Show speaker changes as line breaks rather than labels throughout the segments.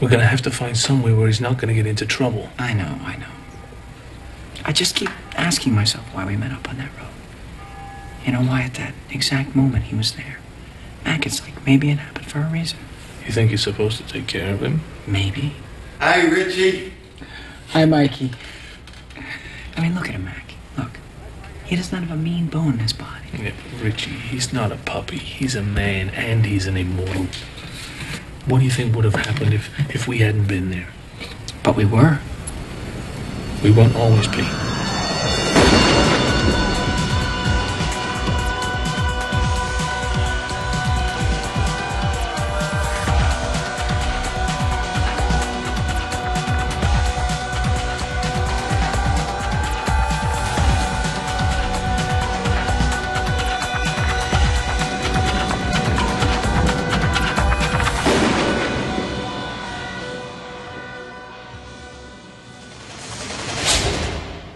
We're gonna have to find somewhere where he's not gonna get into trouble.
I know, I know. I just keep asking myself why we met up on that road. You know, why at that exact moment he was there. Mac, it's like maybe it happened for a reason.
You think you're supposed to take care of him?
Maybe.
Hi, Richie.
Hi, Mikey.
I mean, look at him, Mac. Look. He does not have a mean bone in his body.
Yeah, Richie, he's not a puppy. He's a man and he's an immortal. What do you think would have happened if, if we hadn't been there?
But we were.
We won't always be.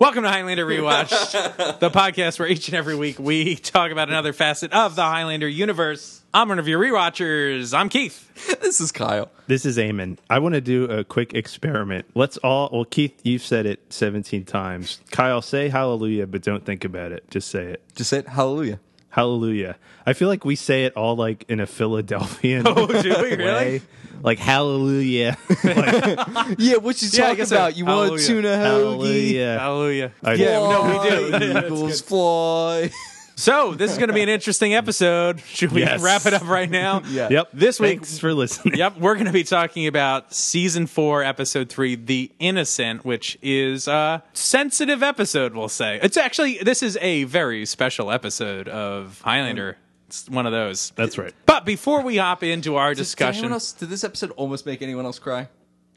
Welcome to Highlander Rewatched, the podcast where each and every week we talk about another facet of the Highlander universe. I'm one of your rewatchers. I'm Keith.
This is Kyle.
This is Eamon. I want to do a quick experiment. Let's all, well, Keith, you've said it 17 times. Kyle, say hallelujah, but don't think about it. Just say it.
Just said hallelujah.
Hallelujah. I feel like we say it all like in a Philadelphian
do we
way. Like, hallelujah.
Yeah, what you
Yeah, I
talking
guess I-
about? You want
hallelujah.
a tuna hoagie?
hallelujah.
Hallelujah.
I-
Yeah, no, we do.
Fly, Eagles fly.
So this is going to be an interesting episode. Should we
Yes.
wrap it up right now?
Yeah.
Yep.
This week-
Thanks for listening.
Yep, we're going to be talking about season four, episode three, "The Innocent," which is a sensitive episode. We'll say it's actually this is a very special episode of Highlander. It's one of those.
That's right.
But before we hop into our
Did- Did,
discussion,
anyone else, did this episode almost make anyone else cry?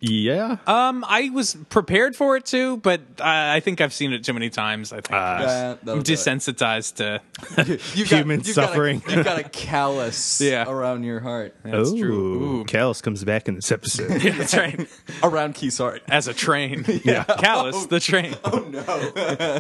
Yeah.
um, I was prepared for it too, but uh, I think I've seen it too many times. I think
Ah.
Yeah, that'll
I'm
do it.
desensitized to.
You've
Human
you've
suffering.
Got a, you've got a callus
Yeah.
around your heart,
That's
Ooh,
true. Ooh.
Callus comes back in this episode.
That's right.
around Keith's heart.
as a train. yeah. Callus, the train. Oh, no.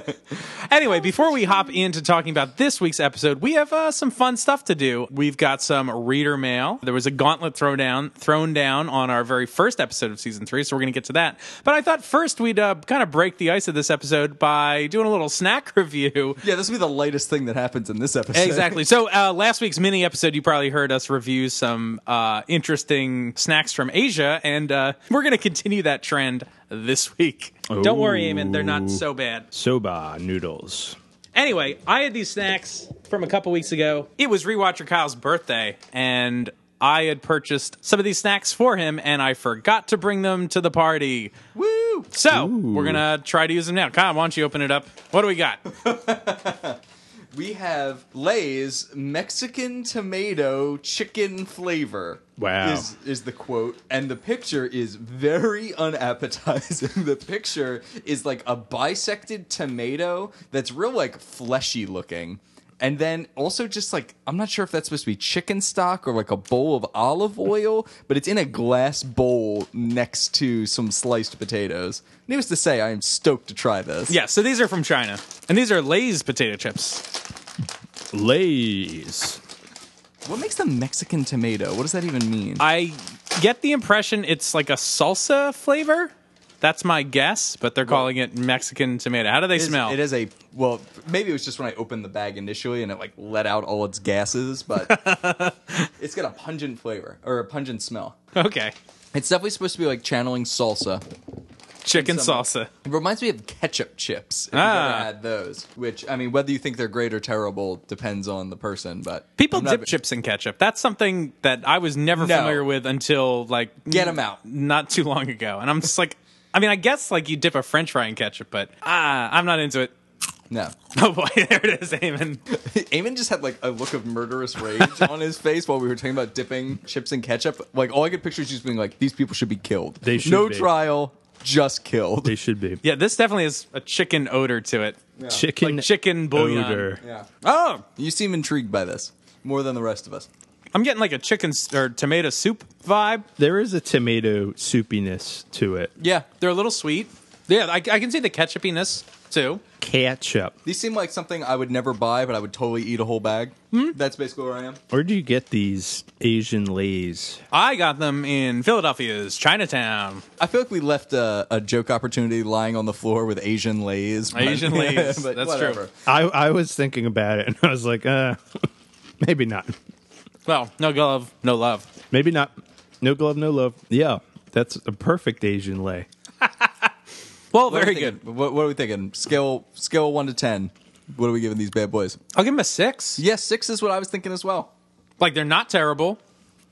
anyway, before we hop into talking about this week's episode, we have uh, some fun stuff to do. We've got some reader mail. There was a gauntlet throwdown thrown down on our very first episode of season three, so we're going to get to that. But I thought first we'd uh, kind of break the ice of this episode by doing a little snack review.
Yeah, this will be the latest thing that happens in this episode.
Exactly. So uh, last week's mini episode, you probably heard us review some uh, interesting snacks from Asia, and uh, we're going to continue that trend this week. Don't worry, Eamon, they're not so bad.
Soba noodles.
Anyway, I had these snacks from a couple weeks ago. It was rewatcher Kyle's birthday, and I had purchased some of these snacks for him, and I forgot to bring them to the party. Woo! So we're gonna try to use them now. Kyle, why don't you open it up? What do we got?
We have Lay's Mexican tomato chicken flavor.
Wow.
Is, is the quote. And the picture is very unappetizing. the picture is like a bisected tomato that's real like fleshy looking. And then also just like I'm not sure if that's supposed to be chicken stock or like a bowl of olive oil, but it's in a glass bowl next to some sliced potatoes. Needless to say, I am stoked to try this.
Yeah, so these are from China, and these are Lay's potato chips.
Lays.
What makes them Mexican tomato? What does that even mean?
I get the impression it's like a salsa flavor. That's my guess, but they're calling it Mexican tomato. How do they
It is-
smell?
It is a well, maybe it was just when I opened the bag initially and it like let out all its gases, but it's got a pungent flavor or a pungent smell.
okay.
It's definitely supposed to be like channeling salsa.
Chicken
Some-
salsa.
It reminds me of ketchup chips. If you've
Ah.
ever had those, which I mean, whether you think they're great or terrible depends on the person. But
People
I'm not-
dip chips in ketchup. That's something that I was never
No.
familiar with until like
Get 'em out.
Not too long ago. And I'm just like I mean, I guess like you dip a french fry in ketchup, but ah, I'm not into it.
No,
Oh boy, there it is, Eamon.
Eamon just had like a look of murderous rage on his face while we were talking about dipping chips in ketchup. Like all I could picture is just being like, "These people should be killed.
They should
no
be.
trial, just killed."
They should be.
Yeah, this definitely has a chicken odor to it.
Chicken.
Like chicken bouillon.
odor.
yeah.
Oh,
You seem intrigued by this more than the rest of us.
I'm getting like a chicken s- or tomato soup vibe.
There is a tomato soupiness to it.
Yeah, they're a little sweet. Yeah, I, I can see the ketchupiness too.
Ketchup.
These seem like something I would never buy, but I would totally eat a whole bag.
Hmm?
That's basically where I am.
Where do you get these Asian lays?
I got them in Philadelphia's Chinatown.
I feel like we left a, a joke opportunity lying on the floor with Asian lays. but-
Asian lays, that's true.
I, I was thinking about it and I was like, uh, maybe not.
Well, no glove, no love.
Maybe not. No glove, no love. Yeah, that's a perfect Asian lay.
Well,
What are we
very good.
thinking? What, what are we thinking? Scale scale one to ten. What are we giving these bad boys?
I'll give them a six.
Yes, six is what I was thinking as well.
Like they're not terrible.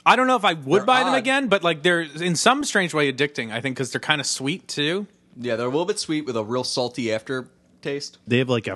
I don't know if I would
They're
buy them
odd.
again, but like they're in some strange way addicting. I think because they're kind of sweet too,
Yeah, they're a little bit sweet with a real salty aftertaste.
They have like a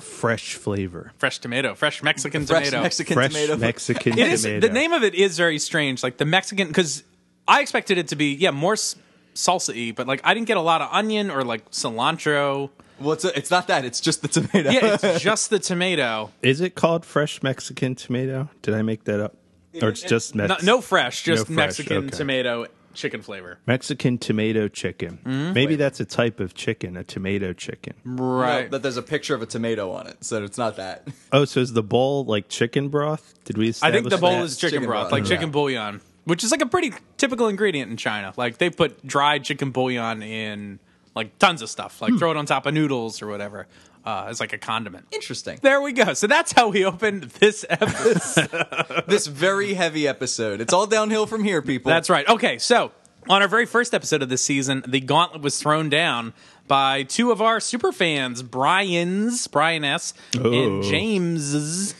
fresh flavor.
fresh tomato, fresh Mexican
Fresh
tomato.
Mexican
Fresh
tomato.
Mexican
it is
tomato.
the name of it is very strange. Like the Mexican, because I expected it to be yeah more s- salsa-y, but like I didn't get a lot of onion or like cilantro.
well, it's, it's not that. It's just the tomato.
Yeah, it's just the tomato.
Is it called fresh Mexican tomato? Did I make that up? Or it's just
No,
Mex-
no fresh,
No
just
fresh,
Mexican
okay.
tomato chicken flavor.
Mexican tomato chicken.
Mm-hmm.
Maybe that's a type of chicken, a tomato chicken.
Right.
That there's a picture of a tomato on it, so it's not that.
Oh, so is the bowl like chicken broth? Did we?
I think the
establish
bowl
that?
is chicken,
Chicken
broth,
broth,
like
yeah.
chicken bouillon, which is like a pretty typical ingredient in China. Like they put dried chicken bouillon in like tons of stuff, like throw it on top of noodles or whatever. Uh, it's like a condiment.
Interesting.
There we go. So that's how we opened this episode.
this very heavy episode. It's all downhill from here, people.
That's right. Okay, so on our very first episode of this season, the gauntlet was thrown down by two of our super fans, Brian's, Brian S,
Oh.
and James's,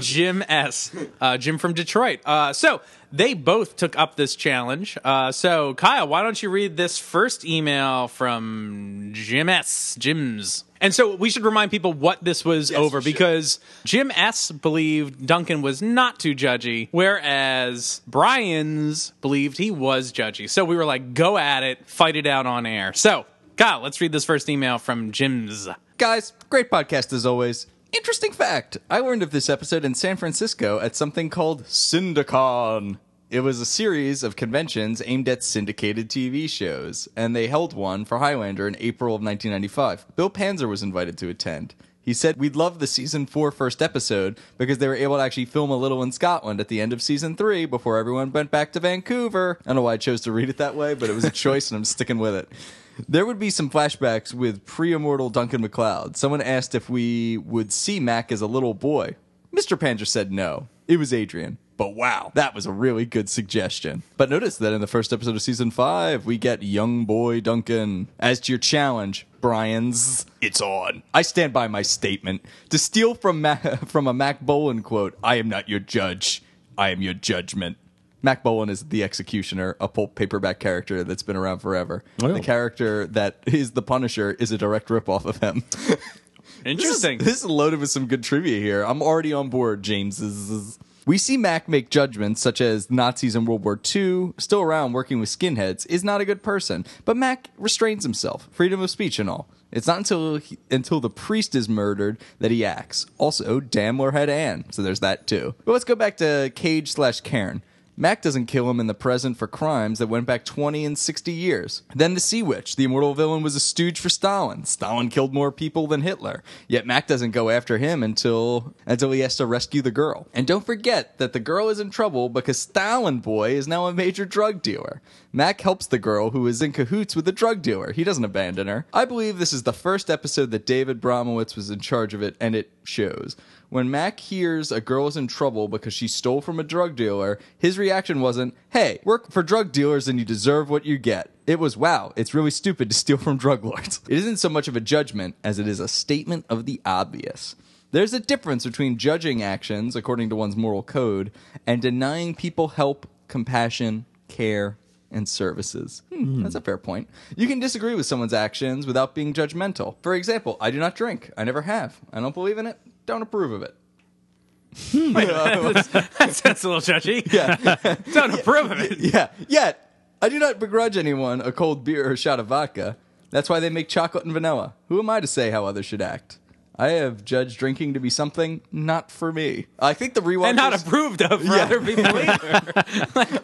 Jim S, uh, Jim from Detroit. Uh, so they both took up this challenge. Uh, so Kyle, why don't you read this first email from Jim S, Jim's? And so we should remind people what this was over
we should.
because because Jim S. believed Duncan was not too judgy, whereas Brian's believed he was judgy. So we were like, go at it, fight it out on air. So, Kyle, let's read this first email from Jim's.
Guys, great podcast as always. Interesting fact I learned of this episode in San Francisco at something called Syndicon. It was a series of conventions aimed at syndicated TV shows, and they held one for Highlander in April of 1995. Bill Panzer was invited to attend. He said, We'd love the season four first episode because they were able to actually film a little in Scotland at the end of season three before everyone went back to Vancouver. I don't know why I chose to read it that way, but it was a choice and I'm sticking with it. There would be some flashbacks with pre immortal Duncan McLeod. Someone asked if we would see Mac as a little boy. Mr. Panger said no. It was Adrian. But wow, that was a really good suggestion. But notice that in the first episode of season five, we get young boy Duncan. As to your challenge, Brian's, it's on. I stand by my statement. To steal from Ma- from a Mac Bolan quote, I am not your judge. I am your judgment. Mac Bolan is the executioner, a pulp paperback character that's been around forever.
Wow.
The character that is the Punisher is a direct ripoff of him.
Interesting.
This is, this is loaded with some good trivia here. I'm already on board, James. We see Mac make judgments such as Nazis in World War II, still around working with skinheads, is not a good person. But Mac restrains himself, freedom of speech and all. It's not until he, until the priest is murdered that he acts. Also, Damler had Anne, so there's that too. But let's go back to Cage slash Karen. Mac doesn't kill him in the present for crimes that went back 20 and 60 years. Then the Sea Witch, the immortal villain, was a stooge for Stalin. Stalin killed more people than Hitler. Yet Mac doesn't go after him until until he has to rescue the girl. And don't forget that the girl is in trouble because Stalin boy is now a major drug dealer. Mac helps the girl who is in cahoots with the drug dealer. He doesn't abandon her. I believe this is the first episode that David Bromowitz was in charge of it, and it shows. When Mac hears a girl is in trouble because she stole from a drug dealer, his reaction wasn't, hey, work for drug dealers and you deserve what you get. It was, wow, it's really stupid to steal from drug lords. It isn't so much of a judgment as it is a statement of the obvious. There's a difference between judging actions according to one's moral code and denying people help, compassion, care, and services. Hmm, That's a fair point. You can disagree with someone's actions without being judgmental. For example, I do not drink. I never have. I don't believe in it. Don't approve of it.
Hmm. That's a little judgy. Yeah. Don't approve of it.
Yeah. Yet, I do not begrudge anyone a cold beer or shot of vodka. That's why they make chocolate and vanilla. Who am I to say how others should act? I have judged drinking to be something not for me. I think the rewatchers
and not approved of for other people either.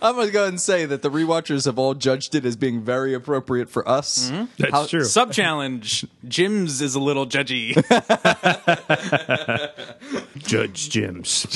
I'm going to go ahead and say that the rewatchers have all judged it as being very appropriate for us.
Mm-hmm.
That's
How-
true.
Sub challenge. Jim's is a little judgy.
Judge Jim's.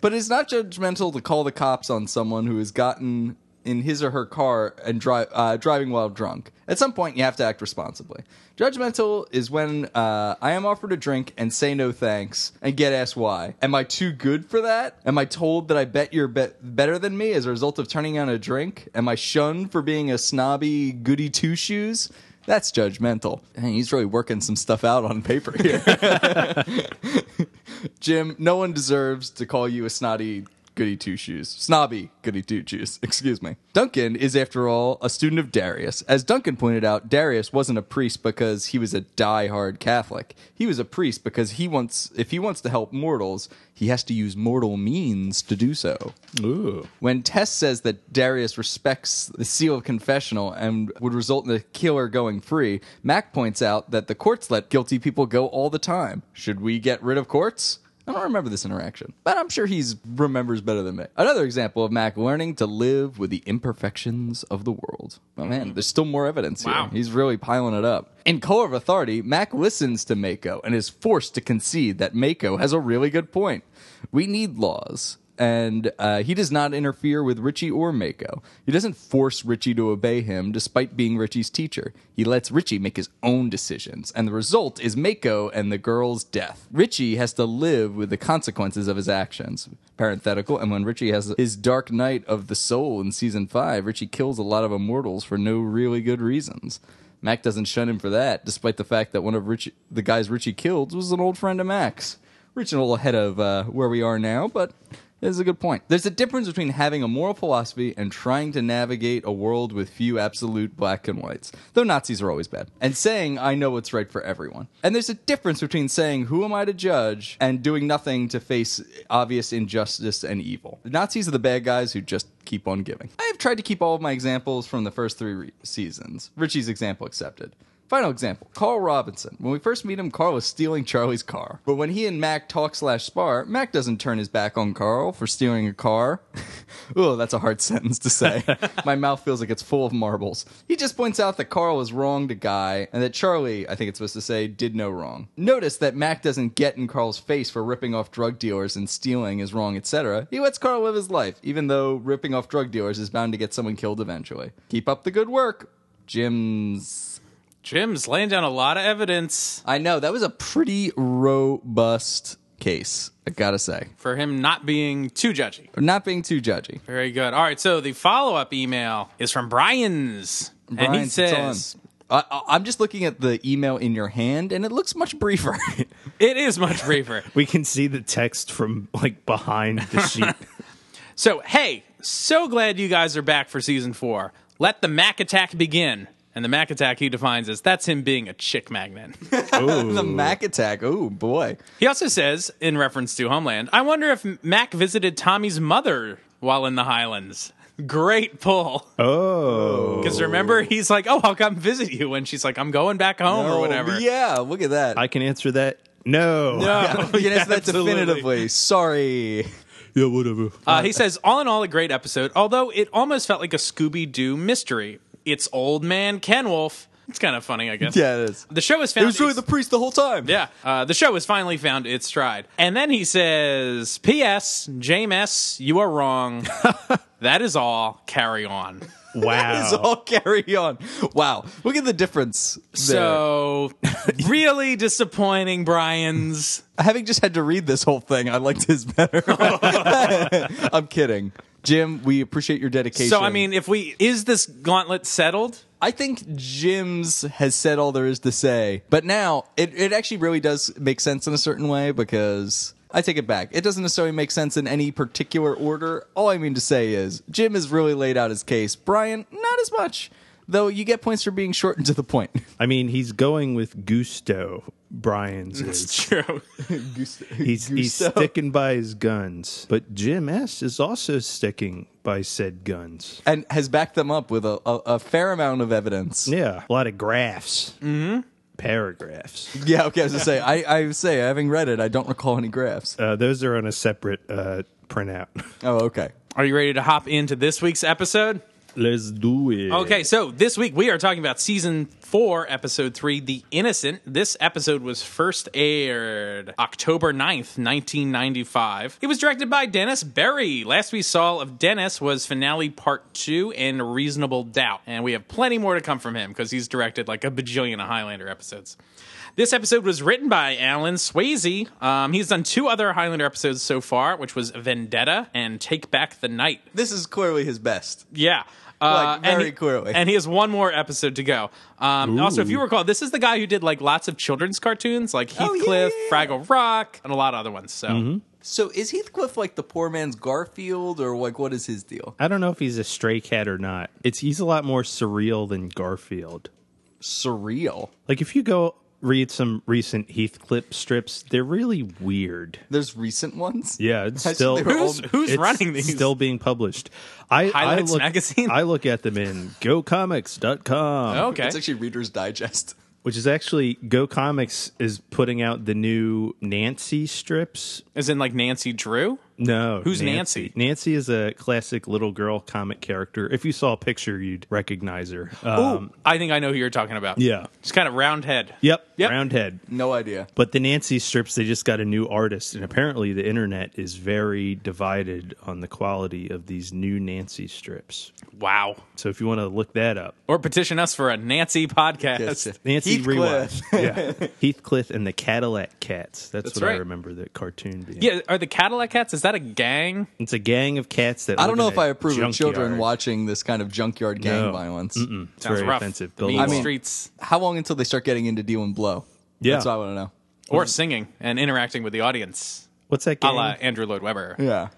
but it's not judgmental to call the cops on someone who has gotten in his or her car and dri- uh, driving while drunk. At some point, you have to act responsibly. Judgmental is when uh, I am offered a drink and say no thanks and get asked why. Am I too good for that? Am I told that I bet you're bet better than me as a result of turning on a drink? Am I shunned for being a snobby goody two shoes? That's judgmental. And he's really working some stuff out on paper here. Jim, no one deserves to call you a snotty goody two shoes. Snobby goody two shoes, excuse me. Duncan is, after all, a student of Darius. As Duncan pointed out, Darius wasn't a priest because he was a die-hard Catholic. He was a priest because he wants, if he wants to help mortals, he has to use mortal means to do so.
Ooh.
When Tess says that Darius respects the seal of confessional and would result in the killer going free, Mac points out that the courts let guilty people go all the time. Should we get rid of courts? I don't remember this interaction, but I'm sure he's remembers better than me. Another example of Mac learning to live with the imperfections of the world. Oh man, there's still more evidence
Wow.
here. He's really piling it up. In Color of Authority, Mac listens to Mako and is forced to concede that Mako has a really good point. We need laws. And uh, he does not interfere with Richie or Mako. He doesn't force Richie to obey him despite being Richie's teacher. He lets Richie make his own decisions. And the result is Mako and the girl's death. Richie has to live with the consequences of his actions. Parenthetical. And when Richie has his dark night of the soul in season five, Richie kills a lot of immortals for no really good reasons. Mac doesn't shun him for that, despite the fact that one of Richie, the guys Richie killed was an old friend of Mac's. Reaching a little ahead of uh, where we are now, but this is a good point. There's a difference between having a moral philosophy and trying to navigate a world with few absolute black and whites, though Nazis are always bad, and saying, I know what's right for everyone. And there's a difference between saying, Who am I to judge? and doing nothing to face obvious injustice and evil. The Nazis are the bad guys who just keep on giving. I have tried to keep all of my examples from the first three re- seasons, Richie's example accepted. Final example: Carl Robinson. When we first meet him, Carl is stealing Charlie's car. But when he and Mac talk slash spar, Mac doesn't turn his back on Carl for stealing a car. Ooh, that's a hard sentence to say. My mouth feels like it's full of marbles. He just points out that Carl is wrong to Guy, and that Charlie, I think it's supposed to say, did no wrong. Notice that Mac doesn't get in Carl's face for ripping off drug dealers and stealing is wrong, etc. He lets Carl live his life, even though ripping off drug dealers is bound to get someone killed eventually. Keep up the good work. Jim's
Jim's laying down a lot of evidence
I know that was a pretty robust case. I gotta say,
for him not being too judgy.
for not being too judgy.
Very good. All right, so the follow up email is from Brian's. and he
Brian, it's on.
says,
I, I- "I'm just looking at the email in your hand, and it looks much briefer."
It is much briefer.
We can see the text from like behind the sheet.
So, hey, so glad you guys are back for season four. Let the Mac attack begin. And the Mac attack he defines as that's him being a chick magnet.
the Mac attack. Oh boy,
he also says, in reference to Homeland, I wonder if Mac visited Tommy's mother while in the Highlands. Great pull.
oh.
Because remember, he's like, oh, I'll come visit you. And she's like, I'm going back home or whatever.
Oh, Yeah, look at that.
I can answer that. No.
No.
you can answer that
absolutely.
definitively. Sorry.
Yeah, whatever.
Uh, he says, all in all, a great episode, although it almost felt like a Scooby Doo mystery. It's old man Ken Wolf. It's kind of funny, I guess.
Yeah, it is.
The show is
It
found.
was really the priest the whole time.
Yeah, uh, the show has finally found its stride. And then he says, P.S. James, you are wrong. that is all. Carry on.
Wow.
It's all carry on. Wow, look at the difference. there.
So, really disappointing, Brian's.
having just had to read this whole thing, I liked his better. I'm kidding. Jim, we appreciate your dedication.
So, I mean, if we, is this gauntlet settled?
I think Jim's has said all there is to say, but now it, it actually really does make sense in a certain way because I take it back. It doesn't necessarily make sense in any particular order. All I mean to say is Jim has really laid out his case. Brian, not as much, though. You get points for being short and to the point.
I mean, he's going with gusto. Brian's is.
True.
He's, he's sticking by his guns, but Jim S is also sticking by said guns.
and has backed them up with a, a, a fair amount of evidence.
Mm-hmm.
Yeah, a lot of graphs. paragraphs.
Yeah, okay. I was gonna say, I, I say, having read it, I don't recall any graphs.
Uh, those are on a separate uh, printout.
Oh, okay.
Are you ready to hop into this week's episode?
Let's do it.
Okay, so this week we are talking about season four, episode three, The Innocent. This episode was first aired October 9th, 1995. It was directed by Dennis Berry. Last we saw of Dennis was finale part two and Reasonable Doubt. And we have plenty more to come from him because he's directed like a bajillion of Highlander episodes. This episode was written by Alan Swayze. Um, he's done two other Highlander episodes so far, which was Vendetta and Take Back the Night.
This is clearly his best.
Yeah. Uh,
Like,
and
very
he-
clearly.
And he has one more episode to go. Um, also, if you recall, this is the guy who did like lots of children's cartoons, like
Oh, yeah,
Heathcliff,
yeah, yeah.
Fraggle Rock, and a lot of other ones. So
Mm-hmm.
So is Heathcliff like the poor man's Garfield, or like what is his deal?
I don't know if he's a stray cat or not. It's he's a lot more surreal than Garfield.
Surreal.
Like if you go read some recent Heathcliff strips, they're really weird.
There's recent ones.
Yeah, it's
Actually,
still
they were
who's
old-
who's
it's
running these?
still being published. I, I
Highlights
look
magazine? Oh.
I look at them in gocomics.com.
okay.
It's actually Reader's Digest.
which is actually Go Comics is putting out the new Nancy strips.
As in like Nancy Drew.
No,
Who's
Nancy?
Nancy?
is a classic little girl comic character. If you saw a picture, you'd recognize her. Um,
Ooh, I think I know who you're talking about.
yeah.
Just kind of round head.
Yep,
Yep.
Roundhead.
No idea.
But the Nancy strips, they just got a new artist, and apparently the internet is very divided on the quality of these new Nancy strips.
Wow.
So if you want to look that up,
Or petition us for a Nancy podcast.
Nancy
Heathcliff.
Rewind. Yeah. Heathcliff and the Cadillac Cats. That's, what I
right.
remember the cartoon being.
Yeah, are the Cadillac Cats? Is that a gang?
It's a gang of cats that
I don't
live
know
in
if
a
I approve of children
junkyard.
watching this kind of junkyard gang
No.
violence.
It's
Sounds
very
rough.
offensive.
The
Build
mean
a wall.
streets
How long until they start getting into deal and blow?
Yeah.
That's what I want to know.
or singing and interacting with the audience,
What's that
a
gang?
la Andrew Lloyd Webber.
Yeah.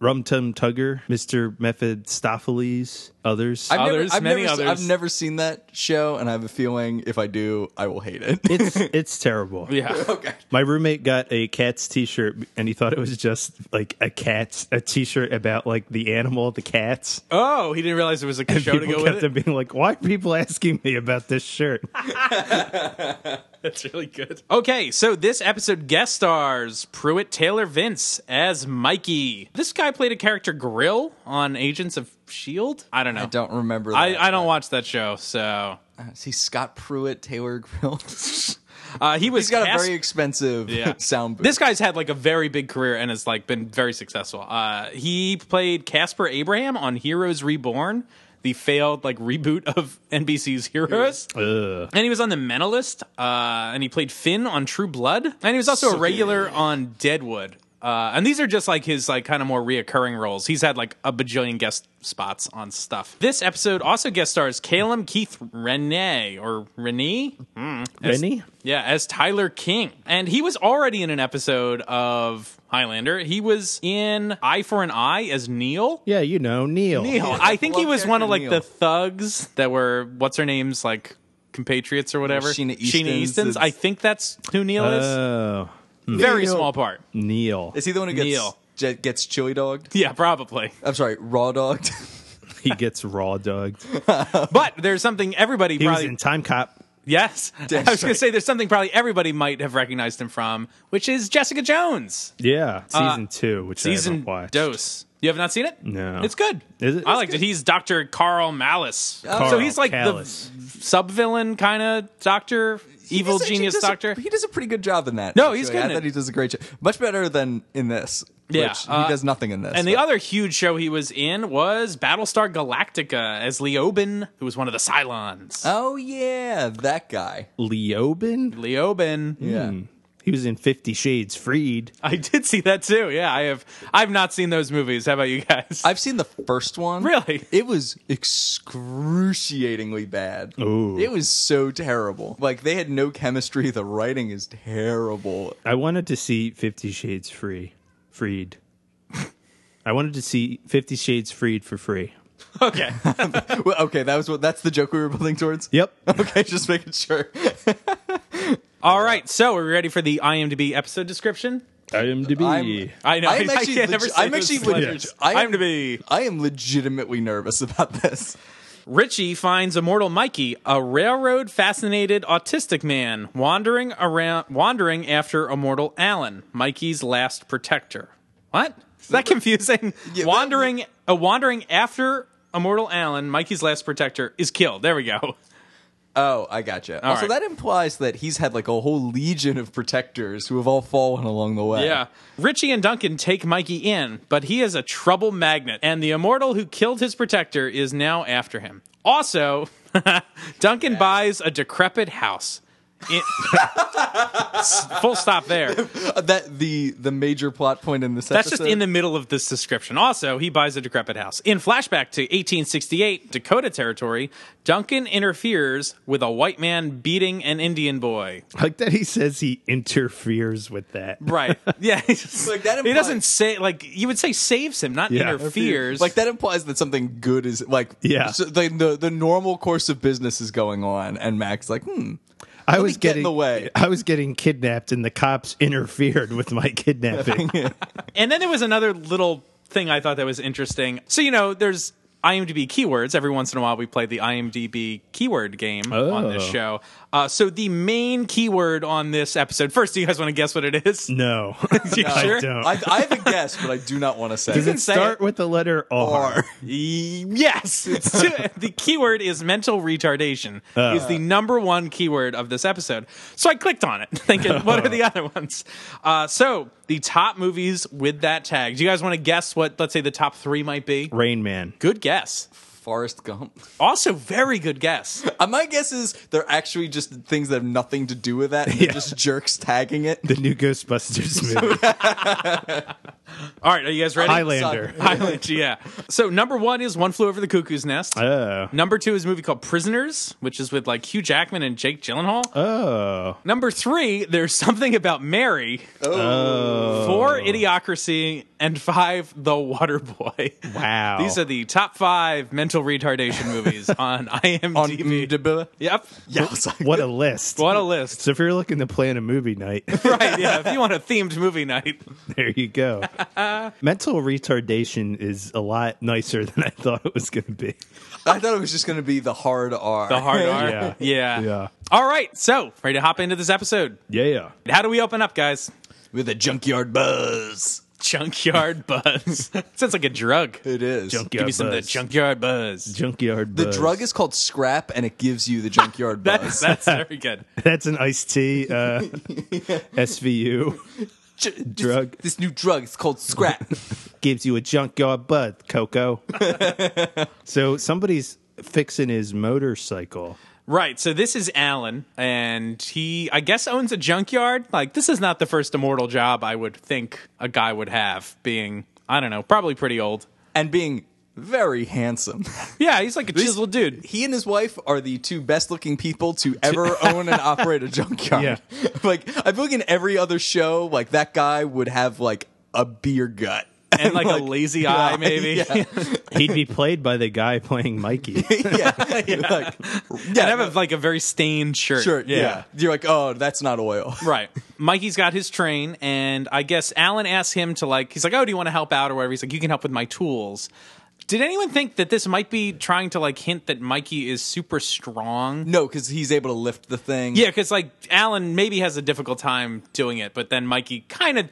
Rum Tum Tugger, Mr. Mephistopheles, others.
I've
Others,
never, I've
many
never,
others.
I've never seen that show, and I have a feeling if I do, I will hate it.
it's it's terrible.
Yeah.
okay.
My roommate got a cat's T-shirt, and he thought it was just like a cat's a T-shirt about like the animal, the cats.
Oh, he didn't realize there was a
And
show to go
people kept
with.
on
It.
being like, "Why are people asking me about this shirt?"
That's really good. Okay, so this episode guest stars Pruitt Taylor Vince as Mikey. This guy played a character Grill on Agents of Shield. I don't know.
I don't remember. That.
I, I don't watch that show, so
See Scott Pruitt, Taylor Grill. He's
uh, he was
got a
cast-
very expensive
Yeah.
sound booth.
This guy's had like a very big career and has like been very successful. Uh, he played Casper Abraham on Heroes Reborn, the failed like reboot of NBC's Heroes. And he was on The Mentalist, uh, and he played Finn on True Blood, and he was also a regular on Deadwood. Uh, and these are just like his like kind of more reoccurring roles. He's had like a bajillion guest spots on stuff. This episode also guest stars Calum Keith Renee or Renee.
Rennie,
Yeah, as Tyler King. And he was already in an episode of Highlander. He was in Eye for an Eye as Neil.
yeah, you know Neil.
Neil. I think he
Love
was one of like
character
the
Neil.
thugs that were what's her name's like compatriots or whatever.
Sheena
Sheena
Easton's
Easton's. I
is-
think that's who Neil is.
Oh,
Very
Neil.
small part.
Neil.
Is he the one who gets
Neil.
j- gets chili dogged?
Yeah, probably.
I'm sorry, raw dogged.
He gets raw dogged.
But there's something everybody
He was
probably
in Time Cop.
yes. I was
right.
gonna say there's something probably everybody might have recognized him from, which is Jessica Jones.
Yeah, Uh, season two, which I
Season
haven't watched.
dose. You have not seen it?
No.
It's good.
Is it?
I liked it. He's Dr. Carl Malice.
Oh.
Carl
so he's like
Callis.
the sub villain kind of doctor, evil
He's actually
genius
does a-
doctor.
he does a pretty good job in that.
No, he's
actually.
good in
I thought
it.
he does a great job. Much better than in this.
Yeah,
which
uh,
he does nothing in this.
and the
but-
other huge show he was in was Battlestar Galactica as Leoben, who was one of the Cylons.
Oh yeah, that guy.
Leoben.
Leoben.
Yeah.
He was in Fifty Shades Freed.
I did see that too. Yeah, I have I've not seen those movies. How about you guys?
I've seen the first one.
Really?
It was excruciatingly bad.
Ooh.
It was so terrible. Like they had no chemistry. The writing is terrible.
I wanted to see Fifty Shades Free, Freed. I wanted to see Fifty Shades Freed for free.
okay.
Well, okay, that was what that's the joke we were building towards.
Yep.
Okay, just making sure.
All right. So, are we ready for the IMDb episode description?
IMDb.
I'm-
I know.
I'm
I
actually
can't
legi-
ever say
I'm
those
actually
letters.
legit- I am-
IMDb.
I am legitimately nervous about this.
Richie finds immortal Mikey, a railroad fascinated autistic man, wandering around wandering after immortal Alan, Mikey's last protector. What? Is that confusing?
Yeah, that-
wandering uh, wandering after immortal Alan, Mikey's last protector, is killed. There we go.
Oh, I gotcha. also,
right.
that implies that he's had like a whole legion of protectors who have all fallen along the way.
Yeah. Richie and Duncan take Mikey in, but he is a trouble magnet, and the immortal who killed his protector is now after him. Also, Duncan buys a decrepit house. It- S- full stop there.
Uh, that the the major plot point in this.
That's just in the middle of this description. Also, he buys a decrepit house. In flashback to 1868, Dakota Territory, Duncan interferes with a white man beating an Indian boy.
I like that he says he interferes with that.
Right. Yeah. he's-
Like, that
he
implies-
doesn't say, like, you would say saves him, not
Yeah.
interferes.
Like that implies that something good is like
Yeah.
so the, the the normal course of business is going on, and Max like hmm.
I
let
was
me get
getting
in the way.
I was getting kidnapped, and the cops interfered with my kidnapping.
And then there was another little thing I thought that was interesting. So, you know, there's IMDb keywords. Every once in a while, we play the IMDb keyword game on this
Oh.
show. Uh, so, the main keyword on this episode, first, do you guys want to guess what it is?
no,
sure?
I don't.
I, I have a guess, but I do not want to say. E-
Does
it.
it
say it.
start with the letter R?
Or-
Yes, it's the keyword is mental retardation. is the number one keyword of this episode. So I clicked on it, thinking, what are the other ones? Uh, so the top movies with that tag. Do you guys want to guess what? Let's say the top three might be.
Rain Man.
Good guess.
Forrest Gump.
Also, very good guess.
Uh, my guess is they're actually just things that have nothing to do with that. And They're just jerks tagging it.
The new Ghostbusters movie.
All right, are you guys ready?
Highlander.
Island, yeah. So number one is One Flew Over the Cuckoo's Nest.
Oh.
Number two is a movie called Prisoners, which is with like Hugh Jackman and Jake Gyllenhaal.
Oh.
Number three, there's something about Mary. Oh. Four, Idiocracy, and five, The Water Boy.
Wow.
These are the top five mental retardation movies on
On
IMDb.
IMDb.
yep.
Yeah, I was like,
what a list.
What a list.
So if you're looking to plan a movie night,
right, yeah. If you want a themed movie night.
there you go. Mental retardation is a lot nicer than I thought it was going to be.
I thought it was just going to be the hard R.
The hard R.
Yeah.
yeah.
Yeah.
All right. So, ready to hop into this episode.
Yeah.
How do we open up, guys?
with a junkyard buzz.
Junkyard buzz. Sounds like a drug.
It is.
Junkyard
Give me some of the
buzz.
junkyard buzz.
Junkyard.
The
buzz.
drug is called scrap, and it gives you the junkyard
That's
buzz.
that's very good.
That's an iced tea. Uh, SVU
Ju-
drug.
This, this new drug is called scrap.
gives you a junkyard bud, Coco. so somebody's fixing his motorcycle.
Right. So this is Alan, and he, I guess, owns a junkyard. Like, this is not the first immortal job I would think a guy would have, being, I don't know, probably pretty old.
and being very handsome.
Yeah, he's like a chiseled dude.
He and his wife are the two best looking people to ever own and operate a junkyard.
Yeah.
Like, I feel like in every other show, like, that guy would have, like, a beer gut.
And like, a lazy eye, maybe.
Yeah.
He'd be played by the guy playing Mikey.
yeah. Like, yeah.
And have a, like a very stained shirt.
sure. Yeah. You're like, oh, that's not oil.
Right. Mikey's got his train, and I guess Alan asks him to like. He's like, "Oh, do you want to help out or whatever?" He's like, "You can help with my tools." Did anyone think that this might be trying to like hint that Mikey is super strong?
No, because he's able to lift the thing.
Yeah, because like Alan maybe has a difficult time doing it, but then Mikey kind of.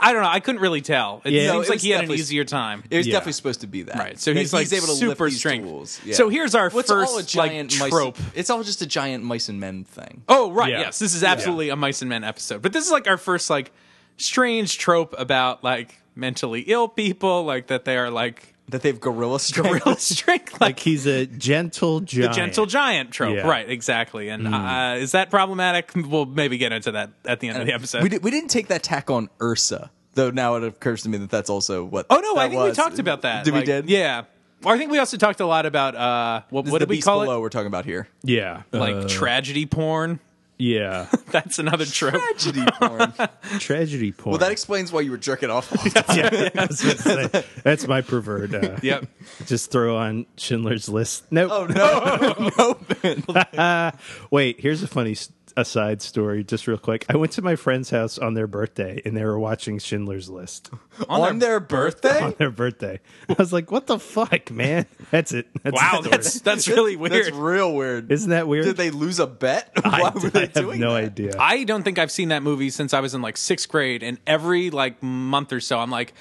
I don't know. I couldn't really tell. It
Yeah. No,
seems
it
like
was
he had an
definitely-
easier time.
It was
Yeah.
definitely supposed to be that.
Right. So
That
he's, like super
these
strength.
tools.
So here's our
What's
first
all a
like
giant mice-
trope.
It's all just a giant mice and men thing.
Oh right,
Yeah.
yes. This is absolutely a mice and men episode. But this is like our first like strange trope about like mentally ill people, like that they are like
That they've gorilla strength.
gorilla strength,
like
like
he's a gentle
the
giant.
gentle giant trope.
Yeah.
Right, exactly. And
Hmm.
uh, is that problematic? We'll maybe get into that at the end of the episode.
Uh, We, did, we didn't take that tack on Ursa, though. Now it occurs to me that that's also what.
oh no, I
that
think
was.
we talked about that.
Did
Like,
we did?
Yeah. Well, I think we also talked a lot about uh, what,
This is
what
the
did we
beast
call
below
it?
We're talking about here.
Yeah.
Like
Uh,
tragedy porn.
yeah.
That's another trope.
Tragedy porn.
Tragedy porn.
well, that explains why you were jerking off. all the time.
yeah, I was gonna say, that's my pervert. Uh,
Yep.
Just throw on Schindler's List. Nope.
oh no, no, Ben.
Wait, here's a funny s- a side story, just real quick. I went to my friend's house on their birthday, and they were watching Schindler's List
on, their, birthday.
on their birthday. I was like, "What the fuck, man?" That's it. That's
Wow,
the
that's
story.
that's really weird.
That's real weird.
isn't that weird?
Did they lose a bet?
I,
Why were they
I have
doing
no
that?
idea.
I don't think I've seen that movie since I was in like sixth grade, and every like month or so, I'm like,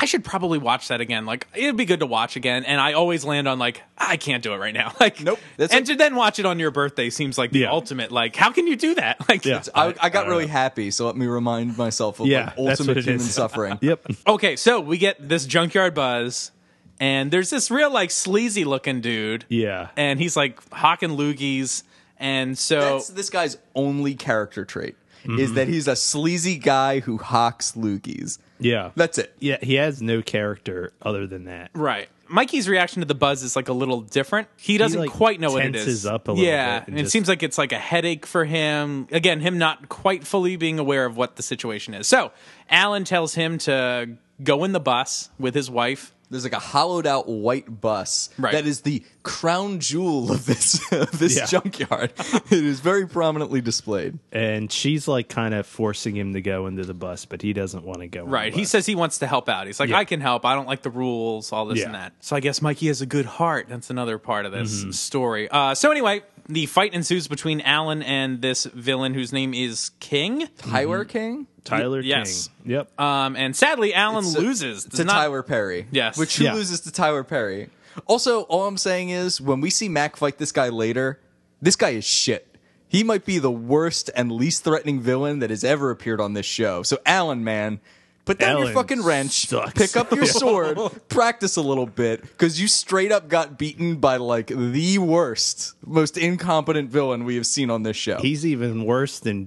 I should probably watch that again. Like, it'd be good to watch again, and I always land on like, I can't do it right now. Like,
Nope. That's
and
a-
to then watch it on your birthday seems like the
Yeah.
ultimate. Like, how can you do that? Like,
Yeah.
I, I
I
got
don't
really
know.
happy, so let me remind myself of
Yeah,
like,
that's
ultimate
what it
human
is.
suffering.
yep.
okay, so we get this junkyard buzz, and there's this real like sleazy looking dude.
Yeah.
and he's like hawking loogies, and so
That's this guy's only character trait
Mm-hmm.
is that he's a sleazy guy who hawks loogies.
Yeah.
That's it.
yeah. He has no character other than that.
Right. Mikey's reaction to the buzz is like a little different. He doesn't
like,
quite know what it
tenses
is.
up a little
yeah,
bit and
it
just-
seems like it's like a headache for him. Again, him not quite fully being aware of what the situation is. So Alan tells him to go in the bus with his wife.
There's like a hollowed out white bus
Right.
that is the crown jewel of this of this
Yeah. Mm-hmm.
junkyard. it is very prominently displayed.
And she's like kind of forcing him to go into the bus, but he doesn't want to go. on
Right.
the
He
bus.
says he wants to help out. He's like,
Yeah.
I can help. I don't like the rules, all this
Yeah.
and that. So I guess Mikey has a good heart. That's another part of this
Mm-hmm.
story. Uh, so anyway, the fight ensues between Alan and this villain whose name is King.
Tyler King?
Tyler
yes.
King. Yep.
Um, and sadly, Alan
It's a-
loses. Does
to
not-
Tyler Perry.
Yes.
Which who
Yeah.
loses to Tyler Perry. Also, all I'm saying is when we see Mac fight this guy later, this guy is shit. He might be the worst and least threatening villain that has ever appeared on this show. So Alan, man, put down your
Alan
fucking wrench,
sucks.
pick up your sword, practice a little bit, because you straight up got beaten by like the worst, most incompetent villain we have seen on this show.
He's even worse than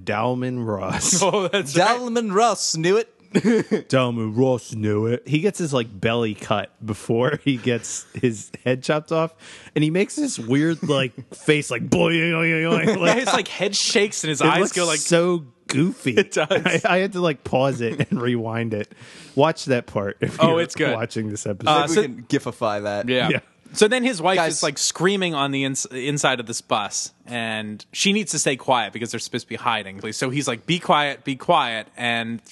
Dalman Ross.
Oh, that's right.
Dalman Russ knew it.
Dalman Ross knew it. He gets his like belly cut before he gets his head chopped off, and he makes this weird like face, like boy, like
his like head shakes and his
It
eyes
looks
go like
so goofy. It
does.
I, I had to like pause it and rewind it. Watch that part. If
Oh,
you're
it's good.
Watching this episode.
Uh,
Maybe
so-
we can gifify that.
yeah.
yeah.
So then his wife
Guys-
is like screaming on the ins- inside of this bus, and she needs to stay quiet because they're supposed to be hiding. So he's like, "Be quiet, be quiet," and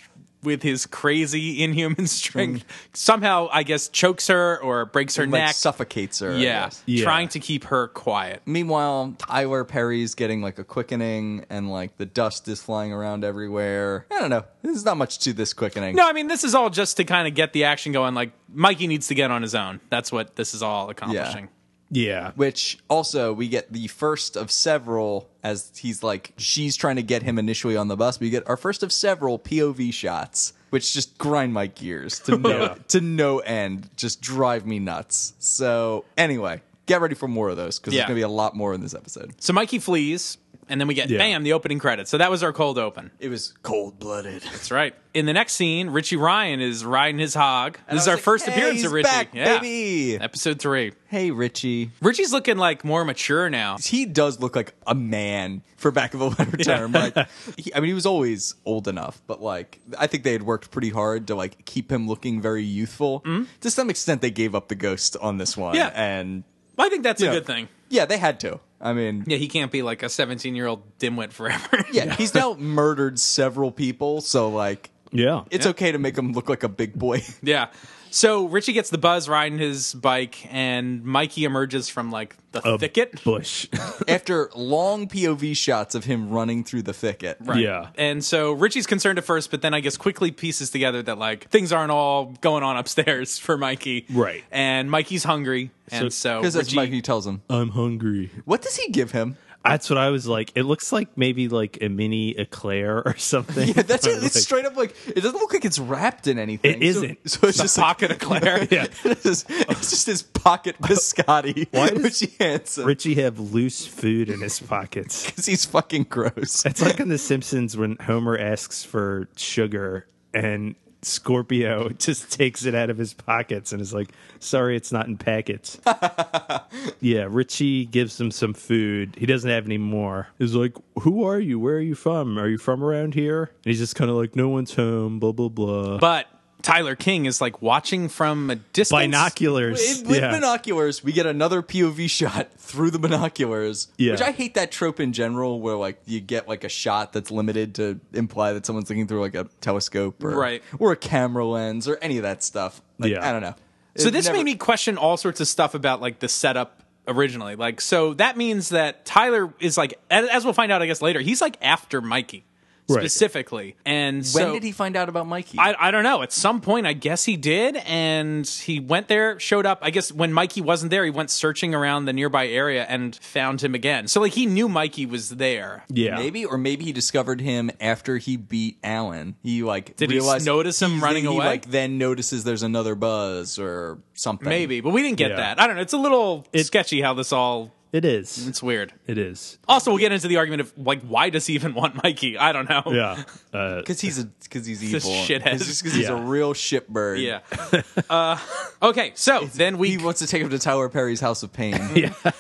with his crazy inhuman strength, somehow I guess chokes her or breaks her
Like
neck.
suffocates her. I
yeah,
guess.
Yeah.
trying to keep her quiet.
Meanwhile, Tyler Perry's getting like a quickening, and like the dust is flying around everywhere. I don't know. There's not much to this quickening.
No, I mean this is all just to kind of get the action going. Like Mikey needs to get on his own. That's what this is all accomplishing.
yeah.
Which also we get the first of several as he's like she's trying to get him initially on the bus. We get our first of several POV shots, which just grind my gears to no
Yeah.
to no end. Just drive me nuts. So anyway, get ready for more of those because
Yeah.
there's gonna be a lot more in this episode.
So Mikey flees, and then we get
Yeah.
bam the opening credits. So that was our cold open.
It was cold blooded.
That's right. In the next scene, Richie Ryan is riding his hog. This is
I
our
was like,
first
"Hey,
appearance
he's
of Richie.
back,
yeah.
baby.
Episode three.
Hey Richie.
Richie's looking like more mature now.
he does look like a man for back of a letter term like he, i mean he was always old enough but like i think they had worked pretty hard to like keep him looking very youthful to some extent they gave up the ghost on this one
Mm-hmm. Yeah.
and
I think that's
Yeah.
a good thing.
yeah they had to i mean
Yeah,
yeah,
he can't be like a 17 year old dimwit forever.
he's now murdered several people so like
Yeah.
it's okay to make him look like a big boy
yeah. So Richie gets the buzz riding his bike, and Mikey emerges from like the
a
thicket.
bush.
after long pov shots of him running through the thicket
Right.
Yeah.
And so Richie's concerned at first, but then I guess quickly pieces together that like things aren't all going on upstairs for Mikey.
Right.
And Mikey's hungry. And so,
because that's
Richie-
Mikey tells him.
I'm hungry.
What does he give him?
That's what I was like. It looks like maybe like a mini eclair or something.
Yeah, that's
Or,
it. It's
like-
straight up like it doesn't look like it's wrapped in anything.
It
So-
isn't.
So, it's just like,
pocket Eclair.
Yeah.
it's just- it's just his pocket biscotti,
Why does
which he hands him.
Richie have loose food in his pockets.
'Cause he's fucking gross.
It's like in The Simpsons when Homer asks for sugar and Scorpio just takes it out of his pockets and is like, sorry, it's not in packets. yeah, Richie gives him some food. He doesn't have any more. He's like, who are you? Where are you from? Are you from around here? And he's just kind of like, no one's home, blah, blah, blah.
But Tyler King is like watching from a distance.
Binoculars.
With, with
yeah.
binoculars, we get another POV shot through the binoculars.
Yeah.
Which I hate that trope in general, where like you get like a shot that's limited to imply that someone's looking through like a telescope or
Right.
or a camera lens or any of that stuff. Like,
Yeah.
I don't know.
So
It
this
never-
made me question all sorts of stuff about like the setup originally. Like, so that means that Tyler is like, as as we'll find out, I guess later, he's like after Mikey
Right.
specifically. And
When
so
did he find out about Mikey?
I, I don't know. At some point, I guess he did, and he went there, showed up. I guess when Mikey wasn't there, he went searching around the nearby area and found him again. So like he knew Mikey was there.
yeah.
Maybe or maybe he discovered him after he beat Alan. He like
Did he
realized
notice him
he's-
running
he,
away?
Like then notices there's another buzz or something.
Maybe, but we didn't get
Yeah.
that. I don't know. It's a little sketchy how this all.
It is.
It's weird.
It is.
Also, we'll get into the argument of like, why does he even want Mikey? I don't know.
Yeah. Uh,
because he's a because he's
a
evil.
shithead.
It's just because he's a
Yeah.
real shitbird.
Yeah. uh, okay, so then we
He wants to take him to Tyler Perry's House of Pain.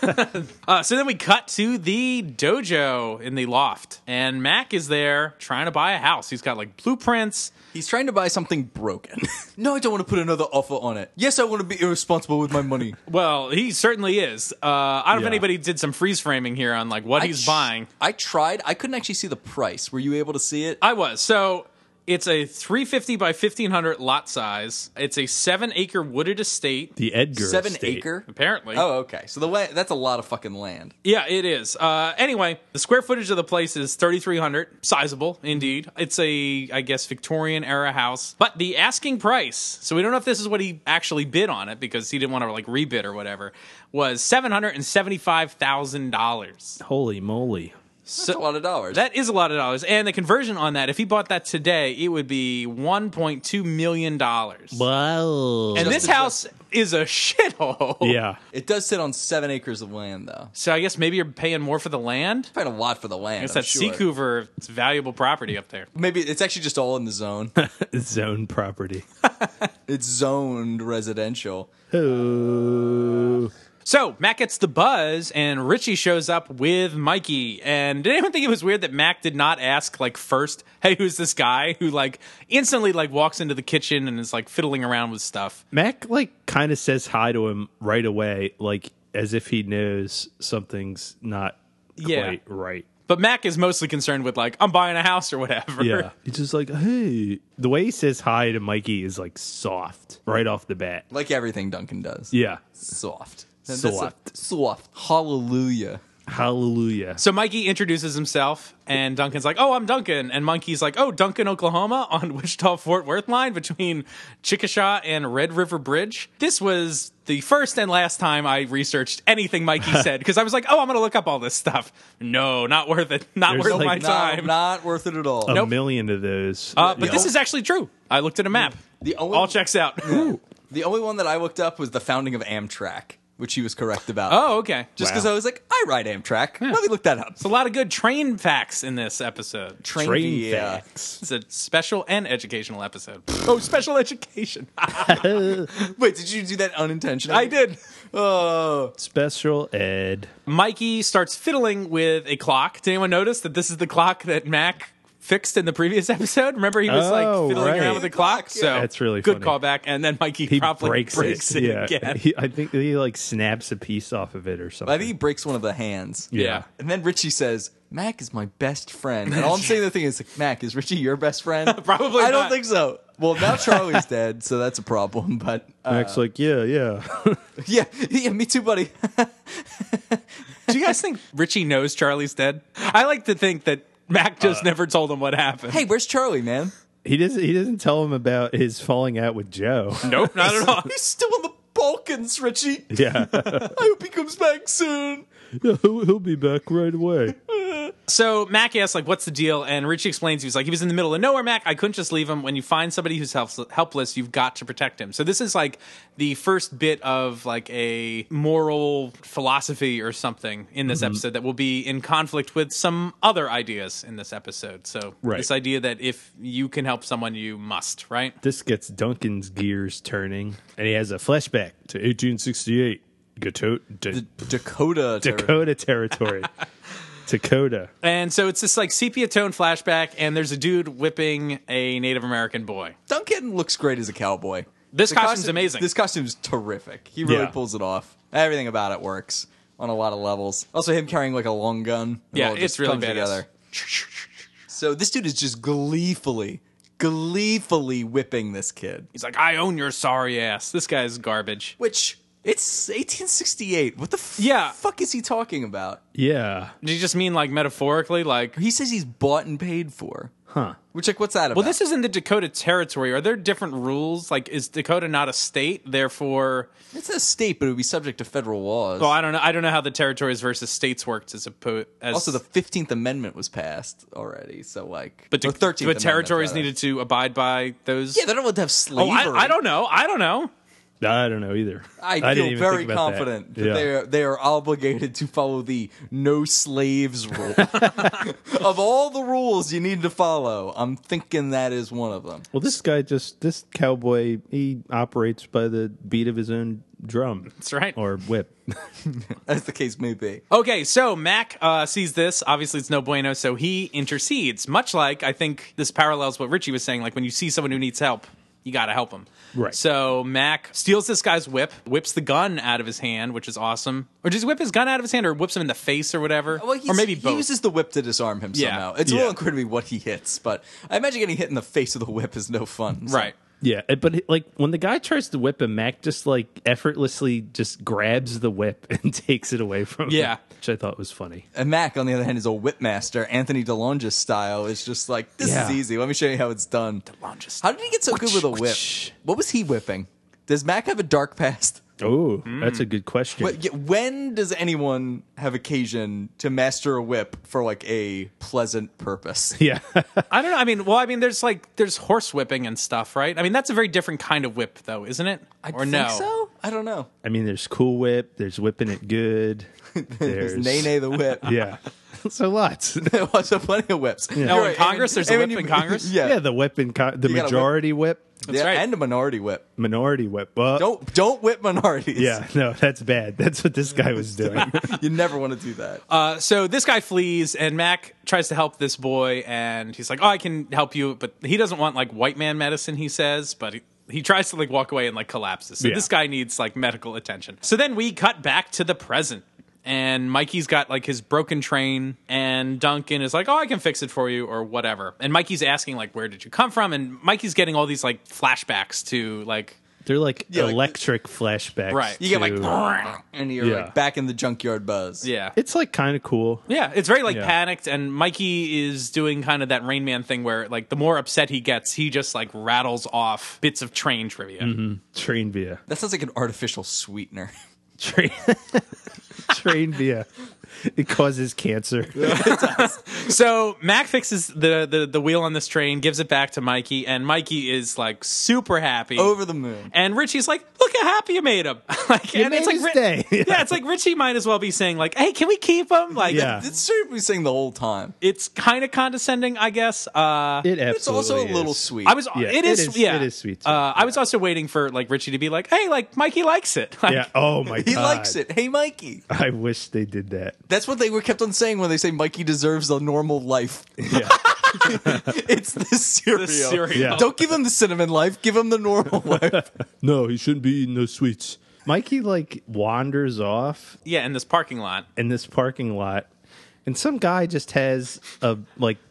uh, so then we cut to the dojo in the loft, and Mac is there trying to buy a house. He's got like blueprints.
He's trying to buy something broken. no, I don't want to put another offer on it. Yes, I want to be irresponsible with my money.
Well, he certainly is. Uh, I don't know
Yeah.
if anybody did some freeze framing here on like what
I
he's
sh-
buying.
I tried. I couldn't actually see the price. Were you able to see it?
I was so it's a 350 by 1500 lot size. It's a seven acre wooded estate.
the Edgar.
Seven
estate.
acre.
Apparently,
Oh, okay. So the way that's a lot of fucking land.
Yeah, it is. Uh, anyway, the square footage of the place is 3,300. Sizable, indeed. It's a, I guess, Victorian era house. But the asking price, so we don't know if this is what he actually bid on it because he didn't want to like rebid or whatever, was $775,000.
Holy moly.
That's a lot of dollars.
That is a lot of dollars. And the conversion on that, if he bought that today, it would be $1.2 million.
Wow.
and this
Just-
house is a shithole.
yeah.
it does sit on seven acres of land, though.
So I guess maybe you're paying more for the land?
Paying a lot for the land.
It's
I'm
that
sure.
Seacouver, it's valuable property up there.
Maybe it's actually just all in the zone.
Zone property.
it's zoned residential.
Oh.
So Mac gets the buzz, and Richie shows up with Mikey. And did anyone think it was weird that Mac did not ask like first, "Hey, who's this guy?" Who like instantly like walks into the kitchen and is like fiddling around with stuff.
Mac like kind of says hi to him right away, like as if he knows something's not
Yeah.
quite right.
But Mac is mostly concerned with like I'm buying a house or whatever.
Yeah. He's just like, hey. The way he says hi to Mikey is like soft right off the bat.
Like everything Duncan does.
Yeah.
Soft. And that's a-
Soft.
Soft. Hallelujah.
Hallelujah.
So Mikey introduces himself, and Duncan's like, "Oh, I'm Duncan," and Monkey's like, "Oh, Duncan, Oklahoma, on Wichita Fort Worth line between Chickasha and Red River Bridge." This was the first and last time I researched anything Mikey said because I was like, "Oh, I'm going to look up all this stuff." No, not worth it. Not
There's
worth
like-
my
No,
time. Oh.
Not, not worth it at all.
a million of those.
uh, but this is actually true. I looked at a map.
The only-
all checks out.
The only one that I looked up was the founding of Amtrak, which he was correct about.
oh, okay.
Just
Just
because
Wow.
I was like, I ride Amtrak. Let me look that up.
a lot of good train facts in this episode.
Train,
train
yeah.
facts.
It's a special and educational episode. oh, special education.
Wait, did you do that unintentionally?
I did.
Oh,
Special ed.
Mikey starts fiddling with a clock. Did anyone notice that this is the clock that Mac fixed in the previous episode? Remember, he was
Oh,
like fiddling
right.
around with the clock. So
That's really
good
funny.
callback. And then Mikey
He
probably
breaks,
breaks, it,
yeah.
again.
He, I think he like snaps a piece off of it or something.
I think he breaks one of the hands.
yeah.
And then Richie says, Mac is my best friend. And all I'm saying the thing is, like, Mac, is Richie your best friend?
Probably
I don't
not.
think so. Well, now Charlie's dead, so that's a problem. But uh,
Mac's like, yeah, yeah.
yeah, yeah, me too, buddy.
Do you guys think Richie knows Charlie's dead? I like to think that Mac
Uh,
just never told him what happened.
hey, where's Charlie, man?
he doesn't. He doesn't tell him about his falling out with Joe.
Nope, not at all.
He's still in the Balkans, Richie.
Yeah,
I hope he comes back soon.
Yeah, he'll, he'll be back right away.
So Mac asks, like, what's the deal? And Richie explains, he was like, he was in the middle of nowhere, Mac. I couldn't just leave him. When you find somebody who's help- helpless, you've got to protect him. So this is like the first bit of like a moral philosophy or something in this episode that will be in conflict with some other ideas in this episode. So
Right.
this idea that if you can help someone, you must, right?
This gets Duncan's gears turning, and he has a flashback to 1868 Gato- Da-
Dakota.
Dakota territory. Dakota.
And so it's this like sepia tone flashback, and there's a dude whipping a Native American boy.
Duncan looks great as a cowboy.
This
The
costume's
costume-
amazing.
This costume's terrific. He really
Yeah.
pulls it off. Everything about it works on a lot of levels. Also, him carrying like a long gun. It
Yeah,
all just
it's really
comes
badass.
together. So this dude is just gleefully, gleefully whipping this kid.
He's like, I own your sorry ass. This guy's garbage.
Which it's 1868. What the f-
Yeah.
fuck is he talking about?
Yeah.
Do you just mean like metaphorically? Like,
He says he's bought and paid for.
Huh.
Which like what's that about?
well, this is in the Dakota Territory. Are there different rules? Like, is Dakota not a state? Therefore,
it's a state, but it would be subject to federal laws.
well, I don't know. I don't know how the territories versus states worked as opposed. As,
also, the Fifteenth Amendment was passed already, so like,
but,
or
the
13th
but territories
Amendment, rather.
needed to abide by those.
Yeah, they don't want to have slavery.
oh, I, I don't know. I don't know.
I don't know either.
I feel
didn't even
very
think about that.
confident that,
Yeah.
they are they are obligated to follow the no slaves rule. of all the rules you need to follow, I'm thinking that is one of them.
Well, this guy just this cowboy he operates by the beat of his own drum. That's
right.
Or whip.
As the case may be.
Okay, so Mac uh, sees this. Obviously, it's no bueno, so he intercedes. Much like I think this parallels what Richie was saying. Like when you see someone who needs help, you gotta help them.
Right.
So Mac steals this guy's whip, whips the gun out of his hand, which is awesome. Or does he whip his gun out of his hand, or whips him in the face, or whatever?
Well, he's,
or maybe
he
both.
uses the whip to disarm him
Yeah.
somehow. It's a
Yeah.
little unclear to me what he hits, but I imagine getting hit in the face with a whip is no fun. So-
right.
Yeah, it- but it- like when the guy tries to whip him, Mac just like effortlessly just grabs the whip and takes it away from him.
Yeah.
which I thought was funny.
And Mac, on the other hand, is a whip master. Anthony DeLonge style is just like this
Yeah.
is easy. Let me show you how it's done.
DeLonge's-
How did he get so good with a whip? What was he whipping? Does Mac have a dark past?
Oh, that's a good question.
Mm. But yet, when does anyone have occasion to master a whip for like a pleasant purpose?
yeah,
I don't know. I mean, well, I mean, there's like there's horse whipping and stuff, right? I mean, that's a very different kind of whip, though, isn't it?
I
or
think
no?
so. I don't know.
I mean, there's Cool Whip, there's whipping it good, there's,
There's Nene the whip.
Yeah, so lots.
there was plenty of whips.
Oh,
You're
in
right,
Congress,
and-
there's a whip
and when
in
you-
Congress.
Yeah,
Yeah, the whip and co- the
You got a whip.
majority whip.
yeah,
right.
and a minority whip.
minority whip. Well,
Don't don't whip minorities.
Yeah, no, that's bad. That's what this guy was doing.
you never want to do that.
Uh, so this guy flees, and Mac tries to help this boy, and he's like, "Oh, I can help you," but he doesn't want like white man medicine. He says, but he, he tries to like walk away and like collapses. So
Yeah.
this guy needs like medical attention. So then we cut back to the present, and Mikey's got like his broken train, and Duncan is like, "Oh, I can fix it for you," or whatever. And Mikey's asking like, "Where did you come from?" And Mikey's getting all these like flashbacks to like
They're like
Yeah, like-
electric flashbacks.
Right.
you get
to-
like, and you're
Yeah.
like back in the junkyard buzz.
yeah.
it's like kind of cool.
Yeah, it's very like
Yeah.
panicked, and Mikey is doing kind of that Rain Man thing where like the more upset he gets, he just like rattles off bits of train trivia.
Mm-hmm. Train via
That sounds like an artificial sweetener.
train train via. It causes cancer.
So Mac fixes the, the the wheel on this train, gives it back to Mikey, and Mikey is like super happy.
Over the moon.
and Richie's like, "Look how happy you made him!" like, and it's
made
like,
his day.
yeah. it's like Richie might as well be saying like, "Hey, can we keep him?" Like,
Yeah.
It's sort of saying the whole time.
it's kind of condescending, I guess. Uh,
It absolutely
It's also a little
is.
sweet.
I was.
Yeah,
it is.
it is-
yeah,
it is sweet, too.
Uh, I was also waiting for like Richie to be like, "Hey, like Mikey likes it." Like,
Yeah. Oh my god.
He likes it. Hey, Mikey.
I wish they did that.
That's what they were kept on saying when they say Mikey deserves a normal life.
Yeah.
It's the cereal.
cereal.
Yeah.
Don't give him the cinnamon life. Give him the normal life.
no, he shouldn't be eating those sweets. Mikey like wanders off
Yeah, in this parking lot.
in this parking lot, and some guy just has a like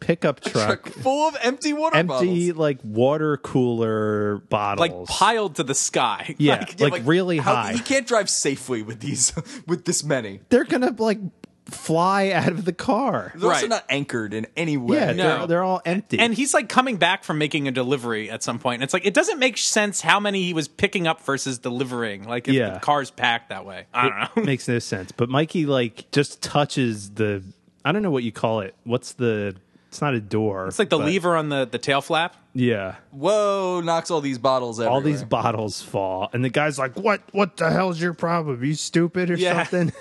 pickup truck,
Full of empty water
empty
bottles.
like water cooler
Like
bottles,
piled to the sky.
yeah,
Like,
like,
Yeah,
really
how-
high.
He can't drive safely with these, with this many.
they're gonna like fly out of the car.
They're also
Right.
not anchored in any way.
Yeah,
No.
they're, they're all empty.
and he's like coming back from making a delivery at some point. And it's like it doesn't make sense how many he was picking up versus delivering. Like if
Yeah.
the car's packed that way. I don't know.
makes no sense. But Mikey like just touches the I don't know what you call it. What's the? It's not a door.
It's like the
but-
lever on the, the tail flap.
Yeah.
Whoa, knocks all these bottles everywhere.
All these bottles fall, and the guy's like, "What? What the hell's your problem? You stupid or
Yeah.
something?"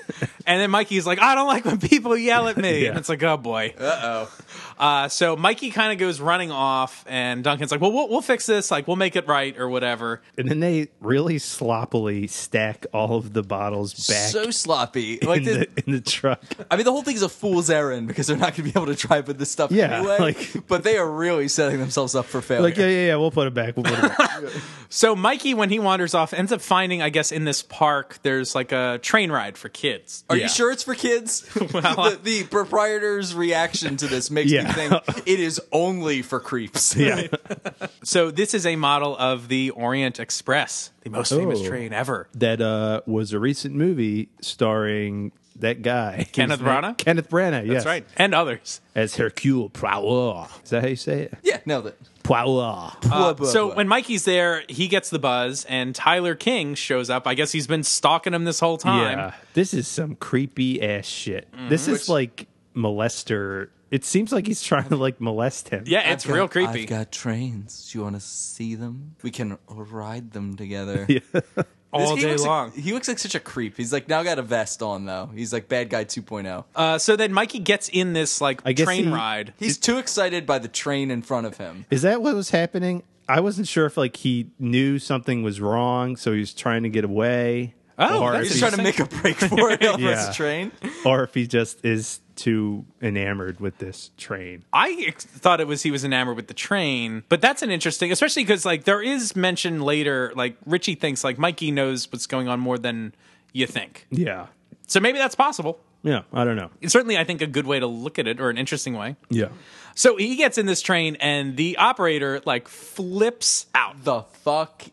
And then Mikey's like, I don't like when people yell at me.
Yeah.
And it's like, oh boy. Uh oh. Uh, so Mikey kind of goes running off, and Duncan's like, well, we'll we'll fix this. Like, we'll make it right or whatever.
and then they really sloppily stack all of the bottles back
so sloppy. Like
in,
this,
the, in the truck.
I mean, the whole thing's a fool's errand because they're not going to be able to drive with this stuff
Yeah,
anyway.
like-
but they are really setting themselves up for failure.
Like, yeah, yeah, yeah, we'll put it back. We'll put it back.
So Mikey, when he wanders off, ends up finding, I guess, in this park, there's like a train ride for kids.
Are
Yeah.
you sure it's for kids? the, the proprietor's reaction to this makes
Yeah.
me think it is only for creeps.
yeah.
So this is a model of the Orient Express, the most famous
Oh.
train ever.
that uh, was a recent movie starring that guy,
Kenneth
His name-
Branagh?
Kenneth Branagh, yes,
That's right. And others.
as Hercule Poirot. Is that how you say it?
Yeah, no, that.
Poirot.
Uh,
Blah, blah,
so
blah.
when Mikey's there, he gets the buzz, and Tyler King shows up. I guess he's been stalking him this whole time.
Yeah, this is some creepy ass shit.
Mm-hmm.
This is like molester. It seems like he's trying to like molest him.
Yeah, it's
I've got-
real creepy.
I've got trains. Do you want to see them? We can ride them together.
all
he
day
looks like-
long.
he looks like such a creep. He's like now got a vest on though. He's like bad guy oh. 2.0.
Uh, so then Mikey gets in this like
I guess
train
he-
ride.
He's too excited by the train in front of him.
Is that what was happening? I wasn't sure if like he knew something was wrong, so he was trying to get away.
Oh,
or
that's
He's
if
Is he
trying to
saying-
make a break for it on
Yeah.
this train.
or if he just is too enamored with this train.
I ex- thought it was he was enamored with the train, but that's an interesting, especially because like there is mention later, like Richie thinks like Mikey knows what's going on more than you think.
Yeah.
So maybe that's possible.
Yeah, I don't know.
It's certainly, I think a good way to look at it or an interesting way.
Yeah.
So he gets in this train and the operator like flips out,
The fuck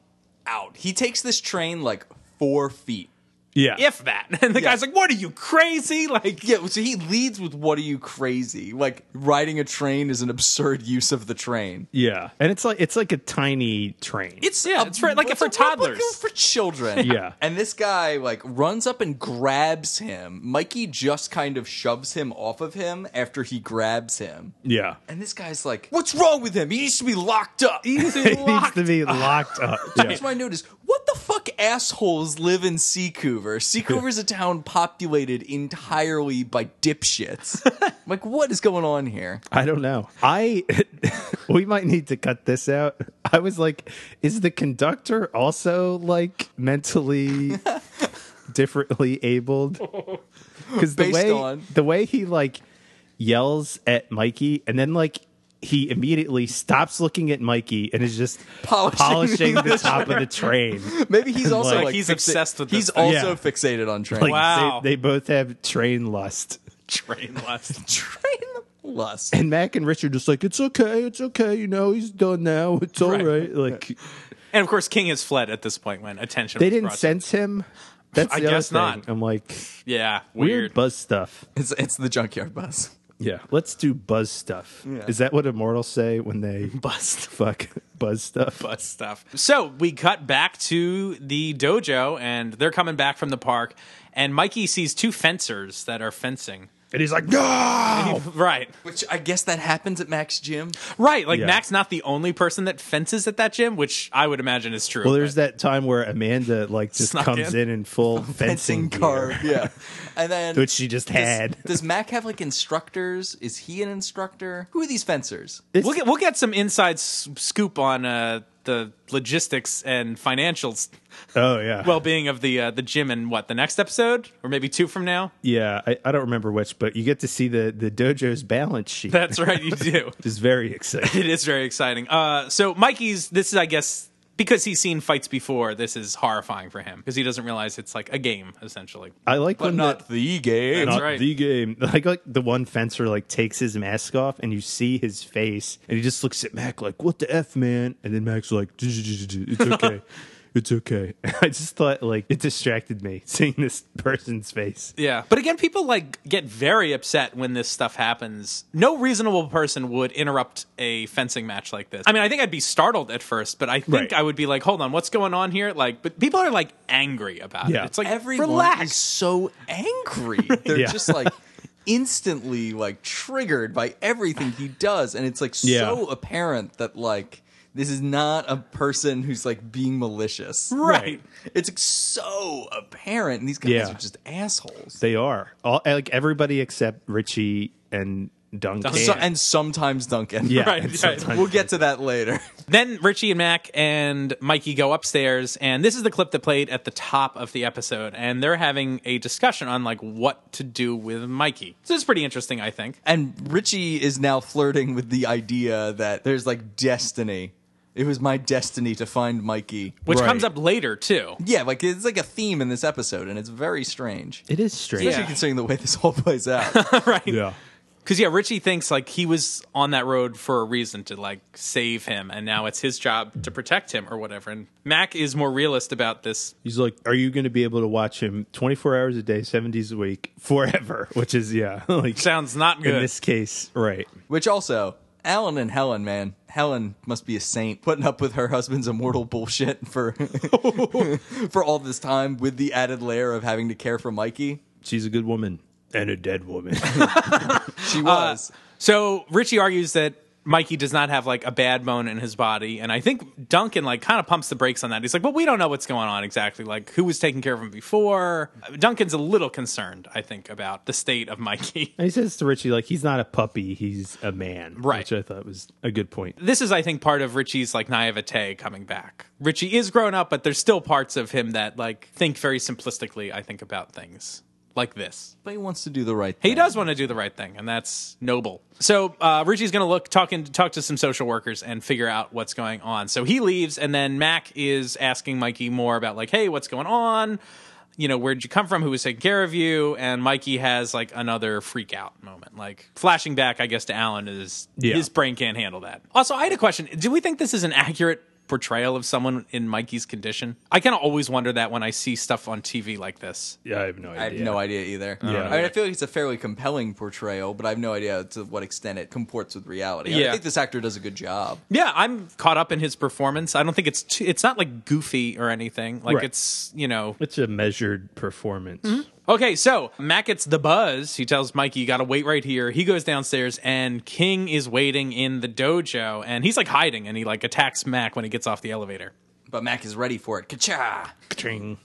out. He takes this train like four feet.
Yeah.
if that. And the guy's like, "What are you crazy?" Like,
Yeah, so he leads with "What are you crazy?" Like riding a train is an absurd use of the train.
Yeah, and it's like it's like a tiny train.
it's yeah, it's for, like
It's
for
a replica
toddlers.
for children.
Yeah.
and this guy like runs up and grabs him. Mikey just kind of shoves him off of him after he grabs him.
yeah,
And this guy's like, "What's wrong with him? He needs to be locked up."
it needs to be locked up. Yeah.
That's my notice. What the fuck assholes live in Seacouver? Seacouver's a town populated entirely by dipshits. like, what is going on here?
I don't know. I we might need to cut this out. I was like, is the conductor also like mentally differently abled? Because the
Based
way
on-
the way he like yells at Mikey, and then like he immediately stops looking at Mikey and is just
Polishing
polishing the top of the train.
Maybe he's also
Like,
like,
he's
fixa-
obsessed with this
He's
thing.
also
Yeah.
fixated on train
Like
Wow.
they, they both have train lust.
train left.
train lust.
And Mac and Rich are just like, it's okay, it's okay, you know, he's done now, it's all right. Like
And of course, King has fled at this point when attention.
they
was
didn't
brought to-
sense him. That's
I
the other
guess
thing.
not.
I'm like
Yeah,
weird.
weird.
buzz stuff.
It's it's the junkyard bus.
Yeah, let's do buzz stuff. Is that what immortals say when they
bust
fuck buzz stuff?
bus stuff. So we cut back to the dojo, and they're coming back from the park, and Mikey sees two fencers that are fencing.
And he's like, no.
Right,
Which I guess that happens at Max Gym.
right. Like
Yeah.
Mac's not the only person that fences at that gym, which I would imagine is true.
Well, there's
but-
that time where Amanda like just
Snuck
comes
in.
in in full fencing
card,
gear,
yeah. And then
which she just
does,
had.
does Mac have like instructors? Is he an instructor? Who are these fencers?
We'll get we'll get some inside s- scoop on uh, the logistics and financials
Oh yeah.
well being of the uh, the gym in what the next episode or maybe two from now.
yeah, I, I don't remember which, but you get to see the the dojo's balance sheet. That
That's right, you do.
is very exciting.
It is very exciting. Uh, so Mikey's this is I guess because he's seen fights before. This is horrifying for him because he doesn't realize it's like a game essentially.
I like
But
when the-
not the game.
That's
not
right.
the game. Like, like the one fencer like takes his mask off and you see his face and he just looks at Mac like, "What the f, man?" And then Mac's like, "It's okay, it's okay." I just thought like it distracted me seeing this person's face.
Yeah, but again, people like get very upset when this stuff happens. No reasonable person would interrupt a fencing match like this. I mean, I think I'd be startled at first, but I think
Right.
I would be like, "Hold on, what's going on here?" Like, but people are like angry about
Yeah.
it. It's like
Everyone is
relax.
so angry. They're
Yeah.
just like instantly like triggered by everything he does, and it's like
Yeah.
so apparent that like This is not a person who's like being malicious.
Right.
It's like so apparent, and these guys
Yeah.
are just assholes.
They are all like everybody except Richie and Duncan.
So- and sometimes Duncan.
yeah,
Right,
and
right.
sometimes-
We'll get to that later.
Then Richie and Mac and Mikey go upstairs, and this is the clip that played at the top of the episode, and they're having a discussion on like what to do with Mikey. So it's pretty interesting, I think.
And Richie is now flirting with the idea that there's like destiny. It was my destiny to find Mikey.
Which
Right.
comes up later too.
Yeah, like it's like a theme in this episode, and it's very strange.
It is strange.
Especially
Yeah.
considering the way this whole plays out.
right?
Yeah.
Because yeah, Richie thinks like he was on that road for a reason to like save him, and now it's his job to protect him or whatever. And Mac is more realist about this.
He's like, are you going to be able to watch him 24 hours a day, seven days a week, forever? Which is, yeah, like
Sounds not
in
good.
this case, right?
Which also, Alan and Helen, man, Helen must be a saint putting up with her husband's immortal bullshit for for all this time with the added layer of having to care for Mikey.
She's a good woman and a dead woman.
Uh,
She was.
so Richie argues that Mikey does not have like a bad bone in his body, and I think Duncan like kind of pumps the brakes on that. He's like, "Well, we don't know what's going on exactly. Like, who was taking care of him before?" Duncan's a little concerned, I think, about the state of Mikey.
he says to Richie, like, he's not a puppy, he's a man.
Right.
Which I thought was a good point.
this is, I think, part of Richie's like naivete coming back. Richie is grown up, but there's still parts of him that like think very simplistically. I think about things like this.
but he wants to do the right thing.
He does want to do the right thing, and that's noble. So uh, Richie's going to look talk and talk to some social workers and figure out what's going on. So he leaves, and then Mac is asking Mikey more about like, hey, what's going on? You know, where'd you come from? Who was taking care of you? And Mikey has like another freak out moment. Like flashing back, I guess, to Alan is
Yeah.
his brain can't handle that. Also, I had a question. Do we think this is an accurate portrayal of someone in Mikey's condition? I kind of always wonder that when I see stuff on TV like this.
Yeah, I have no idea.
I have no idea either. I,
Yeah.
mean, I feel like it's a fairly compelling portrayal, but I have no idea to what extent it comports with reality.
Yeah.
I think this actor does a good job.
Yeah, I'm caught up in his performance. I don't think it's too, it's not like goofy or anything. Like
Right.
it's you know
It's a measured performance.
okay. So Mac gets the buzz. He tells Mikey, "You got to wait right here." He goes downstairs, and King is waiting in the dojo, and he's like hiding, and he like attacks Mac when he gets off the elevator.
But Mac is ready for it. Ka-cha!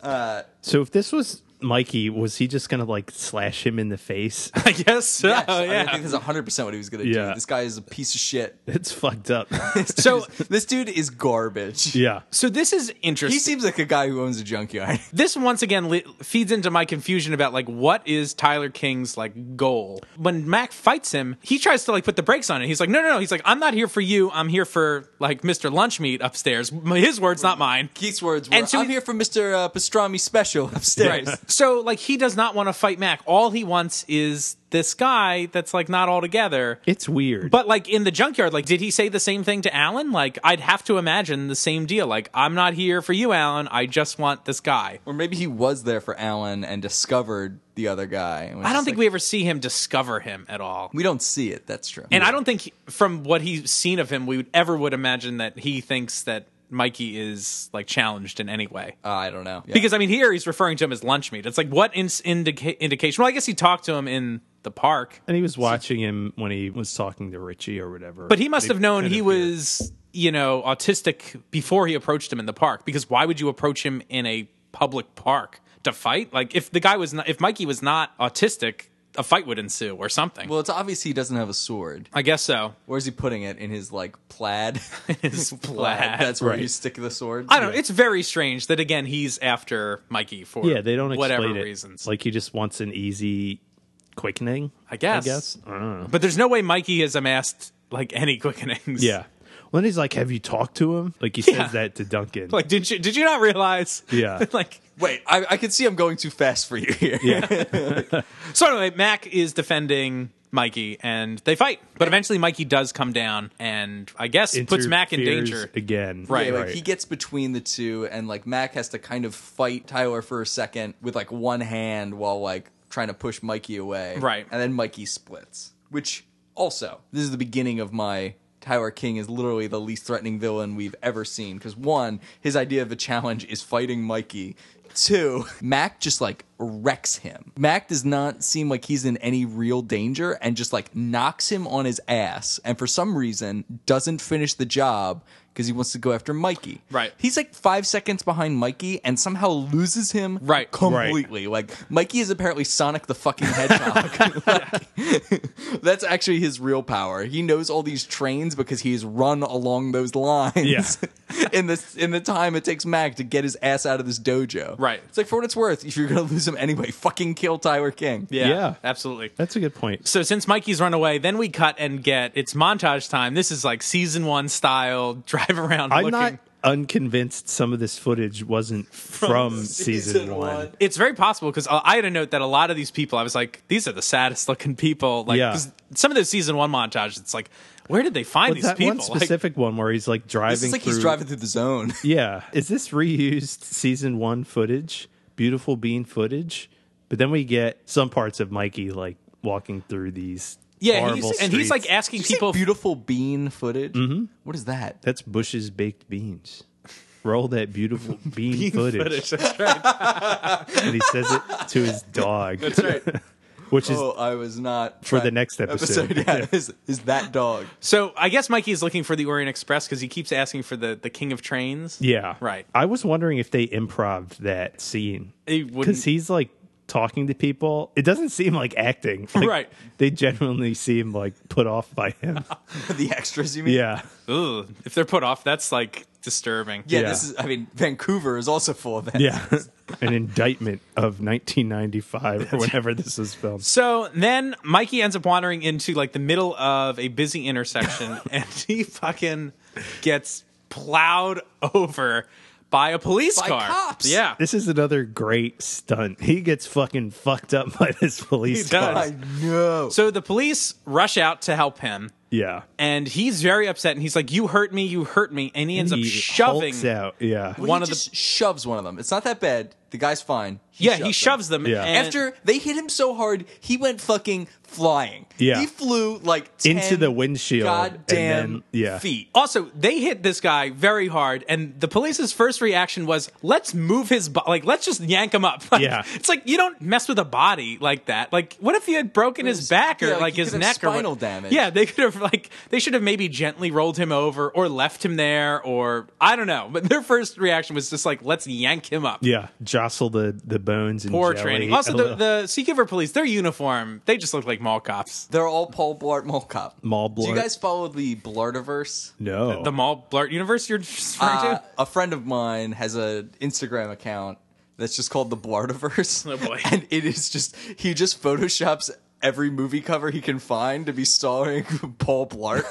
Uh,
so if this was Mikey, was he just going to, like, slash him in the face?
I guess so.
Yes, I, mean, I
Oh, yeah.
think this is 100% what he was going to
Yeah.
do. This guy is a piece of shit.
it's fucked up.
so
This dude is garbage.
yeah.
so this is interesting.
He seems like a guy who owns a junkyard.
this once again li- feeds into my confusion about like what is Tyler King's like goal. When Mac fights him, he tries to like put the brakes on it. He's like, no, no, no. He's like, I'm not here for you. I'm here for like Mr. Lunchmeat upstairs. M- His words, not mine.
Keith's words were,
And so
I'm
he-
here for Mr. Uh, pastrami Special upstairs.
So like he does not want to fight Mac. All he wants is this guy that's like not all together.
It's weird.
But like in the junkyard, like did he say the same thing to Alan? Like I'd have to imagine the same deal. Like I'm not here for you, Alan. I just want this guy.
Or maybe he was there for Alan and discovered the other guy. and was
I don't
just
think
like-
we ever see him discover him at all.
We don't see it, that's true.
And I don't think, he- from what he's seen of him, we would ever would imagine that he thinks that Mikey is like challenged in any way.
Uh, I don't know. Yeah.
Because I mean, here he's referring to him as lunch meat. It's like what in- indica- indication? Well, I guess he talked to him in the park,
and he was watching him when he was talking to Richie or whatever.
but he must
They
have known
kind
he
of-
was, you know, autistic before he approached him in the park. Because why would you approach him in a public park to fight? Like if the guy was not, if Mikey was not autistic, a fight would ensue or something.
well, it's obvious he doesn't have a sword.
I guess so.
Where is he putting it? In his, like, plaid?
His plaid,
That's where
right.
you stick the sword?
I don't know. It's very strange that again he's after Mikey for
Yeah, they don't explain
whatever
it.
reasons.
Like he just wants an easy quickening.
I guess.
I guess. I don't know.
but there's no way Mikey has amassed like any quickenings.
Yeah. Well, then he's like, "Have you talked to him?" Like he
Yeah.
says that to Duncan.
Like did you did you not realize?
Yeah.
like
Wait, I, I can see I'm going too fast for you here.
so anyway, Mac is defending Mikey and they fight. But eventually Mikey does come down and I guess puts Mac in
Interferes
danger.
again.
Right,
Yeah, like he gets between the two, and like Mac has to kind of fight Tyler for a second with like one hand while like trying to push Mikey away.
Right.
and then Mikey splits. Which also, this is the beginning of my Tyler King is literally the least threatening villain we've ever seen because one, his idea of a challenge is fighting Mikey. two, Mac just like wrecks him. Mac does not seem like he's in any real danger and just like knocks him on his ass and for some reason doesn't finish the job because he wants to go after Mikey.
Right.
He's like five seconds behind Mikey and somehow loses him
Right.
completely. Like Mikey is apparently Sonic the fucking Hedgehog. Like, that's actually his real power. He knows all these trains because he's run along those lines
Yeah.
in the in the time it takes Mac to get his ass out of this dojo.
Right.
It's like for what it's worth, if you're gonna lose him anyway, fucking kill Tyler King.
Yeah,
Yeah.
absolutely.
That's a good point.
So since Mikey's run away, then we cut and get it's montage time. This is like season one style drive around.
I'm
looking.
not unconvinced some of this footage wasn't from, season,
season
one.
one.
It's very possible because I had a note that a lot of these people, I was like, these are the saddest looking people. Like
Yeah.
'cause some of those season one montages, it's like, where did they find
But
these
that
people?
one specific one where he's like driving
This is like
through.
he's driving through the zone.
Yeah. Is this reused season one footage? Beautiful bean footage? But then we get some parts of Mikey like walking through these.
yeah,
horrible
he's, and he's like
streets.
asking
Did you say
people.
beautiful bean footage. Mm-hmm. is that?
That's Bush's baked beans. Roll that beautiful bean, footage.
That's right.
And he says it to his dog. That's
right.
Which is
Oh, I was not
For the
track-
next episode.
Yeah, Is, is that dog?
So I guess Mikey's looking for the Orient Express because he keeps asking for the, the King of Trains.
yeah.
Right.
I was wondering if they improv that scene.
He wouldn't-
Because he's like talking to people. It doesn't seem like acting. Like,
Right.
They genuinely seem like put off by him.
the extras, you mean?
yeah.
Ugh, if they're put off, that's like disturbing.
yeah.
Yeah.
This is. I mean, Vancouver is also full of that.
Yeah. An indictment of 1995 or whenever this was filmed.
So then Mikey ends up wandering into like the middle of a busy intersection and he fucking gets plowed over by a police
By
car.
cops.
Yeah.
This is another great stunt. He gets fucking fucked up by this police
He
car.
does.
I know.
So the police rush out to help him
Yeah.
and he's very upset and he's like, You hurt me, you hurt me. And he ends
he
up shoving.
hulks out. Yeah.
Well,
one
he
of the-
just shoves one of them. It's not that bad. The guy's fine.
Yeah, he
them.
shoves them.
Yeah.
and-
After they hit him so hard, he went fucking flying.
Yeah.
he flew like 10
Into the windshield.
Goddamn
and then, yeah.
feet.
Also, they hit this guy very hard, and the police's first reaction was, "Let's move his bo- like, let's just yank him up." Like,
Yeah.
it's like you don't mess with a body like that. Like, what if he had broken his
was-
back or
yeah, like,
like
he
his
could have
neck or what-
spinal damage.
Yeah, they could have like they should have maybe gently rolled him over or left him there or I don't know. But their first reaction was just like, "Let's yank him up."
Yeah. Jostle the, the bones and
Poor
jelly
training.
a
Also, the,
little.
the Seagiver police, their uniform, they just look like mall cops.
They're all Paul Blart Mall Cop.
Mall
Do you
Blart.
guys follow the Blartiverse?
no.
The mall blart universe you're referring
Uh,
to?
a friend of mine has an Instagram account that's just called the Blartiverse.
Oh, boy.
And it is just he just photoshops every movie cover he can find to be starring Paul Blart.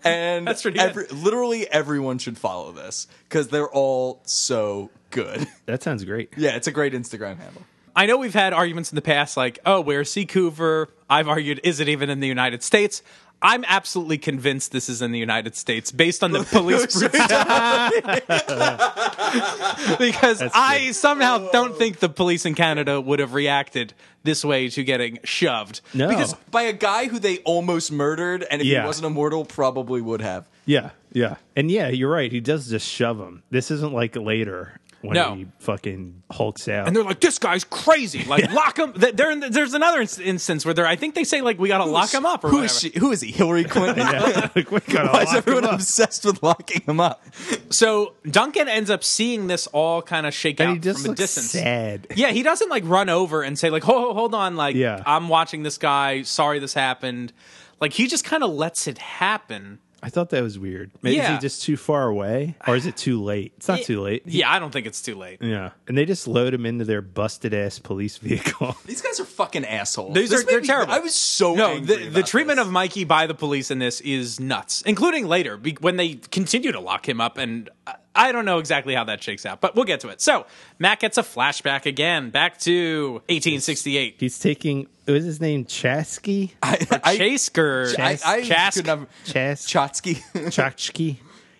and
That's pretty
every, literally everyone should follow this because they're all so good.
that sounds great.
Yeah, it's a great Instagram handle.
I know we've had arguments in the past, like, oh, where's Seacouver? I've argued, is it even in the United States? I'm absolutely convinced this is in the United States based on the police brutality. because I somehow don't think the police in Canada would have reacted this way to getting shoved.
No.
Because by a guy who they almost murdered, and if
Yeah.
he wasn't immortal, probably would have.
Yeah. Yeah. And yeah, you're right. He does just shove him. This isn't like later when
No.
he fucking hulks out.
And they're like, this guy's crazy. Like, lock him. th- They're in the, there's another ins- instance where they're, I think they say, like, we got to lock him up or
Who
whatever.
is she? Who is he? Hillary Clinton.
like, we gotta
Why is
lock him
everyone
up.
obsessed with locking him up?
So Duncan ends up seeing this all kind of shake out
And he just
from a
looks
distance.
sad.
Yeah, he doesn't like run over and say like, "Ho, ho, hold on, like
Yeah.
I'm watching this guy. Sorry this happened." Like he just kind of lets it happen.
I thought that was weird. Maybe
Yeah.
is he just too far away, or is it too late? It's not too late.
Yeah, I don't think it's too late.
Yeah, and they just load him into their busted ass police vehicle.
These guys are fucking assholes.
These
This
are
made
they're
me-
terrible.
I was so
no.
angry
the the
about
treatment
this.
of Mikey by the police in this is nuts, including later be- when they continue to lock him up. And I- I don't know exactly how that shakes out, but we'll get to it. So Matt gets a flashback again, back to 1868.
He's taking what is his name Chasky
I, I-
Chasker,
I, I
Chask.
could never.
Chas
Chotsky,
Chachki.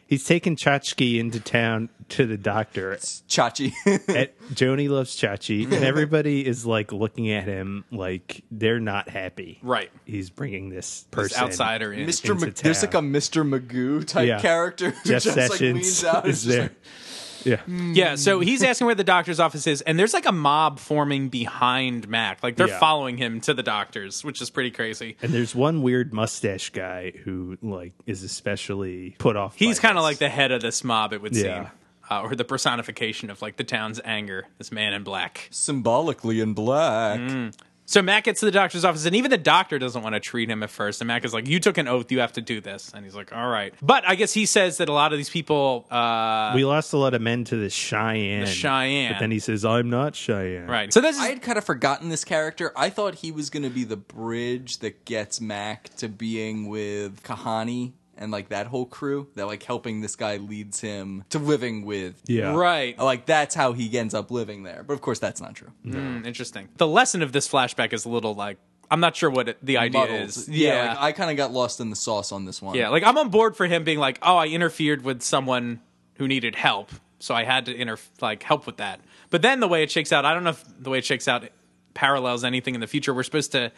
He's taking Chachki into town to the doctor.
Chachi.
At, Joni loves Chachi, and everybody is like looking at him like they're not happy.
Right.
He's bringing this person
outsider in.
Mr.
Into
Mag- there's like a
town.
Mr. Magoo type
Yeah.
character who
Jeff
just like
Sessions
leans out. and
is
just
there.
like,
Yeah.
Yeah, so he's asking where the doctor's office is, and there's like a mob forming behind Mac. Like they're
Yeah.
following him to the doctor's, which is pretty crazy.
And there's one weird mustache guy who like is especially put off.
He's
by
kind of
this.
like the head of this mob, it would
Yeah.
seem, uh, or the personification of like the town's anger. This man in black.
Symbolically in black.
Mm. So Mac gets to the doctor's office, and even the doctor doesn't want to treat him at first. And Mac is like, "You took an oath; you have to do this." And he's like, "All right." But I guess he says that a lot of these people, uh,
we lost a lot of men to the Cheyenne.
The Cheyenne.
But then he says, "I'm not Cheyenne."
right? So this
I
is
had kind of forgotten this character. I thought he was going to be the bridge that gets Mac to being with Kahani and like that whole crew. That like helping this guy leads him to living with.
Yeah.
right.
Like that's how he ends up living there. But of course, that's not true.
Mm, interesting. The lesson of this flashback is a little like I'm not sure what it, the idea
Muddled.
is.
Yeah. like, I kind of got lost in the sauce on this one.
Yeah, like I'm on board for him being like, "Oh, I interfered with someone who needed help, so I had to inter like help with that." But then the way it shakes out, I don't know if the way it shakes out parallels anything in the future. We're supposed to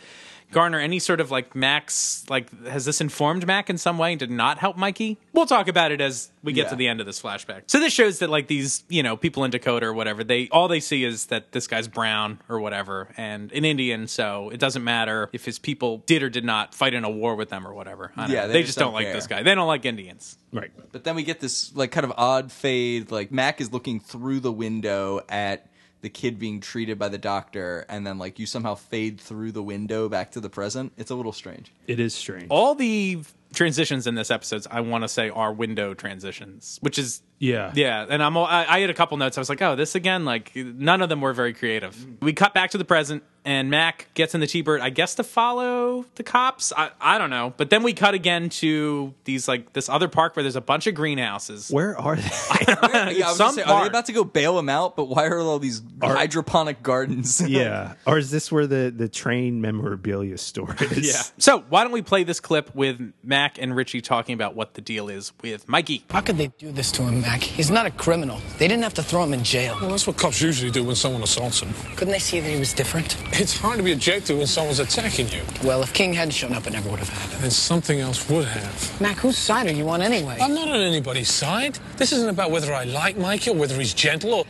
garner any sort of like Max like has this informed Mac in some way to not help Mikey? We'll talk about it as we get
Yeah.
to the end of this flashback. So this shows that like these, you know, people in Dakota or whatever, they all they see is that this guy's brown or whatever and an Indian, so it doesn't matter if his people did or did not fight in a war with them or whatever. I don't
Yeah,
know.
they
they,
just
just don't,
don't
like
care.
this guy. They don't like Indians.
Right.
But then we get this like kind of odd fade. Like Mac is looking through the window at the kid being treated by the doctor, and then like you somehow fade through the window back to the present. It's a little strange.
It is strange.
All the transitions in this episode, I want to say, are window transitions, which is
Yeah.
yeah. And I'm all- I, I had a couple notes. I was like, oh, this again. Like none of them were very creative. We cut back to the present, and Mac gets in the T-bird, I guess, to follow the cops. I I don't know. But then we cut again to these like this other park where there's a bunch of greenhouses.
Where are they?
Yeah, I was
Uh, Some
gonna say, are
part.
they about to go bail him out? But why are all these hydroponic gardens?
yeah. Or is this where the the train memorabilia store is?
yeah. So why don't we play this clip with Mac and Richie talking about what the deal is with Mikey?
How could they do this to him, Mac? He's not a criminal. They didn't have to throw him in jail.
Well, that's what cops usually do when someone assaults them.
Couldn't they see that he was different?
It's hard to be objective when someone's attacking you.
Well, if King hadn't shown up, it never would have happened.
And something else would have.
Mac, whose side are you on anyway?
I'm not on anybody's side. This isn't about whether I like Mikey or whether he's gentle or,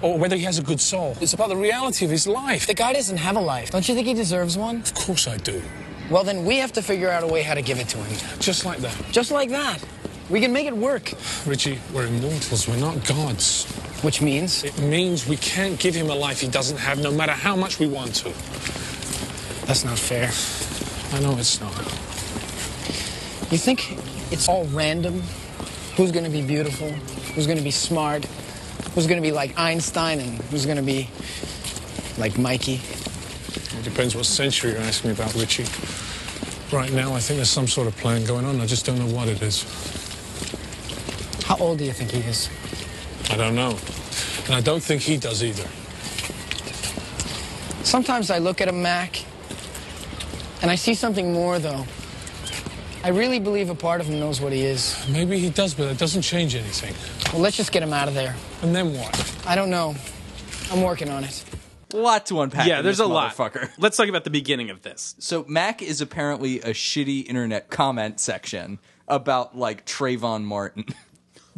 or whether he has a good soul. It's about the reality of his life.
the guy doesn't have a life. Don't you think he deserves one?
Of course I do.
Well, then we have to figure out a way how to give it to him.
Just like that.
Just like that. We can make it work.
Richie, we're immortals. We're not gods.
Which means
It means we can't give him a life he doesn't have no matter how much we want to.
that's not fair.
I know it's not.
You think it's all random? Who's going to be beautiful? Who's going to be smart? Who's going to be like Einstein and who's going to be like Mikey?
It depends what century you're asking me about, Richie. Right now, I think there's some sort of plan going on. I just don't know what it is.
How old do you think he is?
I don't know. And I don't think he does either.
Sometimes I look at a Mac and I see something more, though. I really believe a part of him knows what he is.
Maybe he does, but it doesn't change anything.
Well, let's just get him out of there.
And then what?
I don't know. I'm working on it.
a lot to unpack.
Yeah,
in
there's
this
a lot.
motherfucker.
Let's talk about the beginning of this.
So Mac is apparently a shitty internet comment section about like Trayvon Martin.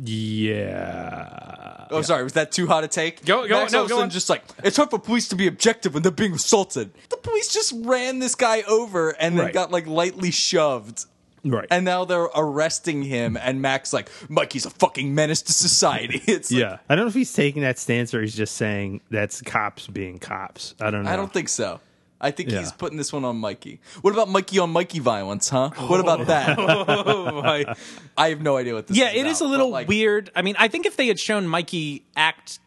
Yeah.
Oh, sorry, was that too hot a take?
Uh, Go- go-
Max
no,
all of a
go
sudden
on.
Just like it's hard for police to be objective when they're being assaulted. The police just ran this guy over and then
Right.
got like lightly shoved.
Right.
And now they're arresting him, and Mac's like, Mikey's a fucking menace to society. It's like,
yeah. I don't know if he's taking that stance or he's just saying that's cops being cops. I don't know.
I don't think so. I think
Yeah.
he's putting this one on Mikey. What about Mikey on Mikey violence, huh? What about that?
Oh, I-
I have no idea what this
yeah,
is.
it is a
about,
little
but, like,
weird. I mean, I think if they had shown Mikey act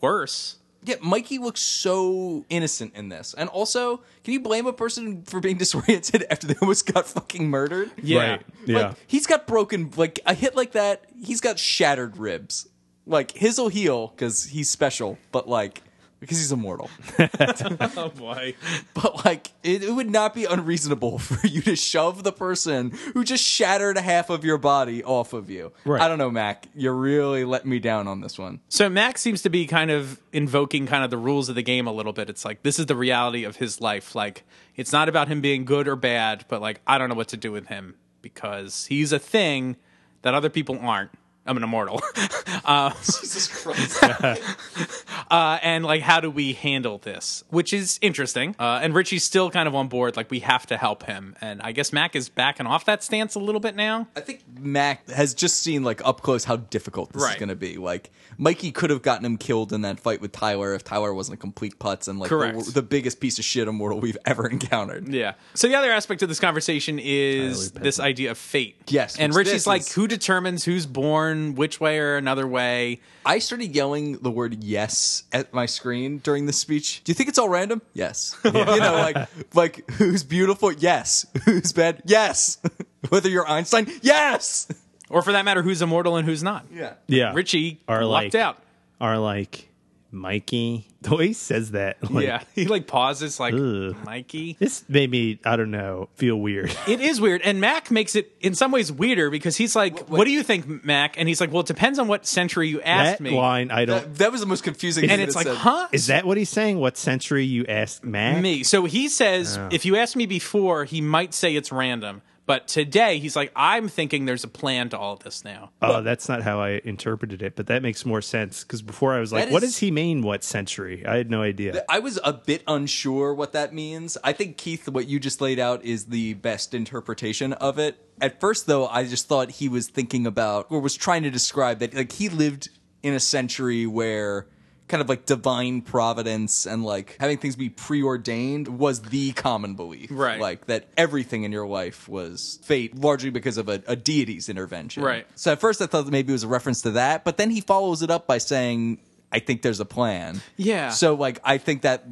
worse,
Yeah, Mikey looks so innocent in this. And also, can you blame a person for being disoriented after they almost got fucking murdered?
yeah.
Right. Yeah.
Like, he's got broken, like, a hit like that, he's got shattered ribs. Like, his'll heal because he's special, but like, because he's immortal.
oh boy,
But like, it, it would not be unreasonable for you to shove the person who just shattered half of your body off of you.
Right.
I don't know, Mac. You really let me down on this one.
So Max seems to be kind of invoking kind of the rules of the game a little bit. It's like this is the reality of his life. Like it's not about him being good or bad, but like I don't know what to do with him because he's a thing that other people aren't. I'm an immortal.
Jesus Christ.
uh, and like how do we handle this which is interesting uh, and richie's still kind of on board like we have to help him and i guess mac is backing off that stance a little bit now
I think Mac has just seen like up close how difficult this is
Right.
going to be. Like Mikey could have gotten him killed in that fight with Tyler if Tyler wasn't a complete putz and like
Correct.
The, the biggest piece of shit immortal we've ever encountered.
yeah so the other aspect of this conversation is this idea of fate
Yes,
and
which
richie's
this
like
is-
who determines who's born which way or another way
I started yelling the word yes at my screen during this speech. Do you think it's all random? Yes. you know, like like who's beautiful? Yes. Who's bad? Yes. Whether you're Einstein? Yes.
or for that matter who's immortal and who's not
Yeah.
Yeah.
richie
Are
lucked
like-
out
Are like Mikey. The way he says that. Like,
yeah he like pauses like
Ugh.
mikey
This made me, I don't know, feel weird.
It is weird, and Mac makes it in some ways weirder because he's like, "What do you think, Mac?" And he's like, "Well, it depends on what century you asked
that
me."
line, I don't.
That, that was the most confusing thing.
and it's
that
like,
said.
"Huh?"
Is that what he's saying? What century you asked Mac?
me? So he says, "If you asked me before, he might say it's random." But today, he's like, "I'm thinking there's a plan to all this now."
Oh, that's not how I interpreted it, but that makes more sense because before I was like,
That
what
is-
does he mean? What century? I had no idea.
I was a bit unsure what that means. I think Keith, what you just laid out is the best interpretation of it. At first, though, I just thought he was thinking about or was trying to describe that, like he lived in a century where kind of like divine providence and like having things be preordained was the common belief,
Right.
Like that everything in your life was fate, largely because of a, a deity's intervention,
Right.
So at first, I thought that maybe it was a reference to that, but then he follows it up by saying. I think there's a plan.
Yeah.
So like I think that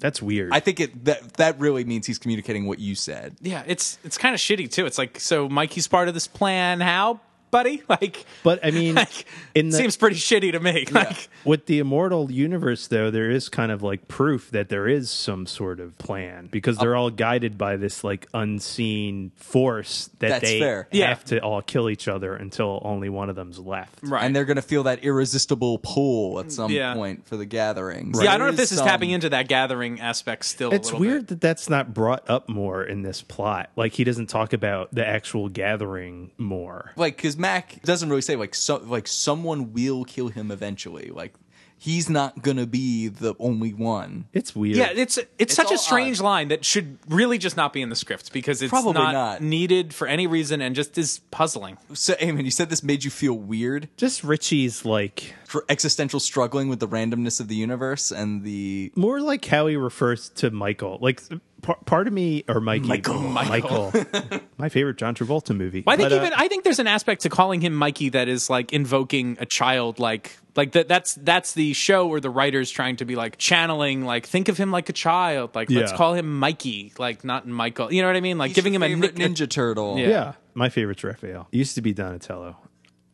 That's weird.
I think it that that really means he's communicating what you said.
Yeah, it's it's kind of shitty too. It's like, so Mikey's part of this plan. How, buddy? Like,
but I mean,
like
in the,
seems pretty shitty to me. Like,
with the immortal universe, though, there is kind of like proof that there is some sort of plan because they're all guided by this like unseen force that
That's
they
fair.
have
Yeah.
to all kill each other until only one of them's left.
right? Mm,
And they're going to feel that irresistible pull at some
Yeah.
point for the gathering.
yeah, I don't know if this is tapping into that gathering aspect still. a
It's
little
weird
Bit.
that that's not brought up more in this plot. Like he doesn't talk about the actual gathering more.
like cuz Mac doesn't really say like so like someone will kill him eventually. Like he's not going to be the only one.
It's weird.
Yeah, it's it's, such
all
a strange
odd.
line that should really just not be in the script because it's
Probably
not,
not.
needed for any reason and just is puzzling.
So Eamon, you said this made you feel weird
just Richie's like
for existential struggling with the randomness of the universe and the
more like how he refers to Michael. Like par- part of me or Mikey, Oh,
Michael.
Michael, my favorite John Travolta movie.
Well, I think
But, uh,
even I think there's an aspect to calling him Mikey that is like invoking a child like like that that's that's the show or the writers trying to be like channeling like think of him like a child like let's
Yeah.
call him Mikey like not Michael you know what I mean like giving him a
favorite
nickname
ninja turtle.
Yeah.
yeah. my favorite's Raphael. It used to be Donatello,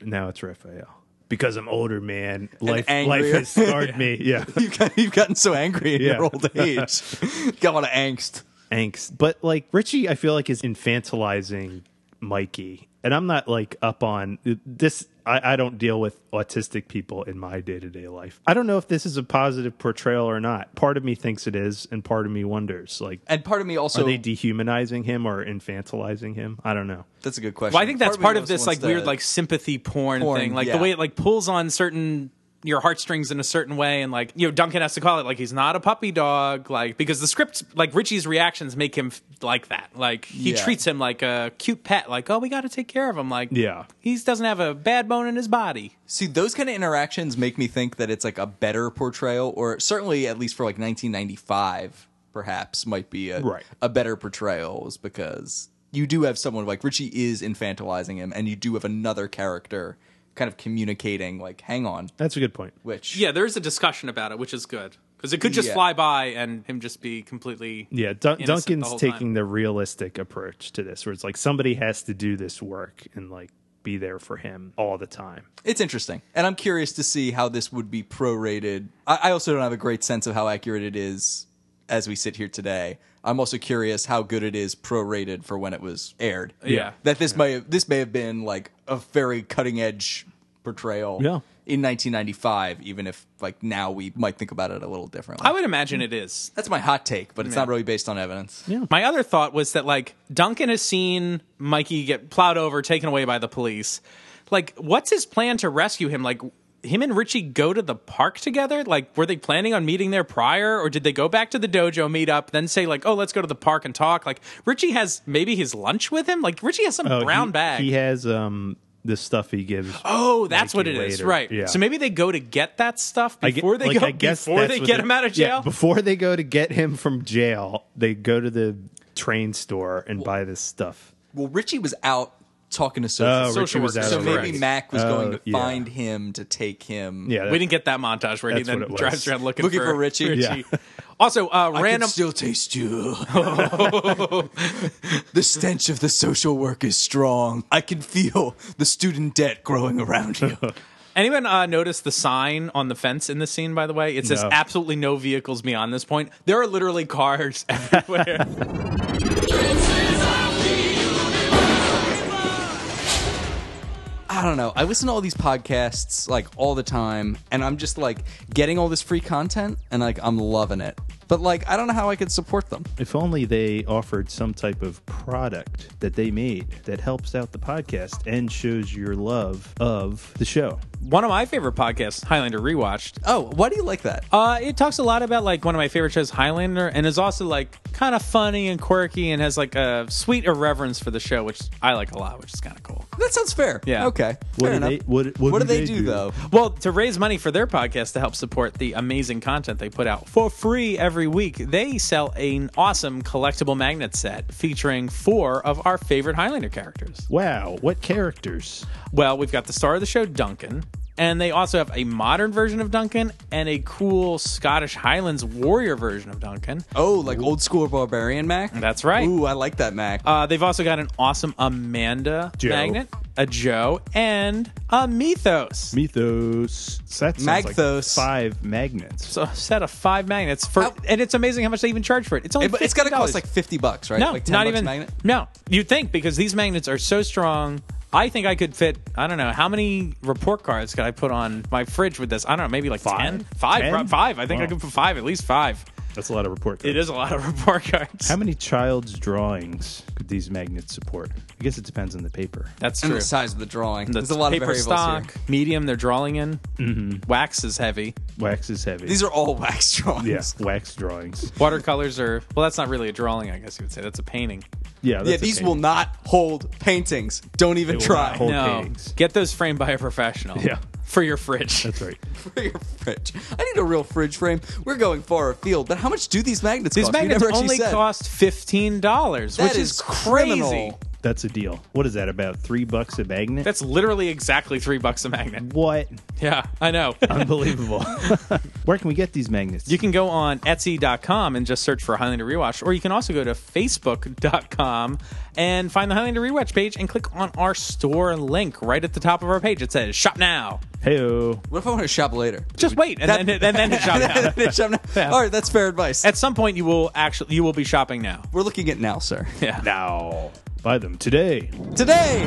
now it's Raphael. Because I'm older, man. Life, life
angrier.
has scarred me. Yeah,
You've, got, you've gotten so angry in
Yeah.
your old age. got a lot of angst.
angst. But like Richie, I feel like is infantilizing Mikey, and I'm not like up on this. I, I don't deal with autistic people in my day to day life. I don't know if this is a positive portrayal or not. Part of me thinks it is, and part of me wonders like,
And part of me also
are they dehumanizing him or infantilizing him? I don't know.
That's a good question.
Well, I think that's
me
part of
also
this
wants
like weird
to-
like sympathy porn,
Porn,
thing, like
yeah.
the way it like pulls on certain your heartstrings in a certain way, and like you know Duncan has to call it like he's not a puppy dog, like because the script like Richie's reactions make him f- like that, like he
Yeah.
treats him like a cute pet, like oh we got to take care of him, like
Yeah.
he doesn't have a bad bone in his body,
see those kind of interactions make me think that it's like a better portrayal, or certainly at least for like 1995, perhaps might be a
Right.
a better portrayal, is because you do have someone like Richie is infantilizing him, and you do have another character kind of communicating like, "Hang on,"
That's a good point.
which
yeah. There's a discussion about it, which is good because it could just
Yeah.
fly by and him just be completely
Yeah,
innocent
Dun-
the
Duncan's
whole
taking
time.
the realistic approach to this, where it's like somebody has to do this work and like be there for him all the time.
it's interesting, and I'm curious to see how this would be prorated. I, I also don't have a great sense of how accurate it is as we sit here today. I'm also curious how good it is prorated for when it was aired.
yeah.
that this may have, this may have been like a very cutting edge portrayal
Yeah.
in 1995 even if like now we might think about it a little differently
I would imagine it is.
that's my hot take but it's not really based on evidence
My other thought was that like Duncan has seen Mikey get plowed over, taken away by the police. Like, what's his plan to rescue him? Like, him and Richie go to the park together? Like, were they planning on meeting there prior, or did they go back to the dojo meetup, then say like, "Oh, let's go to the park and talk"? Like, Richie has maybe his lunch with him. Like, Richie has some
Oh,
brown
he,
bag.
He has um the stuff he gives.
Oh, that's what
Mikey
it is,
later.
right?
Yeah.
So maybe they go to get that stuff
I get-
before they
like,
go
I guess
before
that's
they
what
get him out of
yeah,
jail.
before they go to get him from jail, they go to the train store and buy this stuff.
Well, Richie was out talking to social,
Oh,
social
Richie was
workers,
out
so maybe
already.
Mac was
Oh,
going to
yeah.
find him to take him.
Yeah,
we didn't get that montage where he
That's
then
what it was.
drives around looking,
Looking for Richie.
Yeah.
Also, uh,
I
random.
can still taste you. the stench of the social work is strong. I can feel the student debt growing around you.
Anyone uh, notice the sign on the fence in this scene? By the way, it says
No.
absolutely no vehicles beyond this point. There are literally cars everywhere.
I don't know. I listen to all these podcasts like all the time, and I'm just like getting all this free content, and like I'm loving it. But like, I don't know how I could support them.
If only they offered some type of product that they made that helps out the podcast and shows your love of the show.
One of my favorite podcasts, Highlander Rewatched,
Oh, why do you like that?
Uh, it talks a lot about like one of my favorite shows, Highlander, and is also like kind of funny and quirky and has like a sweet irreverence for the show, which I like a lot, which is kind of cool.
That sounds fair.
Yeah.
Okay.
What
fair
do they-
enough.
what- what
do, they do, though?
Well, to raise money for their podcast to help support the amazing content they put out for free every week, they sell an awesome collectible magnet set featuring four of our favorite Highlander characters.
Wow, what characters?
Well, we've got the star of the show, Duncan. And they also have a modern version of Duncan and a cool Scottish Highlands warrior version of Duncan.
Oh, like old school barbarian Mac.
That's right.
Ooh, I like that Mac.
Uh, they've also got an awesome Amanda
Joe.
magnet, a Joe, and a Mythos.
Mythos. So that sounds like
Magthos.
five magnets.
so a set of five magnets for,
How-
and it's amazing how much they even charge for it. It's only
It- but it's got to
$15.
cost like fifty bucks, right?
no,
like
not
bucks
even
magnet.
no. You think because these magnets are so strong. I think I could fit. I don't know how many report cards could I put on my fridge with this. I don't know, maybe like
Five?
ten, five,
Ten?
pro- five. I think I
Wow.
could put five, at least five.
That's a lot of report cards.
It is a lot of report cards.
How many child's drawings could these magnets support? I guess it depends on the paper.
That's
And
true.
the size of the drawing.
The
There's a lot of
paper
variables
stock,
here.
medium. They're drawing in. Wax is heavy.
Wax is heavy.
These are all wax drawings.
yeah, wax drawings.
Watercolors are well. That's not really a drawing, I guess you would say. That's a painting.
Yeah,
Yeah,
that's a
these
painting.
will not hold paintings. Don't even
They will
try.
not hold- Old
no,
paintings.
get those framed by a professional.
Yeah.
for your fridge.
That's right.
for your fridge. I need a real fridge frame. We're going far afield, but how much do these magnets
These
cost? You
magnets
never actually
only
said.
cost fifteen dollars,
That
which is,
is
crazy.
criminal.
That's a deal. What is that? About three bucks a magnet?
That's literally exactly three bucks a
Mm.
magnet.
what?
Yeah, I know.
Unbelievable. Where can we get these magnets?
You can go on Etsy.com and just search for Highlander Rewatch, or you can also go to Facebook.com and find the Highlander Rewatch page and click on our store link right at the top of our page. It says Shop Now.
Hey,
What if I want to shop later?
Just wait, and
That-
then and then hit Shop Now.
Shop now.
Yeah.
All right, that's fair advice.
At some point, you will actually you will be shopping now.
We're looking at now, sir.
Yeah.
now buy them today.
Today,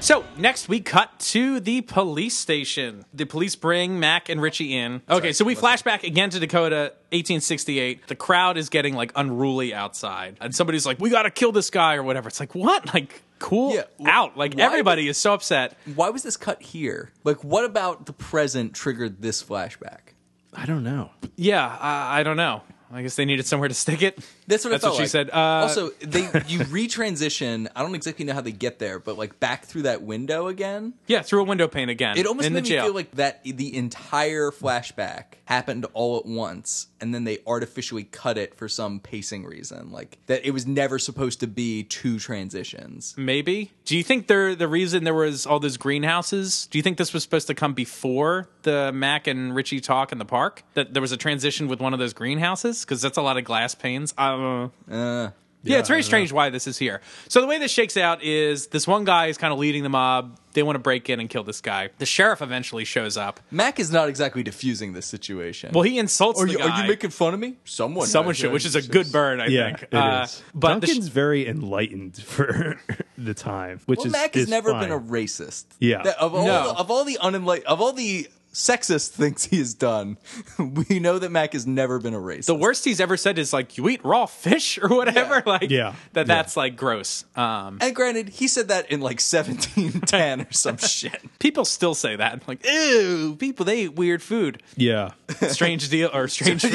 So next we cut to the police station. The police bring Mac and Richie in. Okay, so we flash back again to Dakota, 1868. The crowd is getting like unruly outside, and somebody's like, "We gotta kill this guy" or whatever. It's like, what? Like, cool
Yeah, wh-
out. Like
why
everybody is so upset.
why was this cut here? Like, what about the present triggered this flashback?
I don't know.
Yeah, I I don't know. I guess they needed somewhere to stick it.
That's what, I
That's
felt
what she
like.
said. Uh,
also, they you retransition. I don't exactly know how they get there, but like back through that window again.
yeah, through a window pane again.
It almost
in
made
the
me
jail.
feel like that the entire flashback happened all at once, and then they artificially cut it for some pacing reason, like that it was never supposed to be two transitions.
Maybe. Do you think there the reason there was all those greenhouses? Do you think this was supposed to come before the Mac and Richie talk in the park? That there was a transition with one of those greenhouses because that's a lot of glass panes. I don't know.
Uh,
yeah, it's very strange why this is here. So the way this shakes out is this one guy is kind of leading the mob. They want to break in and kill this guy. The sheriff eventually shows up.
Mac is not exactly diffusing this situation.
Well, he insults
are
the
you,
guy.
are you making fun of me? Someone,
someone
has.
should, which is a good burn, I
Yeah,
think.
it
Uh,
is.
But the sh-
Duncan's very enlightened for the time, which
Well,
is
Mac has
is
never
fine.
been a racist.
Yeah.
That- of all
No.
the, of all the unenlight of all the sexist things he has done. We know that Mac has never been a racist.
the worst he's ever said is like you eat raw fish or whatever like
Yeah.
that that's like gross um
and granted, he said that in like 1710 or some shit.
people still say that like ew people they eat weird food
Yeah.
strange deal or strange food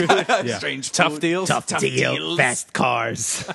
Strange
tough
food.
deals
fast cars.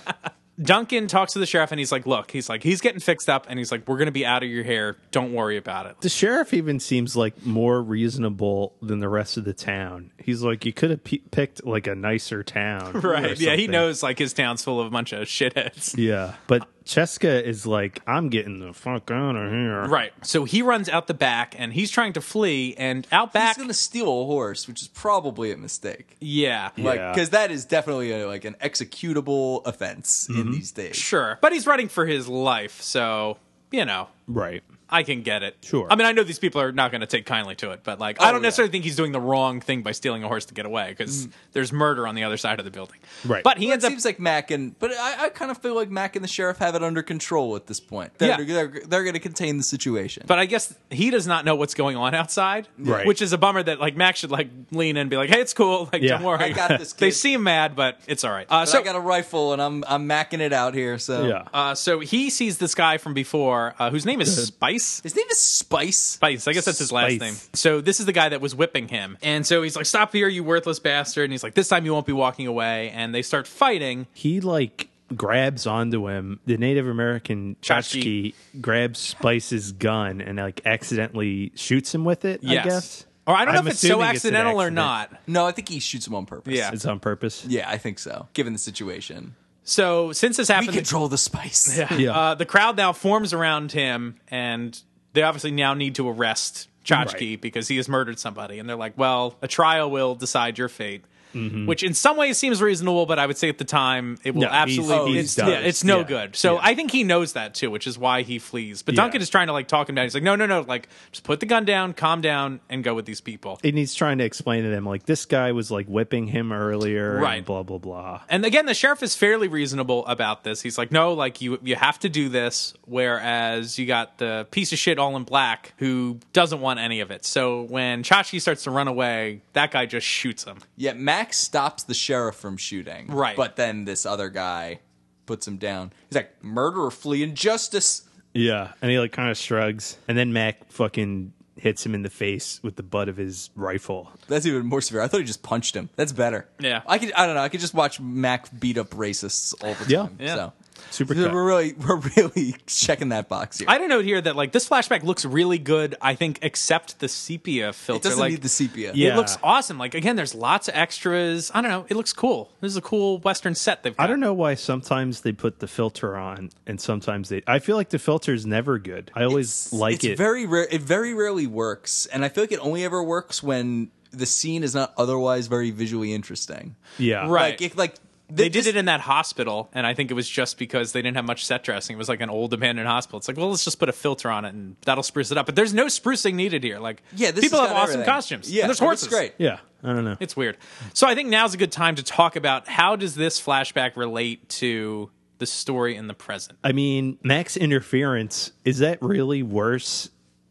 duncan talks to the sheriff and he's like look he's like he's getting fixed up and he's like we're gonna be out of your hair don't worry about it
the sheriff even seems like more reasonable than the rest of the town. He's like, you could have pe- picked like a nicer town, or
right yeah he
something.
knows like his town's full of a bunch of shitheads
Yeah, but Cheska is like, I'm getting the fuck out of here.
right so he runs out the back and he's trying to flee and out
He's
back
going to steal a horse, which is probably a mistake.
yeah
Like,
Yeah.
because that is definitely a, like an executable offense in these days.
sure but he's running for his life so you know
right.
I can get it.
Sure. Oh,
I mean, I know these people are not going to take kindly to it, but like, I don't necessarily think he's doing the wrong thing by stealing a horse to get away because there's murder on the other side of the building.
Mm. Right.
But he
Well, it
ends up.
seems like Mac and, but I, I kind of feel like Mac and the sheriff have it under control at this point. They're,
Yeah.
they're, they're going to contain the situation.
but I guess he does not know what's going on outside,
Right.
Which is a bummer that like Max should like lean in and be like, "Hey, it's cool. Like,
Yeah.
don't worry.
I got this,
they
kid.
seem mad, but it's all right." Uh,
But
so
I got a rifle and I'm I'm macking it out here. So
Yeah.
uh, so he sees this guy from before, uh, whose name is Spice.
his name is Spice.
Spice. I guess that's his last
Spice.
name. So this is the guy that was whipping him. And so he's like, "Stop here, you worthless bastard!" And he's like, "This time you won't be walking away." And they start fighting.
He like grabs onto him. The Native American
Tchotchke.
Chachki grabs Spice's gun and like accidentally shoots him with it.
Yes.
I guess.
Or I don't know
I'm
if it's so
assuming an
accidental or
accident.
not.
No, I think he shoots him on purpose.
Yeah.
It's on purpose.
Yeah, I think so. Given the situation,
So since this
we
happened,
control the spice.
Yeah.
uh, the crowd now forms around him, and they obviously now need to arrest Chachki
Right.
because he has murdered somebody. And they're like, "Well, a trial will decide your fate." Which in some ways seems reasonable, but I would say at the time it will
Mm-hmm. No, he's-
absolutely
oh,
it's,
he's
yeah,
done.
it's no
Yeah.
good. So
Yeah.
I think he knows that too, which is why he flees. But
Yeah.
Duncan is trying to like talk him down. He's like, no, no, no, like just put the gun down, calm down, and go with these people.
And he's trying to explain to them like this guy was like whipping him earlier. and
Right.
blah blah blah.
And again, the sheriff is fairly reasonable about this. He's like, no, like you you have to do this. Whereas you got the piece of shit all in black who doesn't want any of it. So when Chachi starts to run away, that guy just shoots him.
Yeah, Max stops the sheriff from shooting.
Right.
But then this other guy puts him down. He's like, murder or flee injustice.
Yeah, and he like kind of shrugs, and then Mac fucking hits him in the face with the butt of his rifle.
That's even more severe. I thought he just punched him. That's better.
Yeah.
I could I don't know, I could just watch Mac beat up racists all the
Yeah.
time.
Yeah.
So
Super
So
cut.
we're really we're really checking that box here.
I don't know here that like this flashback looks really good. I think except the sepia filter.
it doesn't
like,
need the sepia.
Yeah.
It looks awesome. Like again, there's lots of extras. I don't know. It looks cool. This is a cool western set they've. Got.
I don't know why sometimes they put the filter on and sometimes they. I feel like the filter's never good. I always like
it's
it.
Very rare. It very rarely works, and I feel like it only ever works when the scene is not otherwise very visually interesting.
yeah.
Right.
Like, it, like
they did it in that hospital, and I think it was just because they didn't have much set dressing. It was like an old abandoned hospital. It's like, well, let's just put a filter on it, and that'll spruce it up. But there's no sprucing needed here. Like,
Yeah, this
people
has
have
got
awesome
everything.
costumes.
Yeah,
and there's
it looks
horses.
great.
Yeah. I don't know.
It's weird. So I think now's a good time to talk about how does this flashback relate to the story in the present.
I mean, Mac's interference is that really worse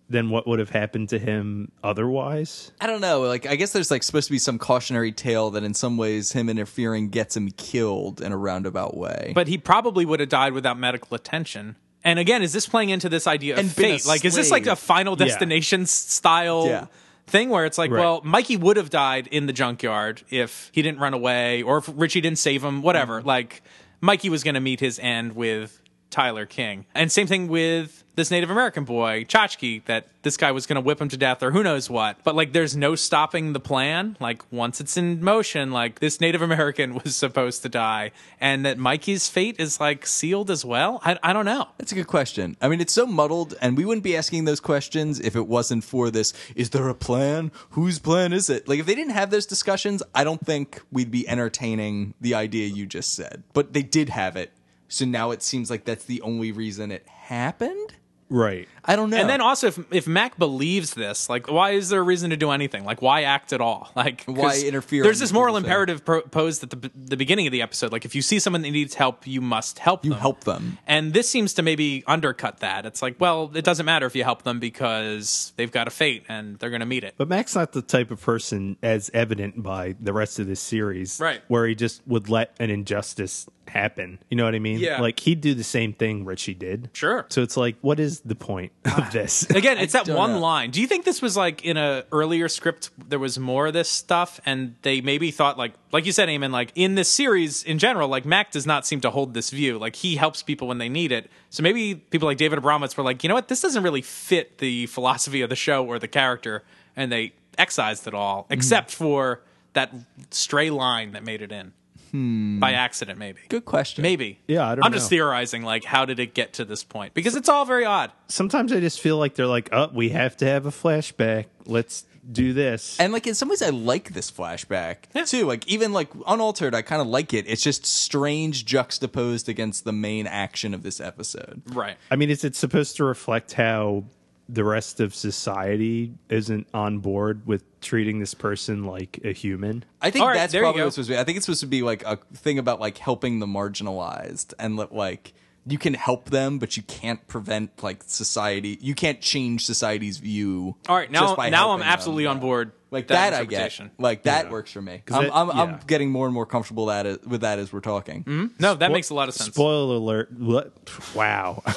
than what would have happened to him otherwise?
I don't know. Like, I guess there's like supposed to be some cautionary tale that in some ways him interfering gets him killed in a roundabout way.
But he probably would have died without medical attention. And again, is this playing into this idea of
And been a
fate? Like, is this
slave.
like a Final Destination s- style
Yeah.
thing where it's like,
Right.
well, Mikey would have died in the junkyard if he didn't run away or if Richie didn't save him, whatever. Like, Mikey was going to meet his end with Tyler King. And same thing with this Native American boy, Chachki, that this guy was going to whip him to death or who knows what. But like, there's no stopping the plan. Like, once it's in motion, like, this Native American was supposed to die and that Mikey's fate is like sealed as well. I, I don't know.
That's a good question. I mean, it's so muddled, and we wouldn't be asking those questions if it wasn't for this. Is there a plan? Whose plan is it? Like, if they didn't have those discussions, I don't think we'd be entertaining the idea you just said. But they did have it, so now it seems like that's the only reason it happened.
Right.
I don't know.
And then also, if if Mac believes this, like, why is there a reason to do anything? Like, why act at all? Like, 'cause
Why interfere
There's
in
this
what
moral
people say?
imperative pro- posed at the b- the beginning of the episode. Like, if you see someone that needs help, you must help.
You
them.
help them.
And this seems to maybe undercut that. It's like, well, it doesn't matter if you help them because they've got a fate and they're going to meet it.
But Mac's not the type of person, as evident by the rest of this series,
Right.
Where he just would let an injustice happen. You know what I mean?
Yeah.
Like he'd do the same thing Richie did.
Sure.
So it's like, what is the point of this?
Again, it's that
don't
one
know.
line. Do you think this was like in a earlier script there was more of this stuff and they maybe thought like like you said Eamon, like in this series in general, like Mac does not seem to hold this view. Like he helps people when they need it. So maybe people like David Abramowitz were like, "You know what? This doesn't really fit the philosophy of the show or the character." And they excised it all except for that stray line that made it in. By accident maybe.
good question.
Maybe.
Yeah, I don't
I'm just
know.
theorizing like how did it get to this point? Because it's all very odd.
Sometimes I just feel like they're like, oh, we have to have a flashback. Let's do this.
And like in some ways, I like this flashback
Yeah.
too. Like even like unaltered, I kind of like it. It's just strange juxtaposed against the main action of this episode.
Right.
I mean, is it supposed to reflect how the rest of society isn't on board with treating this person like a human?
I think
All right,
that's
there you
probably
go.
what's supposed to be. I think it's supposed to be like a thing about like helping the marginalized and let, like you can help them, but you can't prevent like society. You can't change society's view.
All right, now
just by
now I'm
helping them.
absolutely on board.
Like
with
that, I get.
interpretation.
Like that works for me.
'Cause
I'm,
that-
I'm, I'm
yeah.
getting more and more comfortable that is, with that as we're talking.
No, that makes a lot of sense.
Spoiler alert. What? Wow.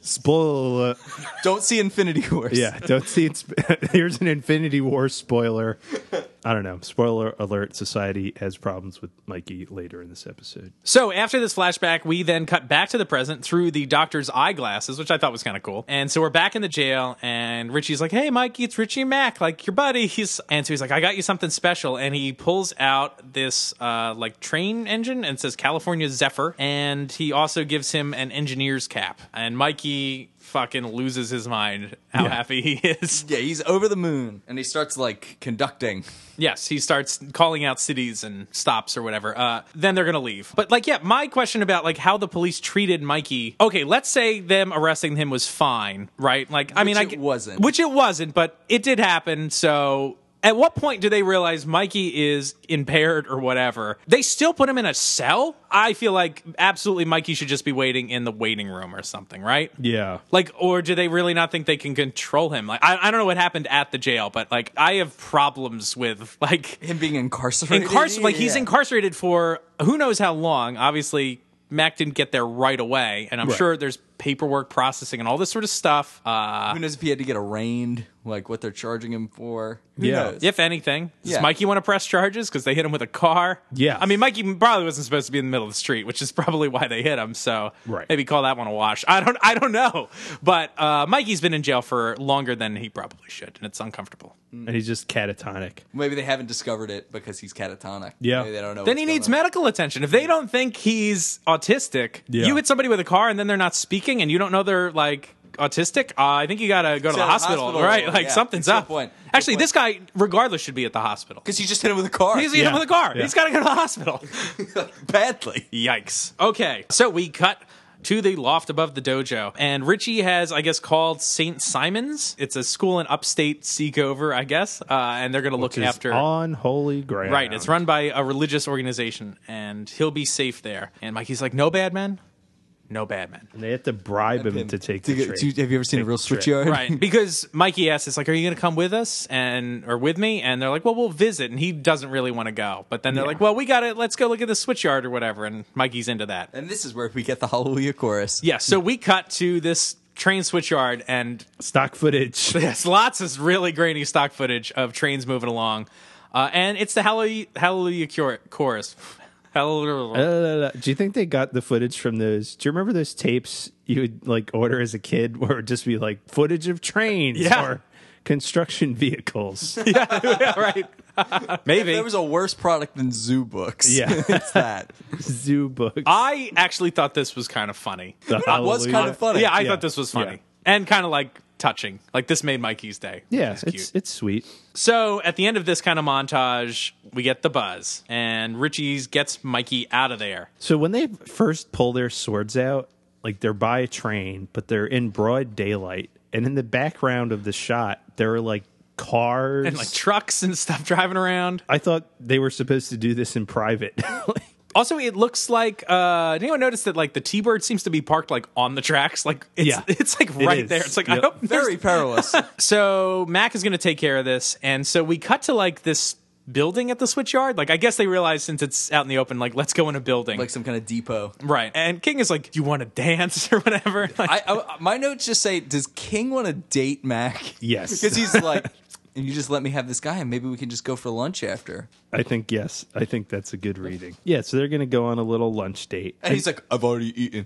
Spoiler alert.
Don't see Infinity Wars.
Yeah, don't see it's here's an Infinity War spoiler. I don't know. Spoiler alert, society has problems with Mikey later in this episode.
So after this flashback, we then cut back to the present through the doctor's eyeglasses, which I thought was kind of cool. And so we're back in the jail, and Richie's like, "Hey, Mikey, it's Richie Mack, like your buddy." He's and so he's like, "I got you something special," and he pulls out this uh, like train engine and it says California Zephyr, and he also gives him an engineer's cap. And Mikey fucking loses his mind how happy he is.
Yeah, he's over the moon, and he starts like conducting.
Yes, he starts calling out cities and stops or whatever. Uh, then they're gonna leave. But like, yeah, my question about like how the police treated Mikey. Okay, let's say them arresting him was fine, right? Like, I mean, I
it
get-
wasn't.
which it wasn't, but it did happen. So. At what point do they realize Mikey is impaired or whatever? They still put him in a cell? I feel like absolutely Mikey should just be waiting in the waiting room or something, right?
Yeah.
Like, or do they really not think they can control him? Like, I, I don't know what happened at the jail, but like, I have problems with like
Him being incarcerated.
incarcerated. Like, he's
Yeah.
incarcerated for who knows how long. Obviously, Mac didn't get there right away, and I'm sure there's paperwork processing and all this sort of stuff. Uh,
Who knows if he had to get arraigned? Like what they're charging him for? Who
Yeah.
knows?
if anything, does
Yeah.
Mikey want to press charges because they hit him with a car?
Yeah.
I mean, Mikey probably wasn't supposed to be in the middle of the street, which is probably why they hit him. So
Right.
maybe call that one a wash. I don't. I don't know. But uh, Mikey's been in jail for longer than he probably should, and it's uncomfortable.
And he's just catatonic.
Maybe they haven't discovered it because he's catatonic.
Yeah.
Maybe they don't know.
Then
what's
he
going
needs
on.
medical attention. If they don't think he's autistic,
Yeah.
you hit somebody with a car and then they're not speaking, and you don't know they're like autistic. Uh, I think you gotta go to
to
the
the
hospital,
hospital,
right? Like
yeah.
something's
Good
up.
point. Good
Actually,
point.
this guy, regardless, should be at the hospital.
because he just hit him with a car.
He's hit him
Yeah.
with a car.
Yeah.
He's got to go to the hospital.
badly.
Yikes. Okay, so we cut to the loft above the dojo, and Richie has, I guess, called St. Simon's. It's a school in upstate Seekover, I guess, uh, and they're going to look
Just
after.
on holy ground.
Right, it's run by a religious organization, and he'll be safe there. And Mikey's like, no bad men, no bad men.
And they have to bribe him to take the
Do you-
train.
do you- have you ever seen a
Take
real
the trip.
switchyard?
Right, because Mikey asks, "It's like, are you going to come with us and or with me?" And they're like, "Well, we'll visit." And he doesn't really want to go, but then they're like, "Well, we got it. Let's go look at the switchyard or whatever." And Mikey's into that.
And this is where we get the Hallelujah chorus.
Yeah, so we cut to this train switchyard, and
Stock footage.
there's lots of really grainy stock footage of trains moving along. Uh, and it's the Hallelujah, Hallelujah Cure- chorus. Hallelujah.
Uh, do you think they got the footage from those? Do you remember those tapes you would like order as a kid, where it would just be like footage of trains
Yeah.
or construction vehicles?
Yeah, right. Maybe.
There was a worse product than Zoo Books.
Yeah.
it's that.
Zoo books.
I actually thought this was kind of funny.
The
It was kind
Hallelujah.
of funny.
Yeah, I
Yeah.
thought this was funny
Yeah.
and kind of like touching. Like this made Mikey's day. which
Yeah,
is
it's
cute.
it's sweet.
So at the end of this kind of montage, we get the buzz, and Richie's gets Mikey out of there.
So when they first pull their swords out, like they're by a train, but they're in broad daylight, And in the background of the shot, there are like cars.
and like trucks and stuff driving around.
I thought they were supposed to do this in private. Like,
Also, it looks like uh did anyone notice that like the T Bird seems to be parked like on the tracks? Like it's
Yeah.
it's like
It
right
is.
there. It's like I
Yep.
hope there's
Very perilous.
so Mac is going to take care of this, and so we cut to like this building at the switch yard. Like I guess they realize since it's out in the open, like let's go in a building,
like some kind of depot.
right? And King is like, "Do you want to dance or whatever?" Like,
I, I my notes just say, "Does King want to date Mac?"
Yes.
because he's like, and you just let me have this guy, and maybe we can just go for lunch after.
I think yes. I think that's a good reading. Yeah, so they're going to go on a little lunch date.
And he's like, "I've already eaten.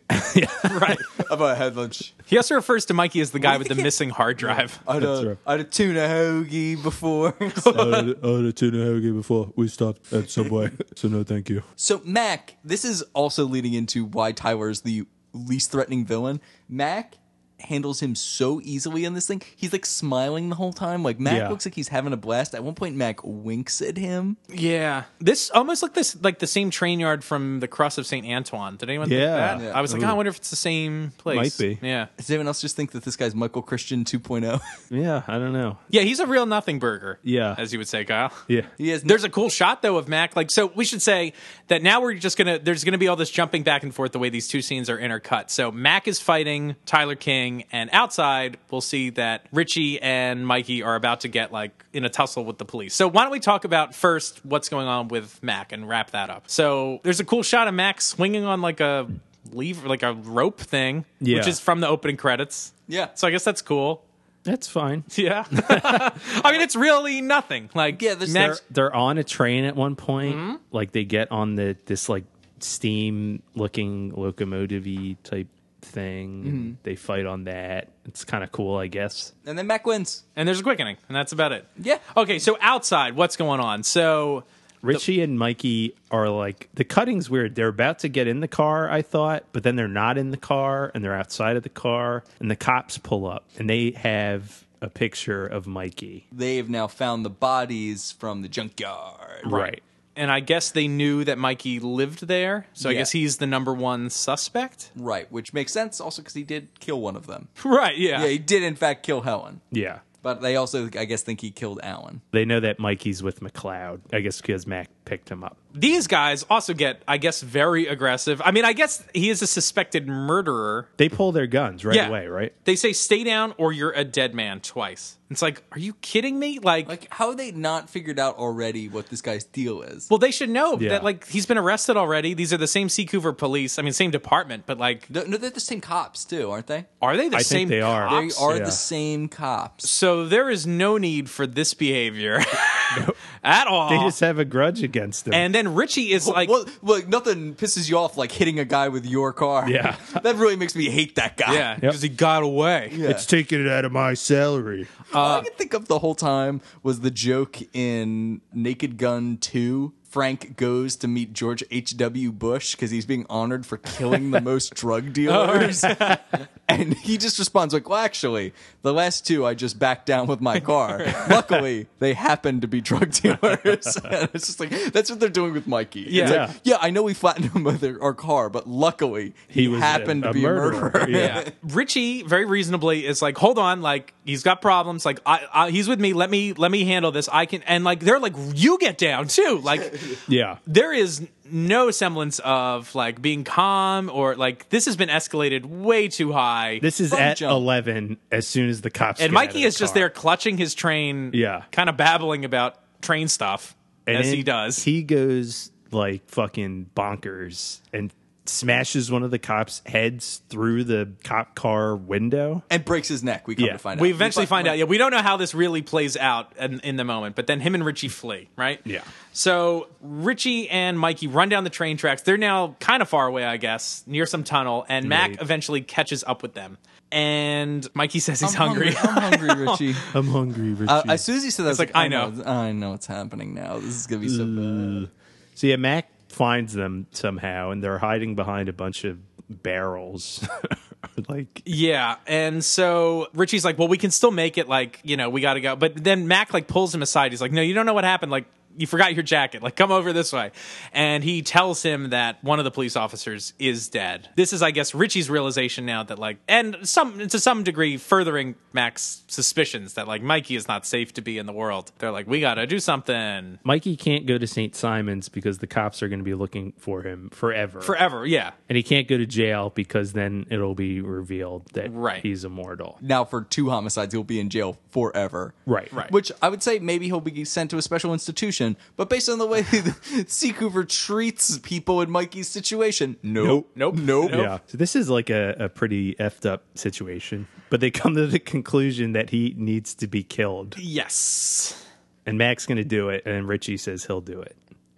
right.
I've already had lunch.
He also refers to Mikey as the guy
do
with
they
the
get- Uh,
missing hard drive.
I had,
That's
a,
right.
I had a tuna hoagie before."
I had a Oh, tuna hoagie before we stopped at Subway, so no, thank you.
So Mac, this is also leading into why Tyler's the least threatening villain. Mac handles him so easily in this thing. He's like smiling the whole time. Like Mac
Yeah.
looks like he's having a blast. At one point, Mac winks at him.
Yeah, this almost looked this like the same train yard from the Cross of Saint Antoine. Did anyone?
Yeah.
think that?
Yeah.
I was like,
Ooh.
"Oh, I wonder if it's the same place.
Might be.
Yeah,
Does anyone else just think that this guy's Michael Christian oh? 2.0?
Yeah, I don't know.
yeah. He's a real nothing burger.
Yeah.
as you would say, Kyle.
Yeah.
He has
There's a cool shot though of Mac. Like, so we should say that now we're just gonna. There's gonna be all this jumping back and forth the way these two scenes are intercut. So Mac is fighting Tyler King, and outside we'll see that Richie and Mikey are about to get like in a tussle with the police. So why don't we talk about first what's going on with Mac and wrap that up? So there's a cool shot of Mac swinging on like a leave like a rope thing,
Yeah.
which is from the opening credits.
Yeah.
So I guess that's cool.
That's fine.
Yeah. I mean, it's really nothing. Like,
Yeah, there's-
Mac's-
They're, they're on a train at one point. Like they get on the this like steam looking locomotive y type thing. And they fight on that. It's kind of cool, I guess.
and then Mac wins.
and there's a quickening, and that's about it.
Yeah.
Okay, so outside, what's going on? So
Richie and Mikey are like the cutting's weird. They're about to get in the car, I thought, but then they're not in the car and they're outside of the car and the cops pull up and they have a picture of Mikey.
They have now found the bodies from the junkyard.
Right.
and I guess they knew that Mikey lived there, so I
Yeah.
guess he's the number one suspect.
Right, which makes sense also because he did kill one of them.
Right, yeah.
Mm-hmm. Yeah, he did in fact kill Helen.
Yeah.
But they also, I guess, think he killed Alan.
They know that Mikey's with McLeod, I guess because Mac picked him up.
These guys also get, I guess, very aggressive. I mean, I guess he is a suspected murderer.
They pull their guns right
Yeah.
away, right?
They say, stay down or you're a dead man twice. It's like, are you kidding me? Like,
Like, how have they not figured out already what this guy's deal is?
well, they should know
Yeah.
that, like, he's been arrested already. These are the same Seacouver police. I mean, same department, but, like,
No, no, they're the same cops too, aren't they?
are they the
I think
same
they are.
cops?
They are
yeah.
the same cops.
So there is no need for this behavior at all.
They just have a grudge against him.
and then Richie is like,
well, look, nothing pisses you off like hitting a guy with your car.
Yeah.
that really makes me hate that guy.
yeah, because he got away.
it's taking it out of my salary.
Uh,
All I could think of the whole time was the joke in Naked Gun 2. Frank goes to meet George H.W. Bush because he's being honored for killing the most
Oh.
drug dealers. and he just responds, like, well, actually, the last two I just backed down with my car. Luckily, they happened to be drug dealers. and it's just like, that's what they're doing with Mikey. It's
Yeah.
like, yeah, I know we flattened him with our car, but luckily, he,
was a-
happened
a
to be a
murderer.
murderer.
Yeah.
Richie very reasonably is like, hold on, like he's got problems. Like I, I, he's with me. Let me let me handle this. I can. And like they're like, you get down too. Like
Yeah.
there is no semblance of like being calm or like this has been escalated way too high.
This is
From
at
jump.
11 as soon as the cops
and
get out of
Mikey
the
is just
car.
there clutching his train.
Yeah.
kind of babbling about train stuff
And
as
then
he does.
He goes like fucking bonkers and smashes one of the cops' heads through the cop car window.
And breaks his neck. We come
Yeah.
to find out.
We eventually find out. Yeah, we don't know how this really plays out in, in the moment, but then him and Richie flee, right?
Yeah.
So Richie and Mikey run down the train tracks. They're now kind of far away, I guess, near some tunnel, and Mac
Right.
eventually catches up with them. And Mikey says he's
I'm
hungry.
I'm hungry, Richie.
I'm hungry, Richie.
Uh, as soon as he said that,
It's
I was like,
like, I
I know,
know.
I know what's happening now. This is gonna be so bad.
so yeah, Mac finds them somehow, and they're hiding behind a bunch of barrels. like
yeah. And so Richie's like, well, we can still make it. Like, you know, we got to go. But then Mac like pulls him aside. He's like, no, you don't know what happened. Like, you forgot your jacket. Like, come over this way. And he tells him that one of the police officers is dead. This is, I guess, Richie's realization now that, like, and some to some degree, furthering Mac's suspicions that, like, Mikey is not safe to be in the world. They're like, we gotta do something
Mikey can't go to St. Simon's because the cops are going to be looking for him forever.
forever. Yeah.
And he can't go to jail because then it'll be revealed that
Right.
he's immortal.
Now for two homicides, he'll be in jail forever.
Right. Right.
Which I would say maybe he'll be sent to a special institution, but based on the way Seacouver treats people in Mikey's situation, nope,
Nope.
nope,
Yeah. So this is like a, a pretty effed up situation. But they come to the conclusion that he needs to be killed.
Yes.
And Mac's going to do it. And Richie says he'll do it.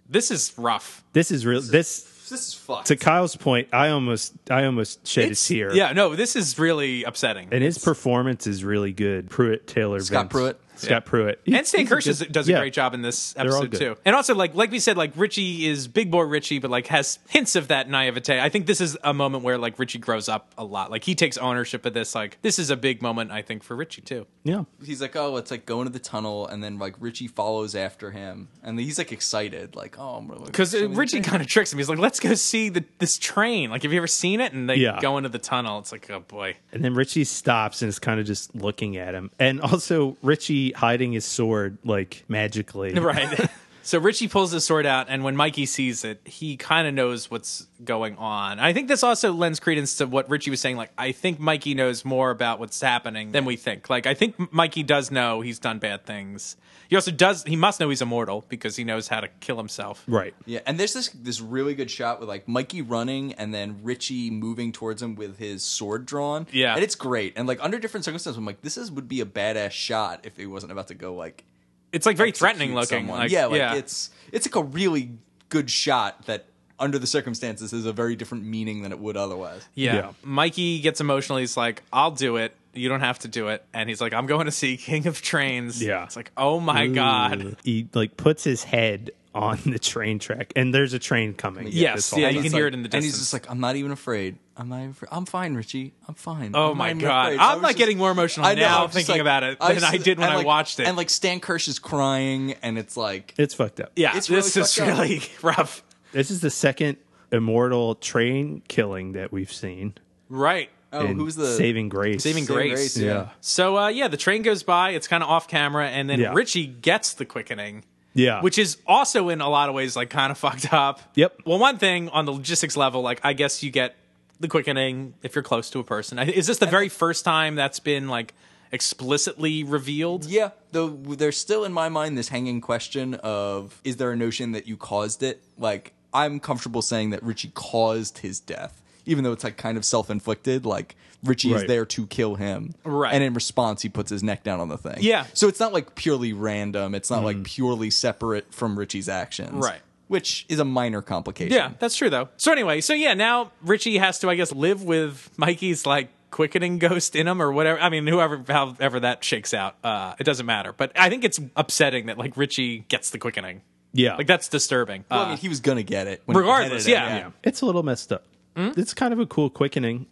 This is rough.
This is real. This.
This is fucked.
To Kyle's point, I almost, I almost shed
It's-
a tear.
Yeah, no, this is really upsetting.
and his performance is really good. Pruitt, Taylor,
Scott
Vince.
Pruitt.
Scott Pruitt,
and Stan Kirsch
Kirsch
is- does a great job in this
all
episode
good.
too. And also, like like we said, like Richie is big boy Richie, but like has hints of that naivete. I think this is a moment where like Richie grows up a lot. Like he takes ownership of this. Like this is a big moment, I think, for Richie too.
Yeah,
he's like, oh, it's like going to the tunnel, and then like Richie follows after him, and he's like excited, like, oh, I'm really
Because uh, Richie kind of tricks him. He's like, "Let's go see the, this train. Like, have you ever seen it?" And they
Yeah.
go into the tunnel. It's like, oh boy.
and then Richie stops and is kind of just looking at him, and also Richie hiding his sword like magically.
Right. so Richie pulls his sword out, and when Mikey sees it, he kind of knows what's going on. I think this also lends credence to what Richie was saying. Like, I think Mikey knows more about what's happening than we think. Like, I think M- Mikey does know he's done bad things. He also does. He must know he's immortal because he knows how to kill himself.
Right.
Yeah, and there's this this really good shot with like Mikey running and then Richie moving towards him with his sword drawn.
Yeah.
and it's great. And like under different circumstances, I'm like, this is would be a badass shot if he wasn't about to go like
It's like very
execute
threatening looking.
someone.
Like,
yeah, like it's it's like a really good shot that under the circumstances is a very different meaning than it would otherwise.
Yeah.
Yeah.
Mikey gets emotional. He's like, I'll do it. You don't have to do it. And he's like, I'm going to see King of Trains.
Yeah.
It's like, oh my God.
He like puts his head on the train track, and there's a train coming. at
Yes,
this whole
yeah,
time.
you
It's
can
like-
hear it in the
And he's
distance.
just like, I'm not even afraid. I'm not even afraid. I'm fine, Richie. I'm fine.
Oh
I'm
my
not even
God.
afraid."
I'm
I was
not getting more emotional
I know,
now
I'm just
thinking
like-
about it than
just-
I did when
and,
I
like-
watched it.
And like Stan Kirsch is crying, and it's like
it's fucked up.
Yeah,
It's
this
really
is
fucked up.
really rough.
This is the second immortal train killing that we've seen.
Right.
oh,
in
who's the
saving grace?
Saving
Saving
Grace.
Grace, yeah.
Yeah.
So uh, yeah, the train goes by. It's kind of off camera, and then
Yeah.
Richie gets the quickening.
Yeah.
Which is also in a lot of ways like kind of fucked up.
Yep.
Well, one thing on the logistics level, like I guess you get the quickening if you're close to a person. I- Is this the very first time that's been like explicitly revealed?
Yeah, though there's still in my mind this hanging question of is there a notion that you caused it? Like I'm comfortable saying that Richie caused his death, even though it's like kind of self-inflicted. Like Richie is
Right.
there to kill him,
Right.
And in response, he puts his neck down on the thing.
Yeah. Mm.
so it's not like purely random. It's not like purely separate from Richie's actions,
Right.
Which is a minor complication.
Yeah, that's true though. So anyway, so yeah, now Richie has to, I guess, live with Mikey's like quickening ghost in him or whatever. I mean, whoever, however that shakes out, uh, it doesn't matter. But I think it's upsetting that like Richie gets the quickening.
Yeah.
like that's disturbing.
Well,
Uh,
I mean, he was gonna get it when he
regardless,
headed it,
yeah.
It's a little messed up. It's kind of a cool quickening.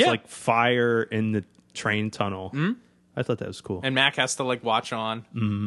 Hmm? Yeah. Hmm?
like fire in the train tunnel. I thought that was cool.
And Mac has to like watch on.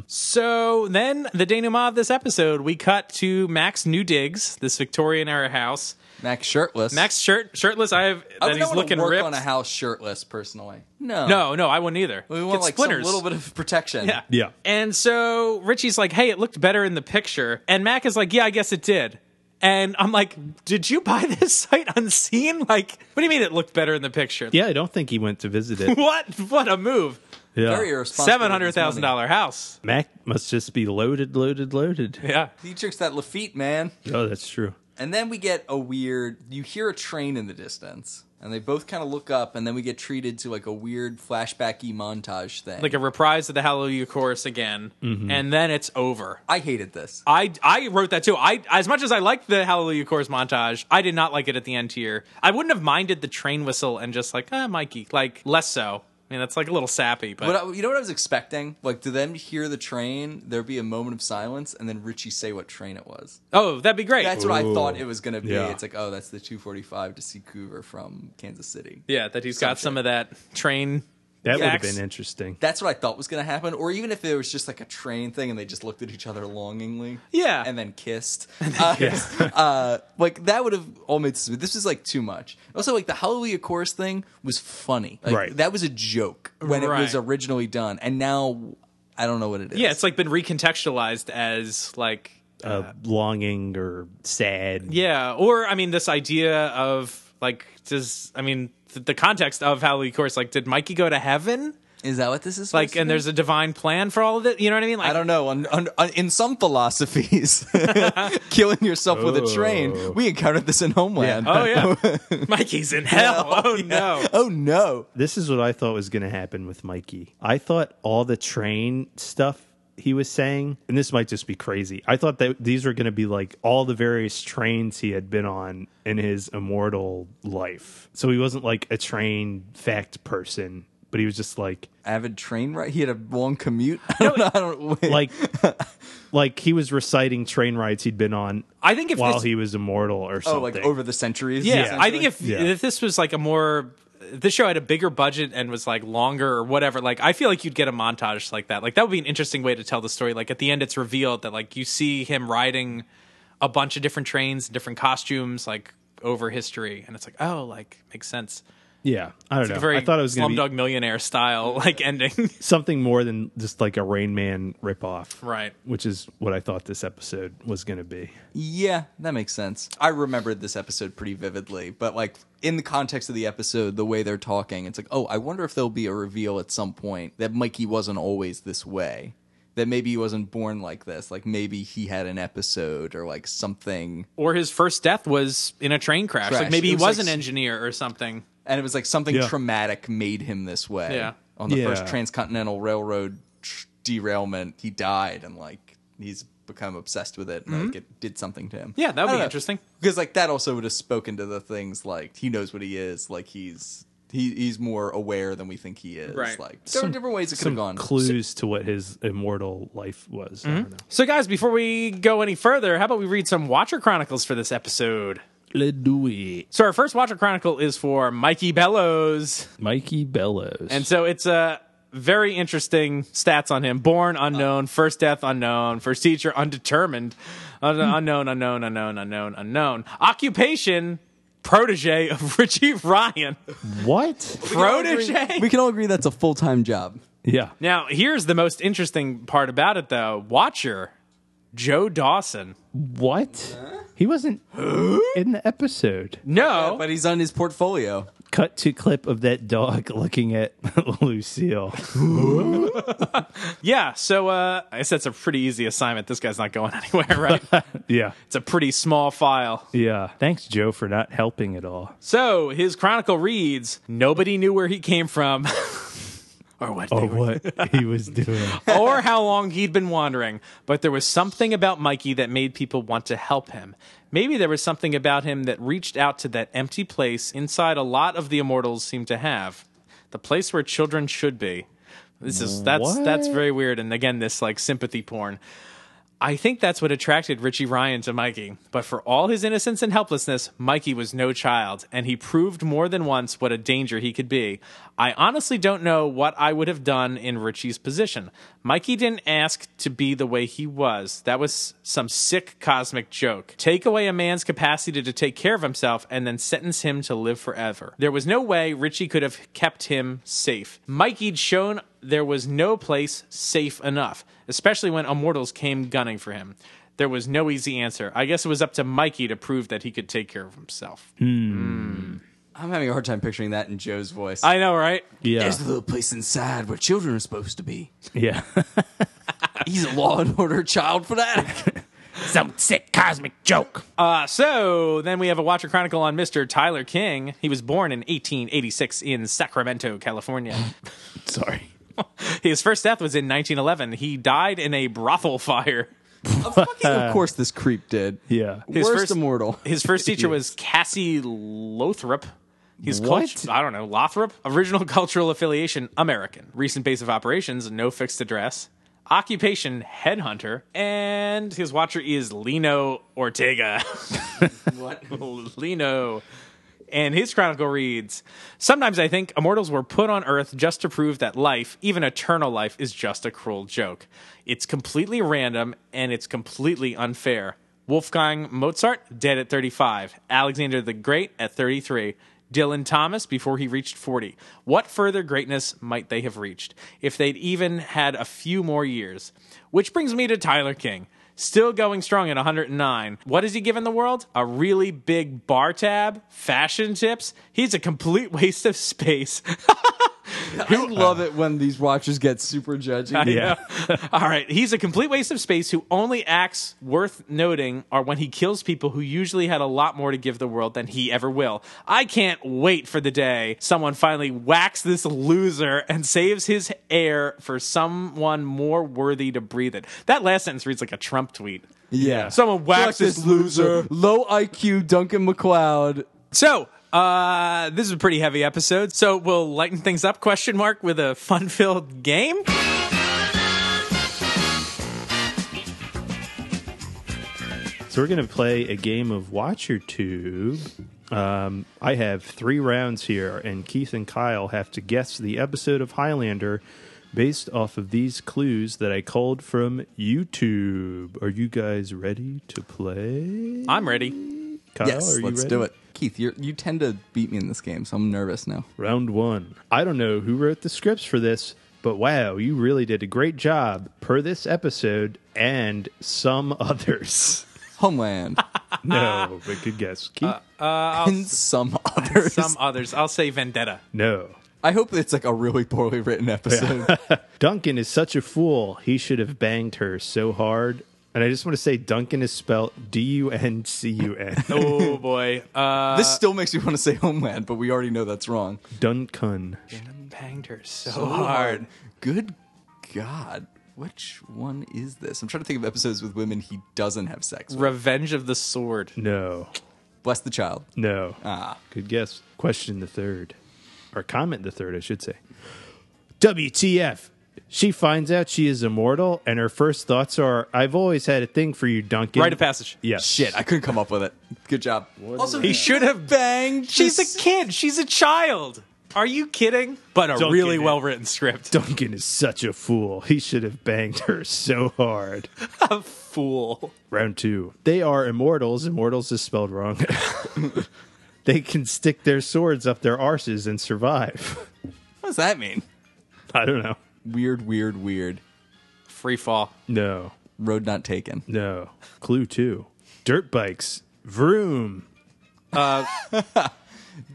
So then, the denouement of this episode, we cut to Mac's new digs, this Victorian era house.
Max shirtless.
Mac's shirt, shirtless. I have that
I would
he's
not want to
looking
work
ripped.
on a house shirtless, personally. No,
no, no, I wouldn't either.
We
Get
want like some little bit of protection.
Yeah.
Yeah.
And so Richie's like, hey, it looked better in the picture. And Mac is like, yeah, I guess it did. And I'm like, did you buy this site unseen? Like, what do you mean it looked better in the picture?
yeah, I don't think he went to visit it.
What? What a move.
Yeah.
Very irresponsible. with his
Seven hundred thousand
money.
dollar house.
Mac must just be loaded, loaded, loaded.
Yeah.
He drinks that Lafitte, man.
Oh, that's true.
And then we get a weird. You hear a train in the distance, and they both kind of look up, and then we get treated to like a weird flashbacky montage thing.
Like a reprise of the Hallelujah chorus again,
Mm-hmm.
and then it's over.
I hated this.
I, I wrote that too. I as much as I liked the Hallelujah chorus montage, I did not like it at the end here. I wouldn't have minded the train whistle and just like ah Mikey, like less so. I mean that's like a little sappy, but
But I, you know what I was expecting? Like to them hear the train, there'd be a moment of silence, and then Richie say what train it was.
oh that'd be great.
That's what I thought it was going to be.
Yeah.
It's like, oh, that's the 245 to Seacouver from Kansas City.
Yeah, that he's got some of that train
That would have
Yaks.
been interesting.
That's what I thought was going to happen. Or even if it was just like a train thing and they just looked at each other longingly.
Yeah.
And then kissed. Uh, uh, like that would have all made sense. This is like too much. Also, like the Hallelujah chorus thing was funny. Like,
Right.
That was a joke when it was
Right.
originally done. And now I don't know what it is.
Yeah, it's like been recontextualized as like
Uh, longing or sad.
yeah, or I mean, this idea of like does I mean th- the context of Hallelujah Chorus like did Mikey go to heaven?
Is that what this is? supposed
Like,
to
and
be?
there's a divine plan for all of it. You know what I mean? Like,
I don't know. On, on, on, in some philosophies, killing yourself with a train. We encountered this in Homeland.
Oh yeah, Mikey's in hell. Oh no.
Oh no.
This is what I thought was going to happen with Mikey. I thought all the train stuff he was saying, and this might just be crazy. I thought that these were going to be like all the various trains he had been on in his immortal life. So he wasn't like a train fact person, but he was just like
avid train ride. He had a long commute. I don't know. I don't wait.
like like he was reciting train rides he'd been on
I think if
while
this-
he was immortal or
oh,
something.
like over the centuries.
Yeah, I think if
essentially?
Yeah.
if this was like a more if this show had a bigger budget and was like longer or whatever, like I feel like you'd get a montage like that. Like that would be an interesting way to tell the story. Like at the end, it's revealed that like you see him riding a bunch of different trains, different costumes, like over history, and it's like oh, like makes sense.
yeah, I don't
It's
know.
like a very
I thought it was going to
Slumdog
be
Millionaire style like ending,
something more than just like a Rain Man ripoff,
right?
which is what I thought this episode was going to be.
yeah, that makes sense. I remembered this episode pretty vividly, but like in the context of the episode, the way they're talking, it's like, oh, I wonder if there'll be a reveal at some point that Mikey wasn't always this way. That maybe he wasn't born like this. Like maybe he had an episode or like something,
Or his first death was in a train crash.
Crash.
Like maybe
It
he
was,
was
like,
an
s-
engineer or something.
and it was like something
Yeah.
traumatic made him this way.
Yeah.
On the
Yeah.
first transcontinental railroad tr- derailment, he died, and like he's become obsessed with it, and like it did something to him.
Mm-hmm. Yeah, that
I
would
don't
be
know.
interesting.
because like that also would have spoken to the things like he knows what he is like he's he, he's more aware than we think he is
Right.
like there are different ways it could have
Some
gone
clues to what his immortal life was. I don't know.
So, guys, before we go any further, how about we read some Watcher Chronicles for this episode?
Le Dewey,
So, our first Watcher Chronicle is for Mikey Bellows.
Mikey Bellows,
And so it's uh, very interesting stats on him. Born unknown, first death unknown, first teacher undetermined, un- unknown, unknown, unknown, unknown, unknown. Occupation protege of Richie Ryan.
what?
Protege?
we can all agree that's a full-time job
Yeah,
Now, here's the most interesting part about it, though Watcher, Joe Dawson.
what? He wasn't in the episode.
No.
but he's on his portfolio
Cut to clip of that dog looking at Lucille.
Yeah, so uh, I guess that's a pretty easy assignment. This guy's not going anywhere, right?
Yeah,
it's a pretty small file.
yeah. Thanks, Joe, for not helping at all.
So his chronicle reads Nobody knew where he came from or what,
Or Oh, what he was doing.
or how long he'd been wandering, but there was something about Mikey that made people want to help him. Maybe there was something about him that reached out to that empty place inside a lot of the immortals seem to have the place where children should be. This is that's
What?
that's very weird. And again, this like sympathy porn. I think that's what attracted Richie Ryan to Mikey. But for all his innocence and helplessness, Mikey was no child, and he proved more than once what a danger he could be. I honestly don't know what I would have done in Richie's position. Mikey didn't ask to be the way he was. That was some sick cosmic joke. Take away a man's capacity to take care of himself and then sentence him to live forever. There was no way Richie could have kept him safe. Mikey'd shown there was no place safe enough, especially when immortals came gunning for him. There was no easy answer. I guess it was up to Mikey to prove that he could take care of himself.
i'm having a hard time picturing that in joe's voice
I know, right?
Yeah,
there's a little place inside where children are supposed to be
yeah.
he's a law and order child fanatic
Some sick cosmic joke.
Uh, so then we have a Watcher Chronicle on Mr. Tyler King. He was born in 1886 in Sacramento, California.
Sorry.
His first death was in 1911. He died in a brothel fire.
of, fucking, of course this creep did
Yeah.
His
worst
first-
immortal
His first teacher was Cassie Lothrop. He's
What?
cult- I don't know, Lothrop? Original cultural affiliation, American. Recent base of operations, no fixed address. Occupation, headhunter. And his watcher is Lino Ortega.
what
Lino And his chronicle reads Sometimes I think immortals were put on Earth just to prove that life, even eternal life, is just a cruel joke. It's completely random and it's completely unfair. Wolfgang Mozart, dead at 35. Alexander the Great, at 33. Dylan Thomas before he reached 40. What further greatness might they have reached if they'd even had a few more years? Which brings me to Tyler King. Still going strong at 109. What has he given the world? A really big bar tab, fashion tips. He's a complete waste of space.
I love it when these watchers get super judgy.
Yeah.
All right, he's a complete waste of space who only acts worth noting are when he kills people who usually had a lot more to give the world than he ever will. I can't wait for the day someone finally whacks this loser and saves his air for someone more worthy to breathe it. That last sentence reads like a Trump tweet.
Yeah.
Someone whack
Fuck
this loser.
Low IQ Duncan McLeod.
So, uh, this is a pretty heavy episode. So we'll lighten things up question mark with a fun-filled game.
So we're gonna play a game of Watch Your Tube. Um, I have three rounds here, and Keith and Kyle have to guess the episode of Highlander based off of these clues that I called from YouTube. Are you guys ready to play?
I'm ready.
Kyle,
yes,
are you
let's
ready?
do it. Keith, you you tend to beat me in this game, so I'm nervous now.
Round one. I don't know who wrote the scripts for this, but wow, you really did a great job per this episode and some others.
Homeland
No, but good guess. Keith?
uh, and some others.
Some others. I'll say Vendetta.
no.
I hope it's like a really poorly written episode.
Duncan is such a fool. He should have banged her so hard. And I just want to say Duncan is spelled D U N C U N.
Oh boy. Uh,
this still makes me want to say Homeland, but we already know that's wrong.
Duncun.
banged her so,
So
hard.
Good God. Which one is this? I'm trying to think of episodes with women he doesn't have sex with.
Revenge of the Sword.
No.
Bless the child.
No.
Ah.
Good guess. Question the third. Or comment the third, I should say. WTF. She finds out she is immortal, and her first thoughts are, I've always had a thing for you, Duncan.
Rite of passage.
Yes.
Shit, I couldn't come up with it. Good job. Also,
He should have banged. She's
this-
a kid. She's a child. Are you kidding? But a
Don't
really
get it.
well written script.
Duncan is such a fool. He should have banged her so hard.
a fool.
Round two. They are immortals. Immortals is spelled wrong. they can stick their swords up their arses and survive.
what does that mean?
I don't know.
Weird, weird, weird.
Free fall.
No,
Road not taken.
no. Clue two. Dirt bikes. Vroom.